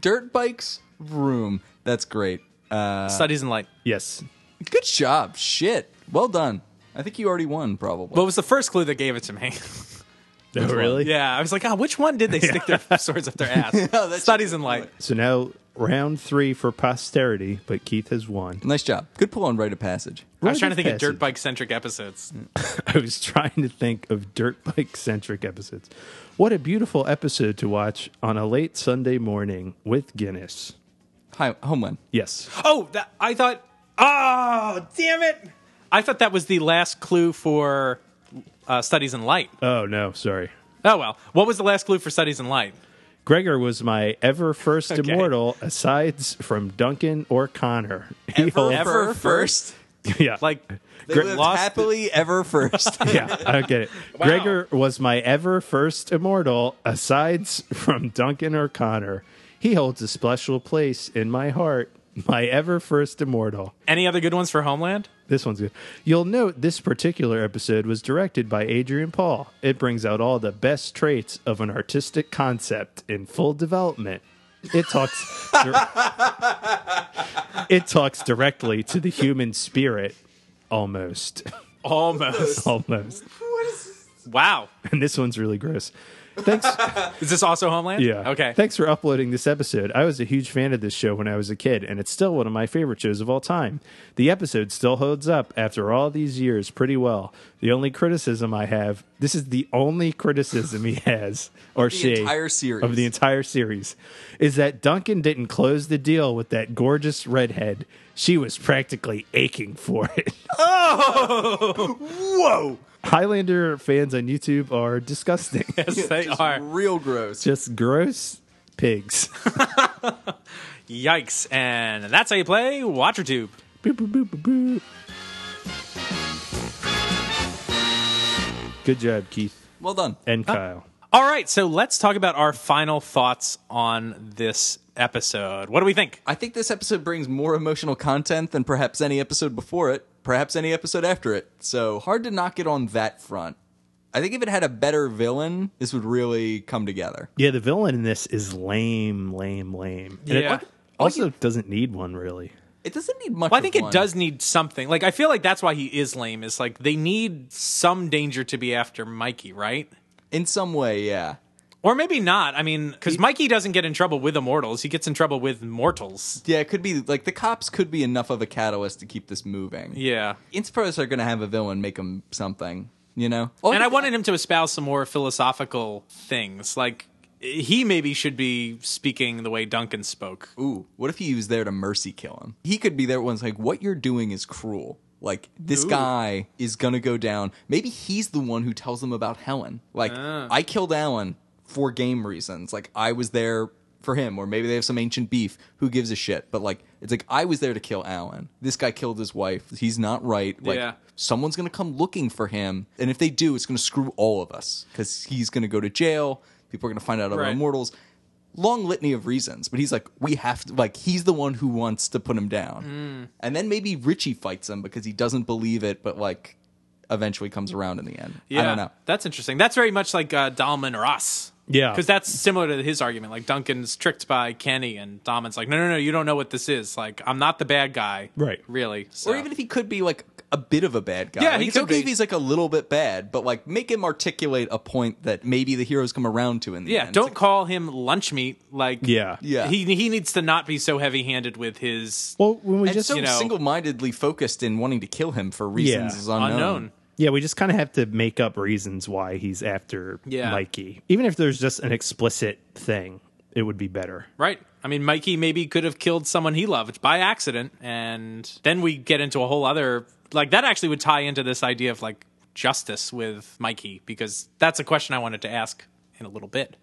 Dirt bikes, room. That's great.
Studies in light.
Yes.
Good job. Shit. Well done. I think you already won, probably.
What was the first clue that gave it to me?
No, really?
yeah, I was like, oh, which one did they stick their swords up their ass?
that's-
Studies in light.
So now round three for posterity, but Keith has won.
nice job. Good pull on rite of passage.
I was trying to think of
Passage.
dirt bike centric episodes.
I was trying to think of dirt bike centric episodes. What a beautiful episode to watch on a late Sunday morning with Guinness.
Hi, Homeland.
Yes.
Oh, that, I thought. Oh, damn it! I thought that was the last clue for uh, studies in light.
Oh, no. Sorry.
Oh well. What was the last clue for studies in light?
Gregor was my ever first
Okay.
immortal, aside from Duncan or Connor. He hol-
Ever first?
yeah,
Like
They
Gre-
lived
lost-
happily ever first.
yeah, I get it. Gregor was my ever first immortal, aside from Duncan or Connor. He holds a special place in my heart. My ever first immortal.
Any other good ones for Homeland?
This one's good. You'll note this particular episode was directed by Adrian Paul. It brings out all the best traits of an artistic concept in full development. It talks It talks directly to the human spirit almost.
Almost.
almost.
wow.
And this one's really gross. Thanks
Is this also Homeland?
yeah.
Okay.
Thanks for uploading this episode. I was a huge fan of this show when I was a kid, and it's still one of my favorite shows of all time. The episode still holds up after all these years pretty well. The only criticism I have this is the only criticism he has or
the
she
entire series.
of the entire series is that Duncan didn't close the deal with that gorgeous redhead. She was practically aching for it.
Whoa.
Highlander fans on YouTube are disgusting.
yes, they
Just
are.
Real gross.
Just gross pigs.
Yikes. And that's how you play Watcher Tube.
Boop, boop, boop, boop, boop. Good job, Keith
Well done.
and Kyle.
All right, so let's talk about our final thoughts on this episode. What do we think?
I think this episode brings more emotional content than perhaps any episode before it, perhaps any episode after it. So hard to knock it on that front. I think if it had a better villain, this would really come together.
Yeah, the villain in this is lame, lame, lame. And it
Yeah.
also doesn't need one really.
It doesn't need much.
Well, I think
of
it
one.
does need something. Like I feel like that's why he is lame. Is like they need some danger to be after Mikey, right?
in some way. Yeah,
Or maybe not. I mean, because Mikey doesn't get in trouble with immortals; he gets in trouble with mortals.
yeah. It could be like the cops could be enough of a catalyst to keep this moving.
Yeah.
Inspiros are going to have a villain make him something. You know.
and I wanted him to espouse some more philosophical things. Like he maybe should be speaking the way Duncan spoke.
Ooh, what if he was there to mercy kill him? He could be there once like, what you're doing is cruel. Like this guy is gonna go down. Maybe he's the one who tells them about Helen. Like I killed Alan for game reasons. Like I was there for him, or maybe they have some ancient beef. Who gives a shit? But like it's like I was there to kill Alan. This guy killed his wife. He's not right. Like
Yeah.
someone's gonna come looking for him, and if they do, it's gonna screw all of us because he's gonna go to jail. People are gonna find out about
Right.
immortals long litany of reasons, but he's like, we have to, like, he's the one who wants to put him down. And then maybe Richie fights him because he doesn't believe it, but like, eventually comes around in the end. I don't know.
That's interesting. That's very much like uh, Dalman Ross.
Yeah.
Because that's similar to his argument. Like Duncan's tricked by Kenny, and Dalman's like, no, no, no, you don't know what this is. Like, I'm not the bad guy.
Right.
Really. So.
Or even if he could be like a bit of a bad guy.
Yeah,
Like,
he
it's
could
okay
be.
if he's like a little bit bad, but like, make him articulate a point that maybe the heroes come around to in the
Yeah,
end.
don't
It's like,
call him lunch meat. Like,
Yeah.
Yeah.
He, he needs to not be so heavy handed with his.
Well, when we
and
just
so
you know-
single-mindedly focused in wanting to kill him for reasons
Yeah.
is unknown.
Unknown.
Yeah, we just kind of have to make up reasons why he's after
Yeah.
Mikey. Even if there's just an explicit thing, it would be better.
Right. I mean, Mikey maybe could have killed someone he loved by accident, and then we get into a whole other like that. Actually, would tie into this idea of like justice with Mikey because that's a question I wanted to ask in a little bit,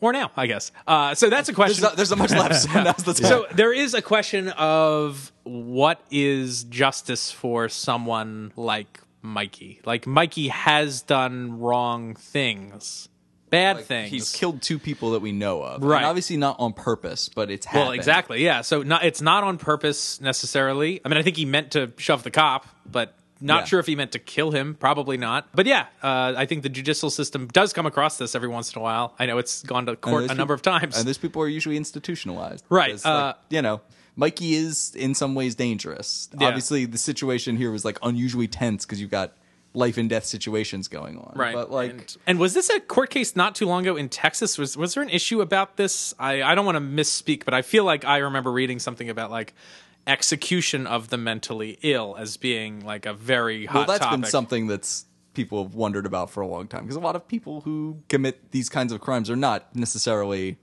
or now, I guess. Uh, so that's a
There's
question.
not, there's not much left. So now's the time.
so there is a question of what is justice for someone like Mikey? Like Mikey has done wrong things, bad things.
He's killed two people that we know of.
Right.
And obviously not on purpose, but it's happened.
Well, exactly. Yeah. So not, it's not on purpose necessarily. I mean, I think he meant to shove the cop, but not
Yeah.
sure if he meant to kill him. Probably not. But yeah, uh, I think the judicial system does come across this every once in a while. I know it's gone to
And
court a
those
number of
peop-
times.
And those people are usually institutionalized.
Right,
'Cause, like,
uh,
you know, Mikey is in some ways dangerous.
Yeah.
Obviously, the situation here was like unusually tense because you've got life and death situations going on.
right.
But like,
and, and was this a court case not too long ago in Texas? Was was there an issue about this? I I don't want to misspeak, but I feel like I remember reading something about like execution of the mentally ill as being like a very
well,
hot
that's
topic.
been something that's people have wondered about for a long time because a lot of people who commit these kinds of crimes are not necessarily.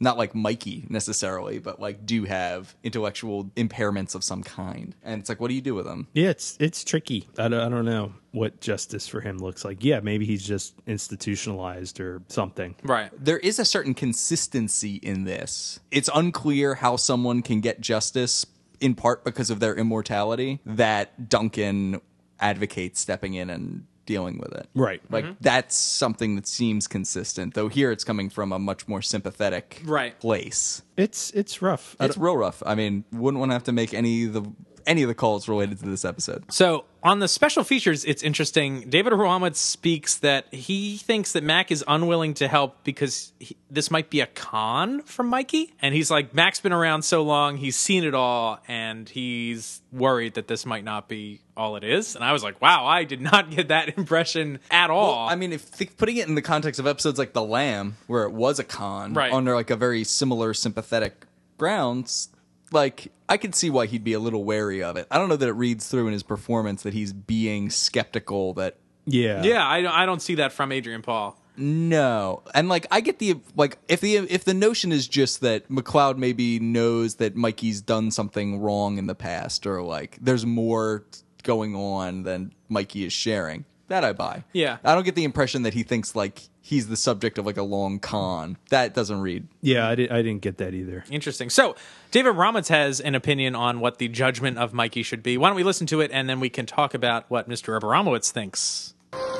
Not like Mikey necessarily, but like do have intellectual impairments of some kind. And it's like, what do you do with them?
Yeah, it's it's tricky. I don't, I don't know what justice for him looks like. Yeah, maybe he's just institutionalized or something.
right.
there is a certain consistency in this. It's unclear how someone can get justice in part because of their immortality that Duncan advocates stepping in and dealing with it.
Right.
Like
Mm-hmm.
that's something that seems consistent, though here it's coming from a much more sympathetic
Right.
place.
It's it's rough. I
It's real rough. I mean, wouldn't want to have to make any of the any of the calls related to this episode.
So on the special features, it's interesting. David Muhammad speaks that he thinks that Mac is unwilling to help because he, this might be a con from Mikey, and he's like, Mac's been around so long, he's seen it all, and he's worried that this might not be all it is. And I was like, wow, I did not get that impression at all.
I mean, if think, putting it in the context of episodes like The Lamb, where it was a con
Right.
under like a very similar sympathetic grounds, like I could see why he'd be a little wary of it. I don't know that it reads through in his performance that he's being skeptical that
yeah.
yeah, I don't, I don't see that from Adrian Paul.
no, and like I get the like if the if the notion is just that McLeod maybe knows that Mikey's done something wrong in the past, or like there's more going on than Mikey is sharing. That I buy.
Yeah.
I don't get the impression that he thinks like he's the subject of like a long con. That doesn't read.
Yeah, I, did, I didn't get that either.
Interesting. So, David Ramitz has an opinion on what the judgment of Mikey should be. Why don't we listen to it and then we can talk about what Mr. Abramowitz thinks?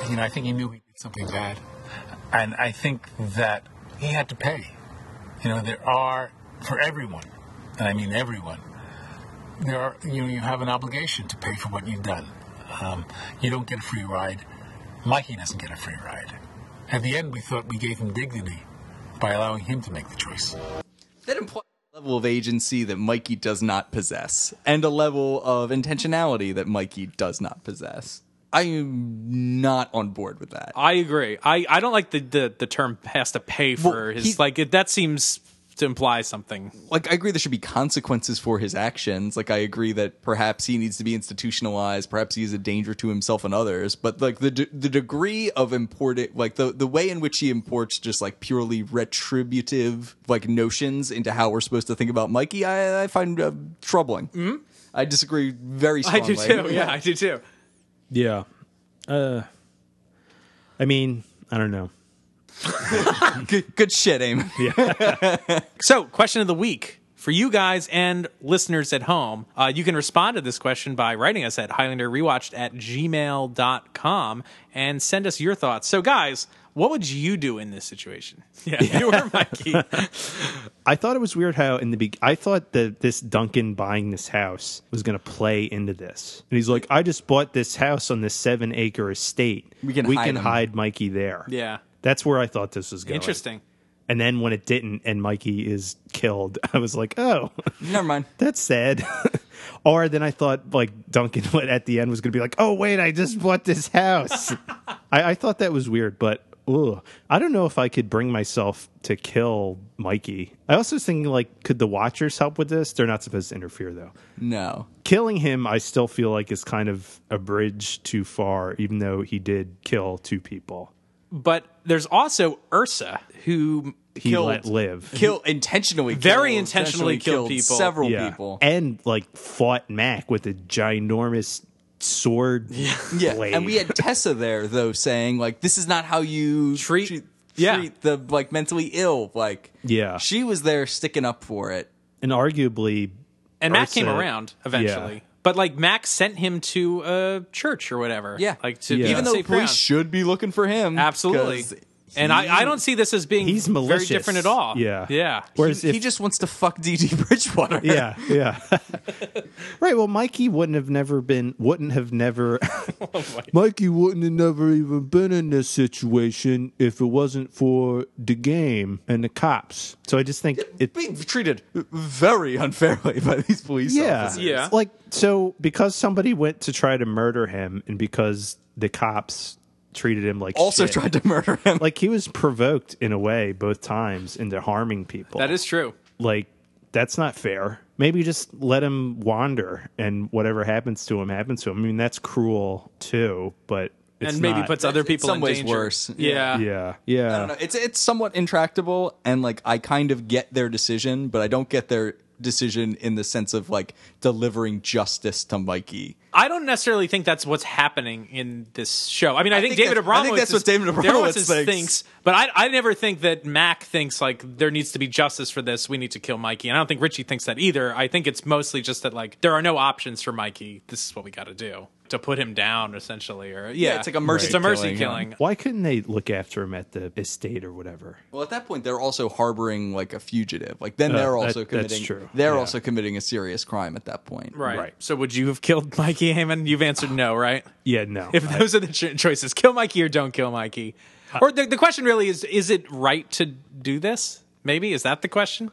You know, I think he knew he did something bad. And I think that he had to pay. You know, there are, for everyone, and I mean everyone, there are, you know, you have an obligation to pay for what you've done. Um, you don't get a free ride. Mikey doesn't get a free ride. At the end, we thought we gave him dignity by allowing him to make the choice.
That implies a level of agency that Mikey does not possess, and a level of intentionality that Mikey does not possess. I am not on board with that.
I agree. I, I don't like the, the, the term has to pay for
Well,
his.
he-
like, it, that seems to imply something.
Like, I agree there should be consequences for his actions. Like, I agree that perhaps he needs to be institutionalized. Perhaps he is a danger to himself and others. But like the de- the degree of importing, like the the way in which he imports just like purely retributive like notions into how we're supposed to think about Mikey, I, I find uh, troubling. Mm-hmm. I disagree very
I
strongly.
do too. Yeah, I do too.
Yeah. Uh, I mean, I don't know.
good, good shit, Eamon.
So, question of the week for you guys and listeners at home. Uh, you can respond to this question by writing us at HighlanderRewatched at gmail.com and send us your thoughts. So, guys, what would you do in this situation? Yeah, you were Mikey.
I thought it was weird how in the be- I thought that this Duncan buying this house was going to play into this, and he's like, "I just bought this house on this seven acre estate.
We can
we
hide
can
him."
hide Mikey there."
Yeah.
that's where I thought this was going.
Interesting.
And then when it didn't, and Mikey is killed, I was like, "Oh,
Never mind.
that's sad." or then I thought like Duncan would- at the end was going to be like, "Oh wait, I just bought this house." I, I thought that was weird, but ugh. I don't know if I could bring myself to kill Mikey. I also was thinking like, could the Watchers help with this? They're not supposed to interfere though.
No.
Killing him, I still feel like is kind of a bridge too far, even though he did kill two people.
But there's also Ursa, who
He
killed.
let live.
Kill intentionally.
Very
killed-
intentionally killed people.
Several
yeah.
people.
And like fought Mac with a ginormous sword
yeah.
blade.
And we had Tessa there though saying like this is not how you
Treat-
treat,
yeah.
treat the like mentally ill. Like
Yeah.
She was there sticking up for it.
and arguably
And Mac came
Ursa-
around eventually.
Yeah.
But like Mac sent him to a church or whatever.
Yeah.
Like to
Yeah.
be
Even
on
though
safe
police
ground.
should be looking for him.
Absolutely.
'cause
and I, I don't see this as being
He's
very
malicious.
different at all.
Yeah.
Yeah.
Whereas
He
if,
just wants to fuck DD Bridgewater.
yeah, yeah. right. Well, Mikey wouldn't have never been, wouldn't have never, Mikey wouldn't have never even been in this situation if it wasn't for the game and the cops. So I just think it,
Being treated very unfairly by these police
yeah,
officers.
Yeah.
Like so, because somebody went to try to murder him, and because the cops treated him like
Also
shit,
tried to murder him.
Like he was provoked in a way both times into harming people.
That is true.
like that's not fair. Maybe just let him wander and whatever happens to him happens to him. I mean, that's cruel too, but it's
and maybe
not-
puts other
in
people
some
in
ways
danger.
worse.
Yeah.
yeah,
I don't
yeah,
know. It's it's somewhat intractable, and like I kind of get their decision, but I don't get their decision in the sense of like delivering justice to Mikey.
I don't necessarily think that's what's happening in this show. I mean, I, think,
think
David
that- I
Abramowitz.
think that's
is-
what David Abramowitz
is
thinks.
but I, I never think that Mac thinks like there needs to be justice for this. We need to kill Mikey, and I don't think Richie thinks that either. I think it's mostly just that like there are no options for Mikey. This is what we got to do to put him down, essentially. Or yeah,
it's like a mercy
It's a mercy
killing, yeah.
killing.
Why couldn't they look after him at the estate or whatever?
Well, at that point, they're also harboring like a fugitive. Like then
Uh,
they're
that-
also
that's
committing.
true.
They're
Yeah.
also committing a serious crime at that point.
Right.
Right.
So would you have killed Mikey Heyman? You've answered no, right?
Yeah, no.
If those are the cho- choices, kill Mikey or don't kill Mikey. Or the, the question really is is it right to do this? Maybe is that the question?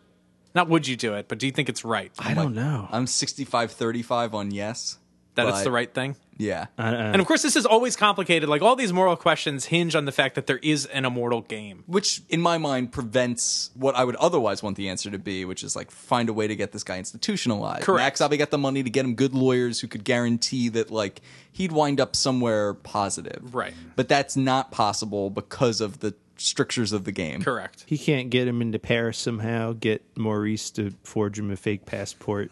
Not would you do it, but do you think it's right
I don't know.
I'm 65-35 on yes.
that it's
but-
the right thing?
Yeah.
Uh,
And of course this is always complicated. Like all these moral questions hinge on the fact that there is an immortal game.
which in my mind prevents what I would otherwise want the answer to be, which is like find a way to get this guy institutionalized.
Correct.
Max probably got the money to get him good lawyers who could guarantee that like he'd wind up somewhere positive.
Right.
But that's not possible because of the strictures of the game.
Correct.
he can't get him into Paris somehow. Get Maurice to forge him a fake passport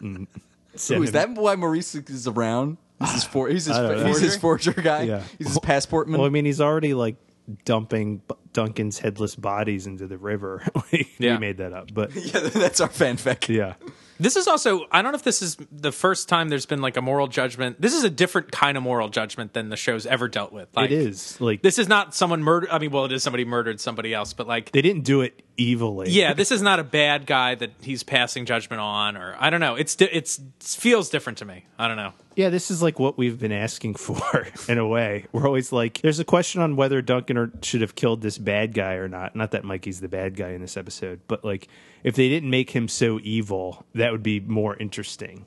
and send
Ooh, is
him-
that why Maurice is around? This is for he's his,
I don't know.
he's his forger guy.
Yeah.
He's his passport man.
Well, I mean, he's already like dumping B- Duncan's headless bodies into the river. like,
Yeah.
We made that up, but
Yeah, that's our fanfic.
yeah,
This is also I don't know if this is the first time there's been like a moral judgment. This is a different kind of moral judgment than the show's ever dealt with. Like,
it is like
This is not someone murdered. I mean, well, it is somebody murdered somebody else, but like,
they didn't do it evilly.
yeah, this is not a bad guy that he's passing judgment on, or I don't know. It's di- it's it feels different to me. I don't know.
Yeah, this is like what we've been asking for in a way. We're always like, there's a question on whether Duncan or, should have killed this bad guy or not. Not that Mikey's the bad guy in this episode, but like, if they didn't make him so evil, that would be more interesting.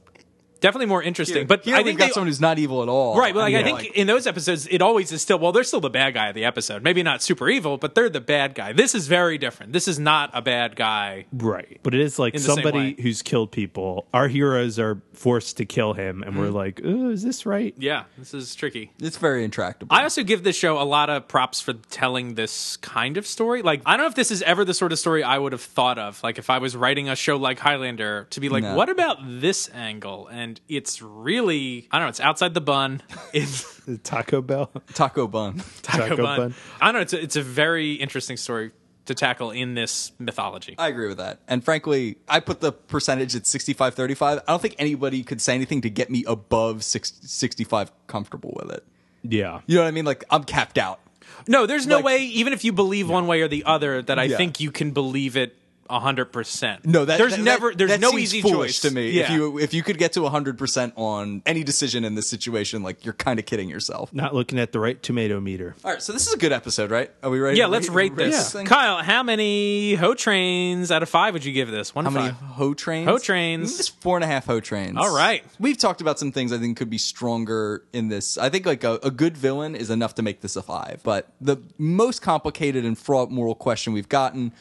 Definitely more interesting, but
here
I
we've
think
got
they,
someone who's not evil at all.
Right, but like, I
Yeah.
think in those episodes, it always is still well. They're still the bad guy of the episode. Maybe not super evil, but they're the bad guy. This is very different. This is not a bad guy.
Right. But it is like
In the same
somebody
way.
who's killed people, our heroes are forced to kill him, and
Mm-hmm.
we're like, oh, is this right?
Yeah, this is tricky.
it's very intractable.
I also give this show a lot of props for telling this kind of story. Like, I don't know if this is ever the sort of story I would have thought of. Like, if I was writing a show like Highlander, to be like,
No.
what about this angle? And it's really, I don't know, it's outside the bun. It's
Taco Bell?
Taco bun.
taco,
Taco
bun.
bun.
I don't know. It's a, it's a very interesting story to tackle in this mythology.
I agree with that. And frankly, I put the percentage at 65 35. I don't think anybody could say anything to get me above six, 65 comfortable with it.
yeah.
You know what I mean? Like, I'm capped out.
No, there's no
Like-
way, even if you believe one way or the other, that I
Yeah.
think you can believe it hundred percent.
No, that,
there's
that-
never
that-
there's
that
no
seems
easy choice
foolish to me.
Yeah.
If you if you could get to 100% on any decision in this situation, like you're kind of kidding yourself.
Not looking at the right tomato meter.
All right, so this is a good episode, right? Are we ready?
yeah,
to
let's rate this.
thing?
Kyle, how many ho trains out of five would you give this? One to
How many
five.
ho trains?
Ho trains.
Just four and a half ho trains.
All right.
We've talked about some things I think could be stronger in this. I think like a, a good villain is enough to make this a five. But the most complicated and fraught moral question we've gotten.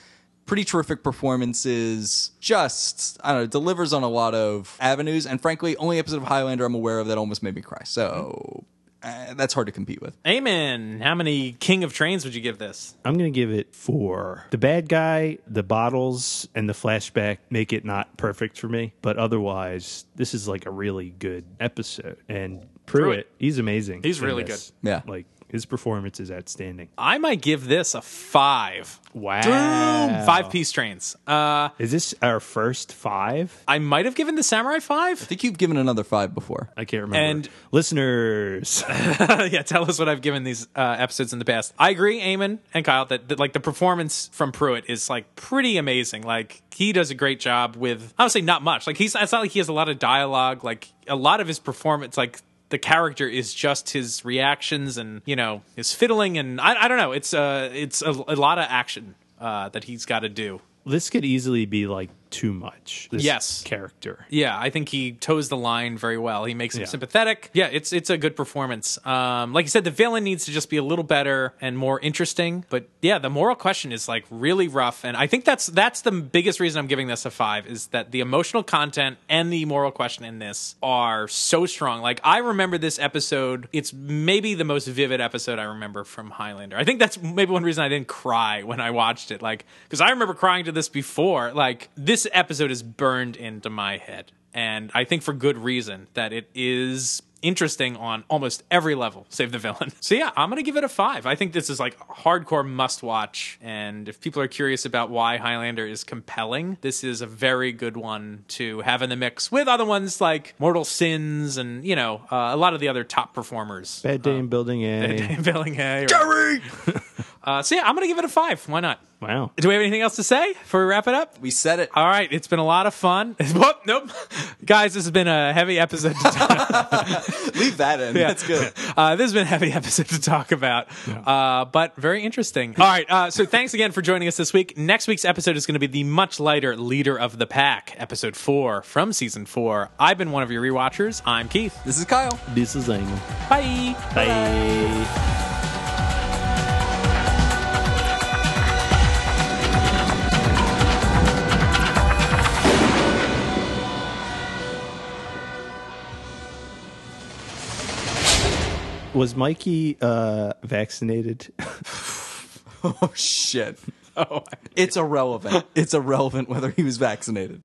Pretty terrific performances. Just I don't know, delivers on a lot of avenues. And frankly, only episode of Highlander I'm aware of that almost made me cry. So
Mm-hmm.
uh, that's hard to compete with.
Amen. How many king of trains would you give this?
I'm going to give it four. The bad guy, the bottles, and the flashback make it not perfect for me. But otherwise, this is like a really good episode. And Pruitt,
Pruitt.
he's amazing.
He's
in
really Uh,
this.
good. Yeah.
Like his performance is outstanding.
I might give this a five.
Wow.
Five piece trains. Uh,
Is this our first five?
I might have given the samurai
I
five.
think you've given another five before.
I can't remember.
And-
listeners,
yeah, tell us what I've given these uh, episodes in the past. I agree, Eamon and Kyle, that, that like the performance from Pruitt is like pretty amazing. Like he does a great job with honestly not much. Like he's it's not like he has a lot of dialogue. Like a lot of his performance, like the character is just his reactions and you know his fiddling and I, I don't know. It's uh it's a, a lot of action uh, that he's got to do.
this could easily be like too much. This
Yes.
character.
Yeah, I think he toes the line very well. He makes him
Yeah.
sympathetic. Yeah, it's it's a good performance. Um, like you said, the villain needs to just be a little better and more interesting. But yeah, the moral question is like really rough, and I think that's that's the biggest reason I'm giving this a five is that the emotional content and the moral question in this are so strong. Like I remember this episode; it's maybe the most vivid episode I remember from Highlander. I think that's maybe one reason I didn't cry when I watched it, like because I remember crying to this before. Like this episode is burned into my head and I think for good reason that it is interesting on almost every level, save the villain. So yeah, I'm gonna give it a five. I think this is like hardcore must watch, and if people are curious about why Highlander is compelling, this is a very good one to have in the mix with other ones like Mortal Sins and you know uh, a lot of the other top performers.
Bad day in building A.
Billingham. Uh, so yeah, I'm gonna give it a five. Why not?
Wow.
Do we have anything else to say before we wrap it up?
We said it.
All right, it's been a lot of fun. Whoop, nope. Guys, this has been a heavy episode to talk
Leave that in. That's good.
Uh, this has been a heavy episode to talk about, uh, but very interesting. All right, uh, so thanks again for joining us this week. Next week's episode is going to be the much lighter Leader of the Pack, episode four from season four. I've been one of your rewatchers. I'm Keith.
This is Kyle.
This is Angle.
Bye.
Bye. Was Mikey uh, vaccinated?
Oh shit. Oh, it's irrelevant. It's irrelevant whether he was vaccinated.